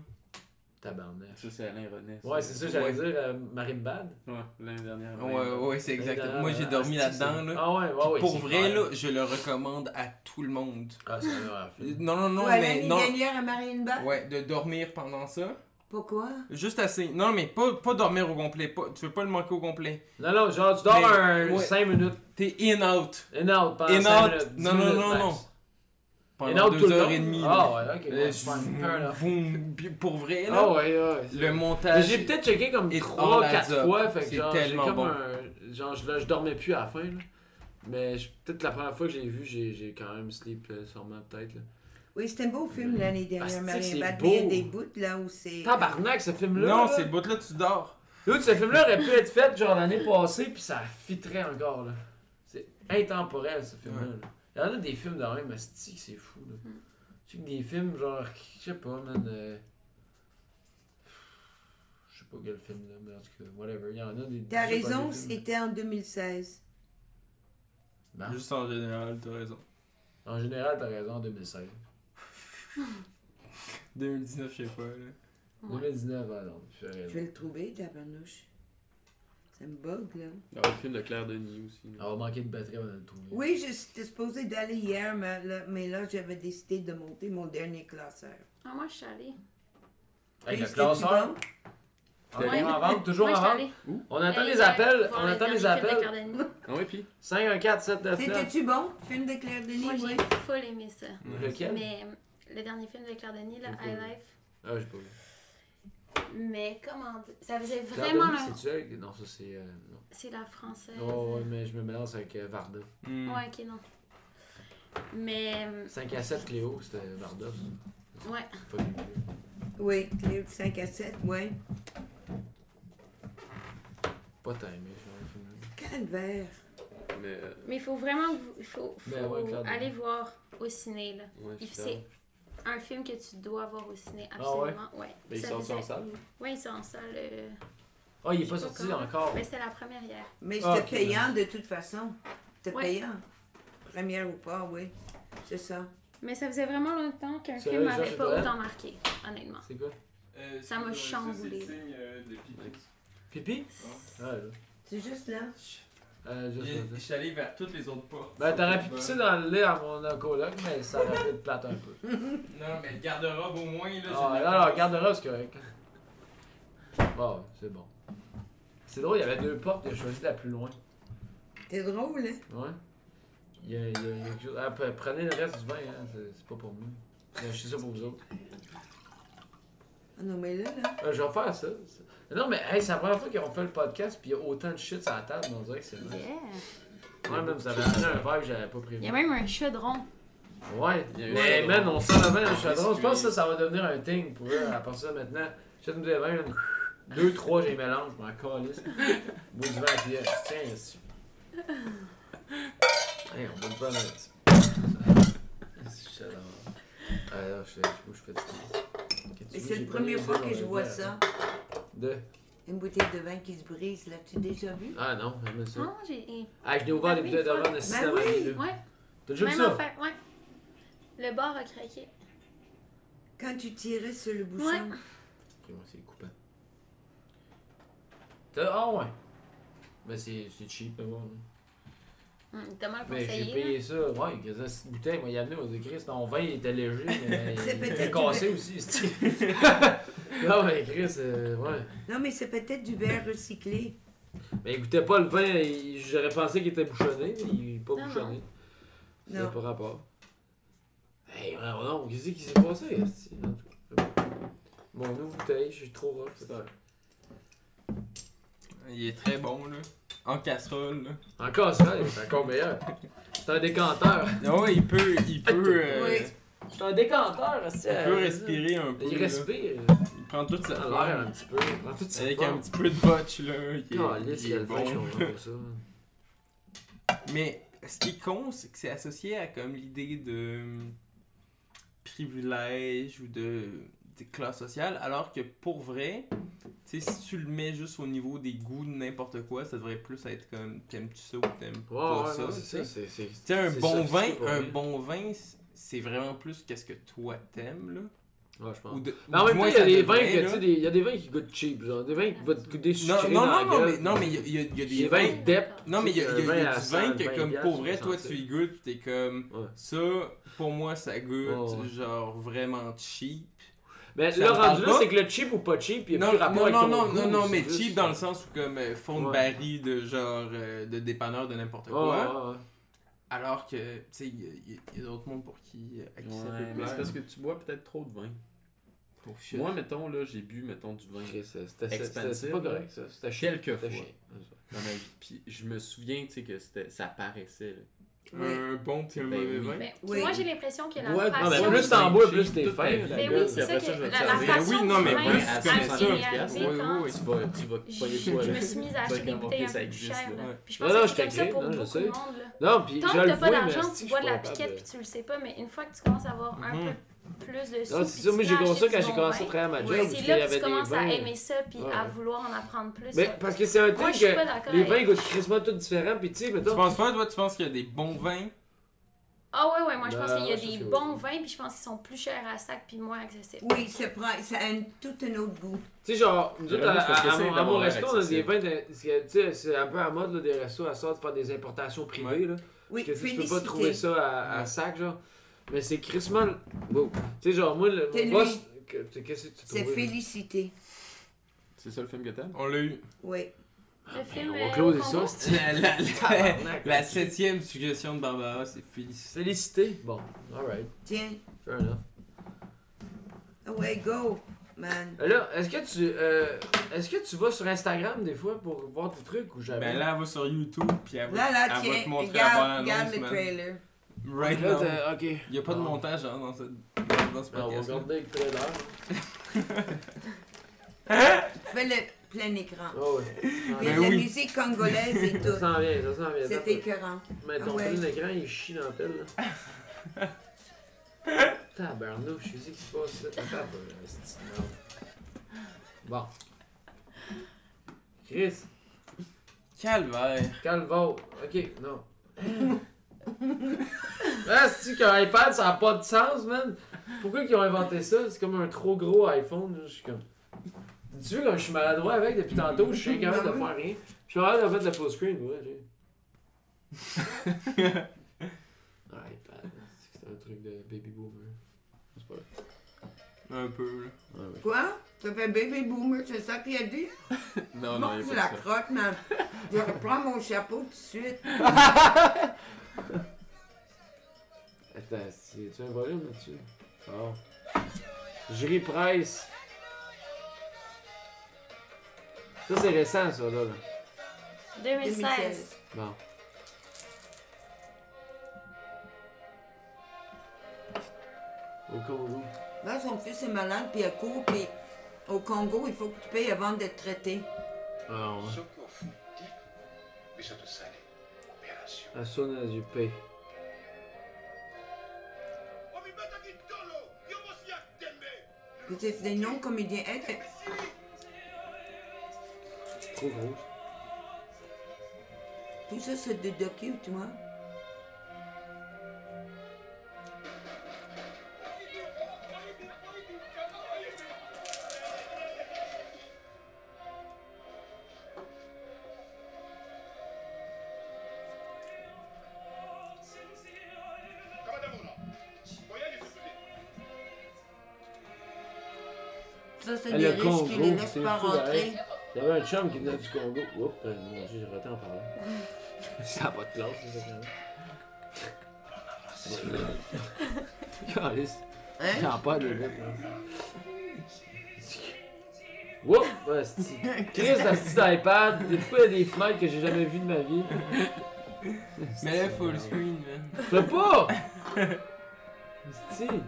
C: Tabarnak.
E: Ça, c'est Alain René.
C: Ouais, c'est ça, j'allais dire euh, Marimbad.
E: Ouais, l'année dernière.
D: Ouais, ouais, c'est exact.
C: Là,
D: Moi, j'ai
C: là,
D: dormi
C: Ben, asti,
D: là-dedans. Là.
C: Ah ouais, ouais,
D: Puis
C: ouais.
D: pour
C: Ah, c'est
D: vrai,
C: clair.
D: là, je le recommande à tout le monde.
C: Ah, ça va, la fille.
D: Non, non, non,
B: ouais,
D: mais
B: l'année
D: non.
B: dernière à Marienbach.
D: Ouais, de dormir pendant ça.
B: Pourquoi?
D: Juste assez. Non, mais pas, pas dormir au complet. Pas, tu veux pas le manquer au complet.
C: Non, non, genre, tu dors
D: Mais-
C: un
D: ouais.
C: 5 minutes.
D: T'es in-out
C: In out pendant
D: In
C: 5
D: out.
C: minutes.
D: Non,
C: 10
D: non,
C: minutes
D: non,
C: max.
D: non.
C: In out
D: pendant
C: tout le
D: deux heures
C: temps?
D: et demie. là.
C: Ah ouais, ok.
D: Euh,
C: ouais, fine, fair enough.
D: vroom, puis pour vrai, là,
C: Ah ouais, ouais. c'est-
D: le
C: Mais
D: montage.
C: J'ai peut-être checké comme
D: It
C: 3
D: all adds
C: 4
D: up.
C: fois, fait que
D: C'est
C: genre, j'ai
D: tellement
C: comme
D: bon.
C: un genre je, là, je dormais plus à la fin là. Mais je- peut-être la première fois que j'ai vu, j'ai j'ai quand même sleep euh, sûrement peut-être là.
B: Oui, c'était un beau film l'année dernière,
C: Asti,
B: Marienbad.
C: c'est
B: mais Il y
C: beau.
B: a des bouts là où c'est.
C: Tabarnak ce film là.
D: Non, ces bouts-là, tu dors.
C: L'autre ce film là aurait pu être fait genre l'année passée puis ça fitterait encore là. C'est intemporel ce film là. Il y en a des films de même asti, que c'est fou là.
B: Hmm.
C: Tu sais que des films genre je sais pas man euh, je sais pas quel film là, mais en tout cas, whatever, il y en a des...
B: T'as
C: je sais pas, des
B: raison,
C: films, là.
B: c'était en 2016.
C: Bon.
D: Juste en général, t'as raison.
C: En général, t'as raison, en 2016.
D: 2019, je sais pas. Là.
C: 2019, ah non, tu as
B: Je
C: raison.
B: vais le trouver, tabarnouche. Ça me bug, là.
E: Il y a Ah, le film de Claire Denis aussi.
C: On va manquer de batterie avant de le trouver.
B: Oui, je- j'étais supposée d'aller hier, mais là, mais là, j'avais décidé de monter mon dernier classeur.
F: Ah, moi, je suis allée.
C: Avec
B: Et
C: le
B: c'était-tu
C: classeur,
B: bon?
C: encore
F: Ouais.
C: en vente, toujours
F: moi,
C: en
F: je suis
C: vente.
F: allée.
C: On attend
F: Allez,
C: les appels,
F: voir
C: on
F: le
C: attend
F: dernier
C: les
F: film de
C: appels.
F: Cardani.
E: Ah ouais, puis
C: 514 799
B: C'était-tu bon, film de Claire Denis?
F: Moi,
B: oui.
F: j'ai full aimé ça.
C: Lequel
F: Mais euh, le dernier film de Claire Denis, là,
C: Ok.
F: High Life,
C: Ah, j'ai pas vu.
F: mais comment dire, ça faisait
C: Claire
F: vraiment...
C: Denis,
F: le-
C: c'est-tu avec- Non, ça c'est. euh, non.
F: C'est la française.
C: Oh, ouais, mais je me mélange avec euh, Varda.
D: Hmm.
F: Ouais, ok, non. Mais, euh,
C: 5 à 7 Cléo, c'était Varda. ça.
F: ouais,
C: Fuck you.
B: Oui, Claire 5 à 7, oui.
C: Pas tant aimé, je crois, le film.
B: Calvaire.
E: mais. euh,
F: mais il faut vraiment que vous- il faut, faut
C: Mais Ben ouais, Claire Denis.
F: aller voir au ciné, là.
E: Ouais,
F: Il-
E: je
F: C'est
E: suis d'accord.
F: un film que tu dois voir au ciné,
C: Ah ouais?
F: absolument. ouais.
E: Mais il
F: Ça
E: sort
F: faisait-
E: en salle.
F: Ouais, ils sont en salle. euh,
C: Ah, il est
F: je
C: pas
F: sais
C: sorti
F: comment.
C: encore.
F: Mais c'était la première hier.
B: Mais c'était
C: Ah, ok,
B: payant de toute façon. C'était
F: Ouais.
B: payant. Première ou pas, oui. C'est ça.
F: Mais ça faisait vraiment longtemps qu'un
C: C'est
F: film
C: vrai,
F: m'avait
C: Georges
F: pas
C: Dolan.
F: autant marqué, honnêtement.
C: Euh, C'est quoi
F: Ça m'a chamboulé.
C: euh, Pipi Ouais, là.
B: C'est juste là.
C: Euh, juste
D: Je
C: vas-y.
D: je suis allé vers toutes les autres portes.
C: Ben, t'aurais pu pisser dans le lait à mon euh, coloc, mais ça aurait pu être plate un peu.
D: Non, mais le garde-robe au moins, là.
C: Ah,
D: j'ai-
C: non, non, garde-la, c'est correct. Bon, ouais, c'est bon. C'est drôle, il y avait deux portes, il a choisi la plus loin.
B: C'est drôle, hein?
C: Ouais. Il y a, il y a- il y a quelque chose. Ah, pre- prenez le reste du vin, hein, c'est c'est pas pour nous. Je suis ça pour vous autres.
B: Ah non, mais là, là.
C: Euh, je vais faire ça. C'est- Non, mais hey, c'est la première fois qu'on fait le podcast, puis il y a autant de shit sur la table, on dirait que c'est nice.
F: Yeah.
C: Ouais, même, ça avait amené un verre que j'avais pas
F: Il
C: prévu.
F: y a même un chaudron.
C: Ouais,
E: Il y a eu
C: mais
E: un
C: man,
E: drone.
C: on sent le vin dans le chaudron. Je
E: Biscuit.
C: pense que ça, ça va devenir un thing pour eux à partir de maintenant. J'ai une deux vins, une- deux, trois, j'ai mélange, je m'en calisse. Bois du vin à pièce. Tiens, ici. Hey, on boit du vin dans le petit. C'est chaudron. Ah, là, je sais pas où je fais du
B: Mais c'est la première fois que je vois ça.
C: Deux.
B: Une bouteille de vin qui se brise, là. Tu déjà vu?
C: Ah non, j'aime ça.
B: Hein?
F: Non, j'ai.
C: Ah, je l'ai ouvert les
F: Ben oui,
C: bouteilles de vin de
F: ben
C: cinéma.
B: oui.
C: là.
F: Ouais,
C: T'as déjà vu
F: même
C: ça?
F: affaire. Ouais. Le bar a craqué.
B: Quand tu tirais sur le bouchon.
F: Ouais.
C: Ok, moi, c'est coupant. T'as- Ah ouais. Mais c'est c'est cheap, mais bon.
F: Hum, il t'a mal
C: Mais j'ai
F: conseillé. là.
C: payé ça, ouais, il faisait cette bouteille, moi, il a amené, on dit, Chris, ton vin, il était léger, mais
B: C'est
C: il était
B: peut-être
C: cassé aussi, c'est-tu. Non, mais Chris, euh, ouais.
B: Non, mais c'est peut-être du verre recyclé.
C: Mais il goûtait pas le vin, il- j'aurais pensé qu'il était bouchonné, mais il est pas
F: Non,
C: bouchonné. Ça n'a
B: Non.
C: pas rapport. Hey, ouais, non, qu'est-ce qui s'est passé, esti? En tout cas, c'est bon. Mon nouveau bouteille, je suis trop rough, c'est vrai.
D: Il est très bon, là. En casserole, là.
C: Encore ça, c'est encore meilleur. C'est un décanteur.
D: Non, Ah ouais, il peut. Il peut. euh,
B: Oui.
C: C'est un décanteur, aussi.
D: Il peut respirer un peu.
C: Il
D: là.
C: respire. Ah,
D: Il prend toute sa
C: Ça a l'air
D: forme.
C: un petit peu. Il prend toute sa
D: Avec un
C: forme.
D: petit peu de botch, là. Il est,
C: Calisse,
D: il
C: il y
D: est
C: a le fait
D: bon.
C: qu'on voit ça.
D: Mais ce qui est con, c'est que c'est associé à comme l'idée de hum, privilège ou de, de classe sociale, alors que pour vrai, tu sais, si tu le mets juste au niveau des goûts de n'importe quoi, ça devrait plus être comme t'aimes-tu ça ou t'aimes pas
C: Ouais, ouais,
D: ça.
C: non,
D: tu sais.
C: c'est ça. C'est c'est-
D: Tu sais, un
C: c'est
D: bon
C: ça,
D: vin,
C: c'est ça,
D: un
C: ouais.
D: bon vin, c'est vraiment plus qu'est-ce que toi t'aimes là.
C: Ouais, je pense.
D: Ou de-
C: Mais
D: du
C: en même temps,
D: moins,
C: il y a
D: ça
C: des
D: devient,
C: vins que,
D: là.
C: tu sais, des- il y a des vins qui goûtent cheap, genre. Des vins qui vont te goûter sucré
D: Non, non,
C: dans la
D: non, non,
C: gueule.
D: mais, non, mais il y a- il y a, il y a
C: Des
D: des
C: vins
F: Oh
D: vins.
C: de dep.
D: Non, mais il y a, il y a- il y a
C: Un vin Euh, à
D: du vin que,
C: 120
D: comme
C: piastres,
D: pour vrai,
C: c'est
D: toi,
C: ça.
D: tu y goûtes, pis t'es comme.
C: Ouais.
D: Ça, pour moi, ça goûte,
C: Ouais, ouais.
D: genre, vraiment cheap.
C: Mais
D: Ça
C: là,
D: me parle
C: rendu là,
D: pas.
C: c'est que le cheap ou pas cheap, il y a
D: Non,
C: plus rapport
D: non,
C: avec
D: non,
C: ton
D: non,
C: goût,
D: non, non,
C: c'est
D: mais
C: juste-
D: cheap dans le sens où, comme, euh, fond de
C: Ouais.
D: baril de genre, euh, de dépanneur de n'importe
C: Ouais,
D: quoi.
C: ouais, ouais.
D: Alors que, tu sais, il y a- il y a, il y a d'autres mondes pour qui, euh, à qui ça peut
E: mais c'est
D: plaire.
E: parce que tu bois peut-être trop de vin.
D: Oh, shit.
E: Moi, mettons, là, j'ai bu, mettons, du vin
C: Chris, c'était- c'était- C'était
E: Expensive,
C: c'est pas
E: là.
C: correct, ça. C'était chiant.
E: quelques fois
C: C'était chiant.
E: dans ma vie. Puis je me souviens, tu sais, que c'était- ça paraissait. là.
D: Un bon pis un
E: Ben
D: mauvais
E: oui.
D: vin.
F: Mais
B: Oui.
F: moi, j'ai l'impression que la
C: Ouais, non, mais
F: passion.
C: plus t'en bois, plus
E: Cheap,
C: t'es
E: tout
C: fin.
E: plein,
C: la
F: mais
C: gueule.
F: oui, c'est ça
E: Après ça, je
F: que
E: vais
F: la,
E: te
F: la
E: servir.
F: passion
D: Ben oui, non, mais
F: du vin,
D: bref,
F: à
E: c'est comme ça.
F: m'y est
E: Oui,
F: arrivée quand
E: Tu vas, tu vas te
F: je,
E: pogner toi,
F: je
E: là.
F: me suis mise à
E: Tu vas
F: acheter des
E: comprendre
F: bouteilles
E: que
F: un
E: ça
F: peu plus
E: existe,
F: chères.
E: là.
F: là.
D: Ouais.
F: Puis je
C: Non,
F: pense
C: non,
F: que
C: je
F: c'est comme ça
C: t'écris,
F: pour
C: non, je
F: beaucoup
C: sais.
F: de monde. là.
C: Non, puis
F: Tant
C: je
F: que
C: le
F: t'as pas
C: vois, mais
F: d'argent,
C: c'est-
F: tu
C: je
F: bois de la
C: suis pas capable
F: piquette, puis tu le sais pas, mais une fois que tu commences à avoir un
D: Mhm.
F: peu plus de sous,
C: Non, c'est ça, moi j'ai commencé ça quand j'ai commencé
F: travailler.
C: à travailler à ma job.
B: Ouais,
C: parce
F: C'est
C: qu'il y
F: là que
C: avait
F: tu
C: des
F: commences à
C: vins.
F: aimer ça, puis
C: Ouais.
F: à vouloir en apprendre plus.
C: Mais parce que c'est un
F: Moi,
C: truc
F: je suis pas
C: que
F: d'accord
C: les
F: avec-
C: vins goûtent crissement tout différents, puis tu sais,
D: Tu
C: mettons.
D: penses pas, toi, tu penses qu'il y a des bons vins
F: Ah ouais, ouais, moi je
C: Ben,
F: pense qu'il y
C: ouais,
F: a
C: je pense
F: des
C: que
F: bons
C: oui.
F: vins, puis je pense qu'ils sont plus chers à sac, puis moins accessibles.
B: Oui, ça prend, ça a un- tout un autre goût.
C: Tu sais, genre, nous autres, à,
E: Vraiment, c'est parce que
C: à- à
E: c'est
C: mon, à mon
E: d'avoir l'air
C: resto, on a des
E: accessible.
C: vins. de- c'est- Tu sais, c'est un peu à mode, là, des restos à sorte de faire des importations privées, là.
B: Oui,
C: Parce que tu peux pas
B: félicité.
C: trouver ça à, à
D: Ouais.
C: sac, genre. Mais c'est crissement. Wow. Tu sais, genre, moi, le
B: C'est
C: mon boss. que- Qu'est-ce que tu
B: C'est
C: trouves?
B: félicité.
E: C'est ça le film que t'aimes?
D: On l'a eu.
B: Oui.
F: Le film.
C: on va
F: euh,
C: closer
F: Congo,
C: ça,
D: La, la- la-
C: Tabarnak.
D: la septième suggestion de Barbara, c'est félicité.
C: Félicité. Bon, alright.
B: Tiens. Ah
C: Fair enough.
B: Ouais, go, man.
C: Là, est-ce que tu euh, est-ce que tu vas sur Instagram des fois pour voir tes trucs ou jamais
D: Ben là, elle va sur YouTube, puis elle va,
B: Là, là,
D: elle va
B: tiens,
D: te montrer
B: regarde,
D: la bonne
B: regarde
D: annonce,
B: le
D: man.
B: trailer.
D: Right
C: Là,
D: now.
C: t'as- OK.
D: Il a pas de
C: Ah.
D: montage hein, dans, ce, dans, dans ce
C: Ben, on va
D: podcast.
C: regarder avec trailer.
B: Fais le plein écran.
C: Oh, ouais.
B: Puis
D: Ben
B: la
D: oui.
B: musique congolaise et
C: Ça
B: tout.
C: s'en vient, ça s'en vient.
B: C'est
C: Attends.
B: écœurant.
C: Mais ton
B: Ah ouais.
C: plein écran, il chie dans la pelle, là. Tabarnouche, je sais que c'est pas ça. Attends, un peu, là, c'est une merde. Bon. Chris,
D: Calvaire.
C: Calvo. OK, non. Ah, c'est-tu qu'un iPad, ça n'a pas de sens, man? Pourquoi qu'ils ont inventé ça? C'est comme un trop gros iPhone. là, Je suis comme... Tu veux, comme je suis maladroit avec depuis tantôt, je suis capable de faire rien. Je suis capable de faire de la full screen, ouais, j'ai... Un iPad, c'est un truc de baby boomer. C'est pas vrai.
D: Un peu, là.
B: Quoi? Ça fait baby boomer, c'est ça qu'il a dit?
E: Non,
B: Bon,
E: non, il
B: vous
E: n'y
B: la
E: a pas de ça.
B: crotte, man. Je reprends mon chapeau tout de suite.
C: Attends, c'est tu as un volume là-dessus? Oh. Jerry Price. Ça, c'est récent, ça, là. là.
F: 2016.
B: 2016.
C: Bon. Au Congo.
B: Là, son fils est malade, puis à court, puis au Congo, il faut que tu payes avant d'être traité.
C: Ah, As soon as you pay.
B: Puis c'est des non-comédiens. Hey, t'es-
C: Trop gros.
B: tout ça, c'est de docu, tu vois. Ça, c'est
C: Hey,
B: des
C: le
B: riches qui
C: Congo,
B: les laissent
C: c'est
B: pas
C: fou,
B: rentrer.
C: hey. J'avais un chum qui venait du Congo. Oups, euh, mon dieu, j'ai raté en parlant. ça n'a pas de classe, ça, quand même. Calisse.
B: Hein?
C: J'en parle, le mec. Oups, hostie. Chris, la petite iPad, des fois, il y a des fenêtres que j'ai jamais vues de ma vie.
D: Mais là, full screen, man.
C: Fais pas! Hostie.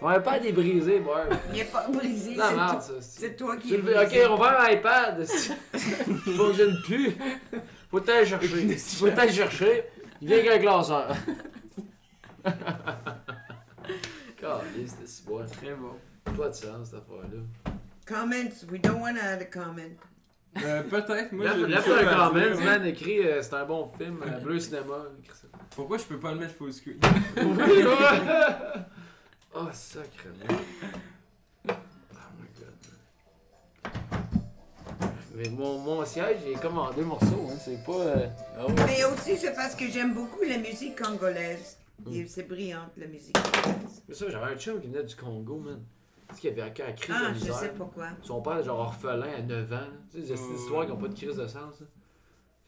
C: Son iPad est brisé, boy.
B: Il est pas brisé, c'est
C: C'est de la merde,
B: toi,
C: ça. hostie.
B: c'est toi qui
C: Tu
B: es
C: le veux- Ok,
B: brisé.
C: on vend un iPad. hostie. Il fonctionne plus. Faut t'aller chercher. Faut t'aller chercher. Il vient avec un classeur. Caliste, c'était si bon.
D: Très bon.
C: Pas de sens, cette affaire-là.
B: Comments, we don't want to add a comment.
D: Euh, peut-être, moi,
C: Là,
D: j'ai-
C: là,
D: j'ai-
C: pour un
D: j'ai-
C: comment, man, écrit euh, c'est un bon film, euh, Bleu Cinéma. écrit ça.
D: Pourquoi je peux pas le mettre full screen?
C: Oui, ouais. Oh, sacré. Oh my god. Mais mon, mon siège, j'ai comme en deux morceaux, hein. C'est pas. euh, ah ouais.
B: Mais aussi, c'est parce que j'aime beaucoup la musique congolaise.
C: Mm.
B: Et C'est brillante, la musique congolaise.
C: Mais ça, j'avais un chum qui venait du Congo, man. Tu sais, qu'il avait acquis la crise
B: Ah,
C: de
B: je
C: misère.
B: sais pourquoi.
C: Son père, genre orphelin à 9 ans. là. Tu sais, ces
D: Ouais.
C: histoires qui n'ont pas de crise de sens. là.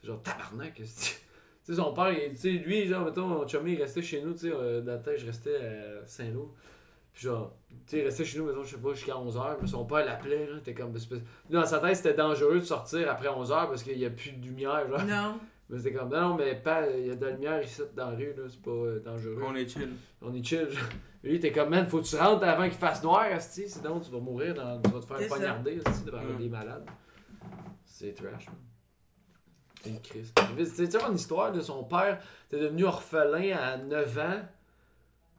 C: C'est genre tabarnak. qu'est-ce que- Tu sais, son père, il- tu sais, lui, genre, mettons, mon chummy, il restait chez nous, tu sais, euh, dans la tête, je restais à Saint-Lô. Puis genre, tu sais, il restait chez nous, mettons, je sais pas, jusqu'à 11h. Puis son père l'appelait, là. T'es comme. c'est pas- Dans sa tête, c'était dangereux de sortir après 11h parce qu'il n'y a plus de lumière, genre.
B: Non.
C: Mais c'était comme, non, non, mais pas, il y a de la lumière ici dans la rue, là, c'est pas euh, dangereux.
D: On est chill.
C: On est chill. genre. Lui, il était comme, man, faut que tu rentres avant qu'il fasse noir, Asti, sinon tu vas mourir, dans, tu vas te
B: C'est
C: faire
B: ça.
C: poignarder, Asti, par
D: Mm.
C: des malades. C'est trash, man. C'est une crise. C'est une histoire de son père, t'es devenu orphelin à 9 ans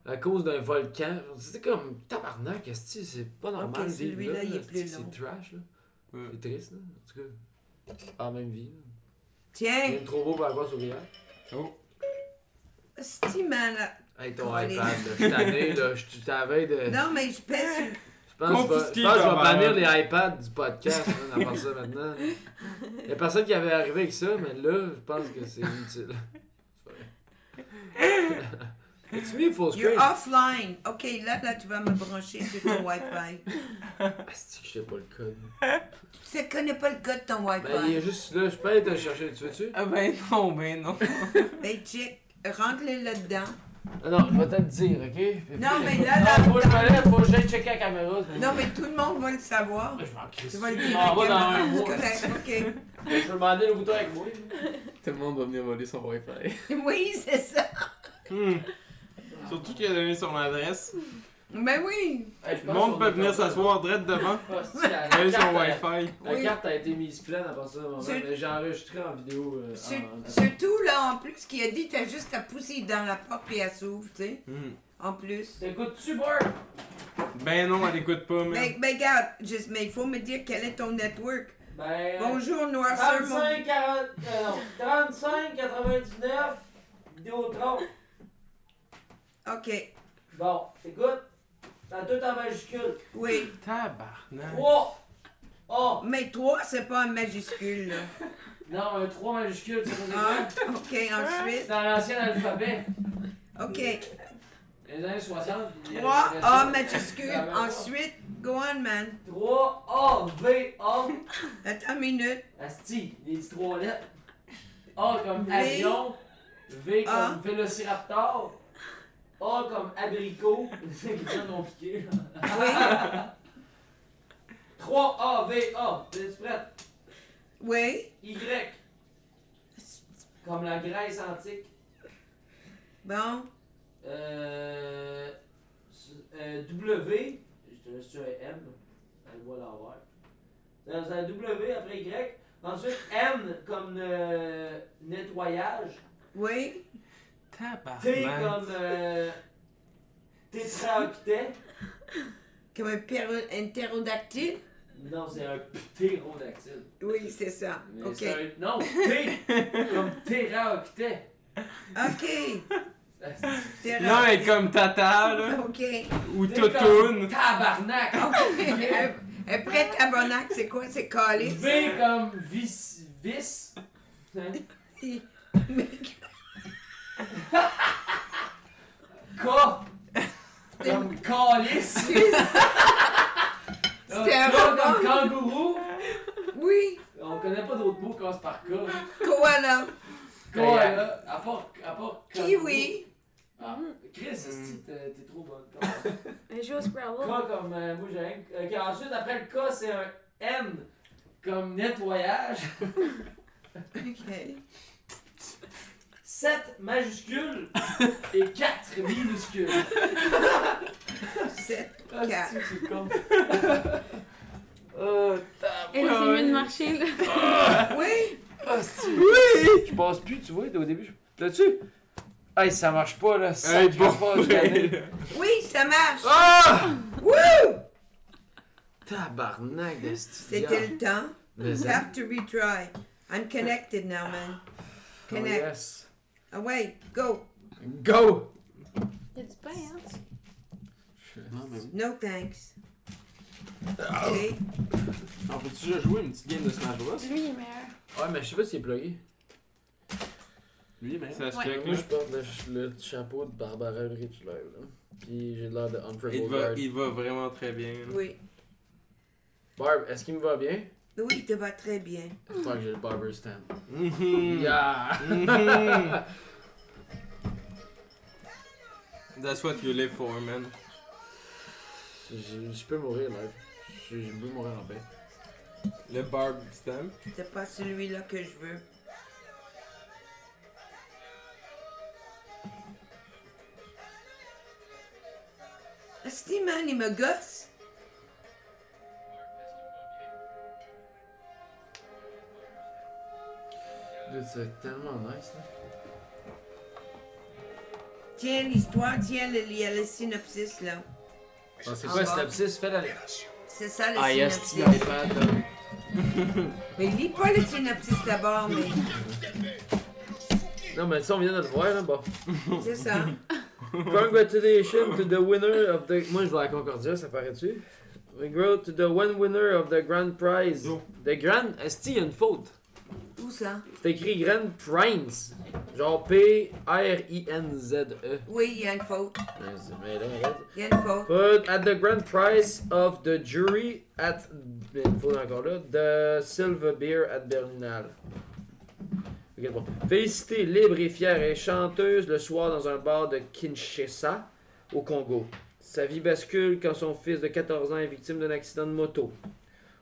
C: à cause d'un volcan. C'était comme, tabarnak, Asti, c'est pas normal.
B: Ok,
C: de vivre
B: celui-là, il est
C: asti,
B: plus long.
C: C'est trash, là.
D: Ouais.
C: C'est triste, là. En tout cas, c'est pas la même vie. là. Il
B: Tiens,
C: est trop beau pour avoir sourire.
B: c'est mal.
C: Hey, ton
B: Allez.
C: iPad, là, je suis tanné, là, je suis à la veille de...
B: Non, mais je pèse sur
C: Je pense que je
D: Confisqué,
C: vais- je pense que je vais
D: ta
C: bannir
D: mère.
C: les iPads du podcast, hein, à part ça maintenant. Il n'y a personne qui avait arrivé avec ça, mais là, je pense que c'est inutile. It's me full screen.
B: You're offline. OK, là, là, tu vas me brancher sur ton Wi-Fi.
C: Asti, je sais pas le code.
B: Tu ne connais pas le code de ton Wi-Fi.
C: Ben, il est juste là, je peux aller te le chercher, tu veux-tu?
D: Ah ben non, ben non.
B: Ben, check. Rentre-le là-dedans.
C: Ah non, je vais te le dire, ok?
B: Non, mais
C: Non,
B: là, là.
C: faut que je me lève, faut que j'aille checker la caméra. c'est-
B: Non, mais tout le monde va le savoir.
C: Je m'en crisse.
B: Tu vas le
C: Je
B: dire.
C: m'en vais dans
B: à
C: un
B: quelqu'un.
C: mois.
B: C'est correct,
C: Je peux demander le bouton avec moi.
E: Tout le monde va venir voler son Wi-Fi.
B: OK. Oui, c'est ça.
D: Hmm. Surtout qu'il a donné son adresse.
B: Ben oui.
C: Hey,
D: Le
C: je pense
D: monde
C: qu'on
D: peut
C: est
D: venir
C: comme-
D: s'asseoir direct devant.
C: Asti, la- la
D: Donner son
C: carte, elle-
D: Wi-Fi.
C: La
B: Oui.
C: carte a été mise pleine à partir du moment,
B: C'est-
C: mais j'ai enregistré en vidéo. euh,
B: Sur-
C: en- en-
B: Surtout, là, en plus, qu'il a dit, t'as juste à pousser dans la porte et elle s'ouvre, tu sais.
D: Hmm.
B: En plus.
C: T'écoutes-tu, Bart?
D: Ben non, elle écoute pas, mais.
B: Ben, ben, regarde, juste, mais il faut me dire quel est ton network.
C: Ben.
B: Bonjour, Noirceur, mon...
C: 35, 40, euh, non, 35, 99, Vidéotron.
B: OK,
C: Bon, t'écoutes? T'as tout en majuscule.
B: oui.
D: Tabarnak.
C: 3. Oh!
B: Mais 3, c'est pas en majuscule, là.
C: Non, un 3 majuscule, c'est
B: Ah,
C: pas
B: OK, ensuite.
C: dans l'ancien alphabet,
B: OK,
C: les années 60.
B: 3, A majuscule. Ensuite, go on, man.
C: 3 A, V, A.
B: Attends une minute.
C: Asti, les trois lettres. A comme
B: V.
C: avion, V comme
B: A.
C: vélociraptor, A comme abricot. C'est bien compliqué.
B: Oui,
C: 3 A, V, A. T'es prête?
B: oui.
C: Y. Comme la Grèce antique.
B: Bon,
C: Euh, s- euh, w. Je te laisse sur un M. Elle voit l'envers. Dans un W après Y. Ensuite, N comme euh, nettoyage.
B: oui.
D: Ah,
C: T
D: Tabarnak.
C: comme euh, tétraoctet.
B: Comme un péro- ptérodactyle.
C: Non, c'est un ptérodactyle.
B: Oui, c'est ça.
C: Mais
B: OK.
C: c'est un- Non, T comme téraoctet.
B: OK. Ptéro-
D: Non, mais comme Tata, là.
B: OK.
D: Ou
C: T comme
D: Totoun.
C: Tabarnak.
B: OK. Après tabarnak, c'est quoi? C'est calice?
C: V comme vis. vis. Hein? K comme calice. Euh,
B: C'était un
C: K comme kangourou.
B: Oui.
C: On connaît pas d'autres mots qui commencent par K.
B: Koala.
C: K, là, à part. À part
B: Kiwi.
C: Ah, Chris, esti, t'es t'es trop bonne. K
F: Un jeu au Scrabble.
C: comme euh, moi j'aime. Ok, ensuite après le K c'est un N comme nettoyage.
B: OK.
C: 7 majuscules et 4 minuscules.
B: Sept.
C: Ah,
B: Quatre.
C: c'est- c'est con. Euh,
F: Elle s'est mieux de marcher, là.
B: Oui.
C: ah, je passe plus, tu vois, au début. je- Là-dessus? Hey, ça marche pas, là. Ça
D: Hey, bon.
C: pas,
B: Oui, ça marche.
C: Ah!
B: Wouh!
C: Tabarnak de
B: C'était le temps.
C: Mais
B: You have to retry. I'm connected now, man. Connect. Away. Go.
C: Go!
F: Y'a du pain, hein?
K: Non, mais oui.
B: No thanks. OK?
K: On peut-tu déjà jouer une petite game de Smash Bros?
F: Lui, il est meilleur.
C: Ouais, mais je sais pas s'il est plugué.
K: Lui, mais.
D: Ça se
F: Ouais.
D: check,
C: Moi,
D: là.
C: je porte le, ch- le chapeau de Barbara Rich là. Puis j'ai l'air de Humphrey
D: Il va,
C: Bogart.
D: il va vraiment très bien. là.
B: Oui.
C: Barb, est-ce qu'il me va bien?
B: Oui, te va très bien.
C: J'espère que j'ai le barber stand. Hmm.
D: Mhm.
C: Yeah!
D: Mhm. That's what you live for, man.
C: Je, je peux mourir là. Je, je peux mourir en paix.
D: Le barb stamp.
B: C'est pas celui-là que je veux. Esti, man, il me gosse.
C: Dude, c'est tellement nice là.
B: Tiens l'histoire, tiens, le- il y a le synopsis, là.
C: Ah, c'est
B: Ah,
C: quoi
B: bon.
C: synopsis? Fais la
B: C'est ça, le
C: Ah yes,
B: synopsis.
C: l'iPad. là.
B: Mais lis pas le synopsis d'abord, mais
C: Non, mais ça, on vient de le voir là. Bon.
B: c'est ça.
C: Congratulations to the winner of the. Moi, je vais à la Concordia, ça paraît-tu? Congrats to the one winner of the grand prize.
D: Non.
C: The grand. Est-ce qu'il y a une faute?
B: Où ça?
C: C'est écrit Grand Prince. Genre P-R-I-N-Z-E.
B: Oui, il y a une faute.
C: Mais c'est- mais là, regarde.
B: Il y a une faute.
C: Put at the grand prize of the jury at. mais il faut encore là. The Silver Beer at Berlinale. Ok, bon. Félicité, libre et fière et chanteuse le soir dans un bar de Kinshasa, au Congo. Sa vie bascule quand son fils de 14 ans est victime d'un accident de moto.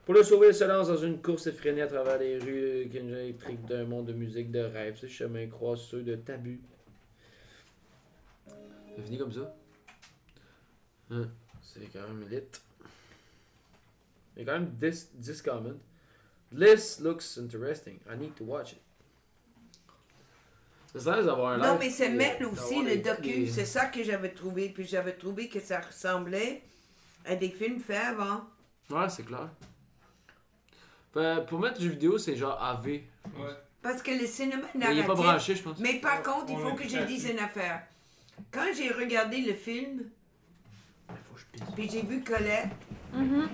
C: Pour le sauver, il se lance dans une course effrénée à travers les rues de Kinshasa électriques d'un monde de musique de rêve. Ses chemins croisent ceux de tabus. Ça finit comme ça? Hein, C'est quand même lit. Il y a quand même 10, 10 comments. This looks interesting. I need to watch it. C'est ça d'avoir un
B: Non,
C: live
B: mais c'est
C: puis,
B: même
C: euh,
B: aussi
C: d'avoir
B: le
C: les-
B: docu.
C: les-
B: C'est ça que j'avais trouvé. Puis j'avais trouvé que ça ressemblait à des films faits avant.
C: Ouais, c'est clair. Fait, pour mettre du vidéo, c'est genre AV.
D: Ouais.
B: Parce que le cinéma
C: Mais il est pas
B: narratif...
C: branché, je pense.
B: Mais par contre, il
D: On
B: faut
D: l'a
B: que
D: plus
B: je
D: à
B: dise
D: vue.
B: une affaire. Quand j'ai regardé le film,
C: Faut que je pisse.
B: puis j'ai vu Colette,
F: Mhm.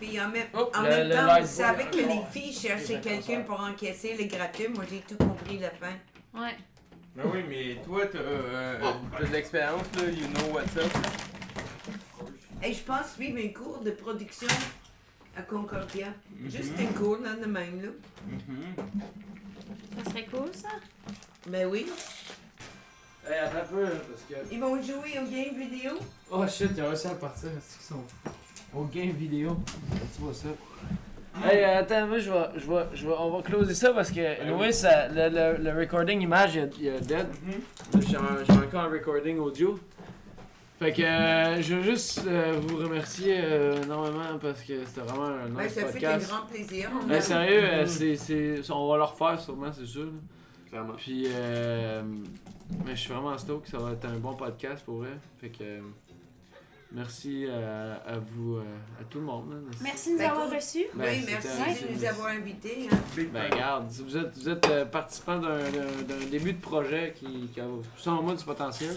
B: puis en même,
C: Hop,
B: en
C: Oh, le-
B: même
C: le
B: temps, vous
C: live
B: savez que
C: boy.
B: les filles cherchaient
C: Les
B: quelqu'un
C: influenceurs.
B: pour encaisser le gratuit. Moi, j'ai tout compris la fin.
F: Ouais.
D: Ben oui, mais toi, t'as euh, t'as de l'expérience, là. You know what's up.
B: Et je pense suivre un cours de production à Concordia.
D: Mhm.
B: Juste un cours, dans le même, là.
D: Mhm.
F: Ça serait cool, ça.
B: Ben oui.
A: Hey, attends un peu, parce que.
B: Ils vont jouer aux games vidéo.
A: Oh shit, il a réussi à partir. Est-ce qu'ils sont. Au game vidéo. Tu vois ça? Hey, euh, attends, moi je vais, je vais, je vais, on va closer ça parce que, anyway, ça, le, le, le recording image, il a- il a dead. Là,
D: Mhm.
B: Mm-hmm.
A: J'ai un- j'ai encore un recording audio. Fait que, euh, je veux juste euh, vous remercier euh, énormément parce que c'était vraiment un
B: Ben,
A: nice
B: ça fait un
A: podcast.
B: grand plaisir.
A: Eh, sérieux,
B: Mm-hmm.
A: euh, c'est, c'est, on va le refaire sûrement, c'est sûr.
K: Clairement.
A: Puis, euh, mais je suis vraiment stoked, ça va être un bon podcast pour vrai. Fait que, euh, merci euh, à vous, euh, à tout le monde. hein.
F: Merci de nous
B: Ben,
F: avoir
B: cool.
F: reçus.
A: Ben,
B: oui,
A: c'était-
B: merci de
A: c'était-
B: nous avoir invités. hein.
D: Big
A: Ben,
D: bang.
A: regarde, vous êtes, vous êtes euh, participant d'un, d'un- d'un début de projet qui, qui a, selon moi, du potentiel.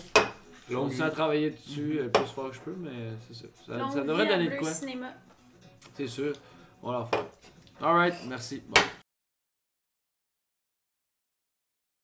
D: Longue
A: On
D: vie. Mhm.
A: s'est à travailler dessus euh, plus fort que je peux, mais c'est ça. Ça,
F: Longue
A: ça
F: vie
A: devrait
F: à
A: donner de
F: Bleu
A: quoi,
F: Cinéma.
A: c'est sûr. On va le refaire. Alright, merci. Bye.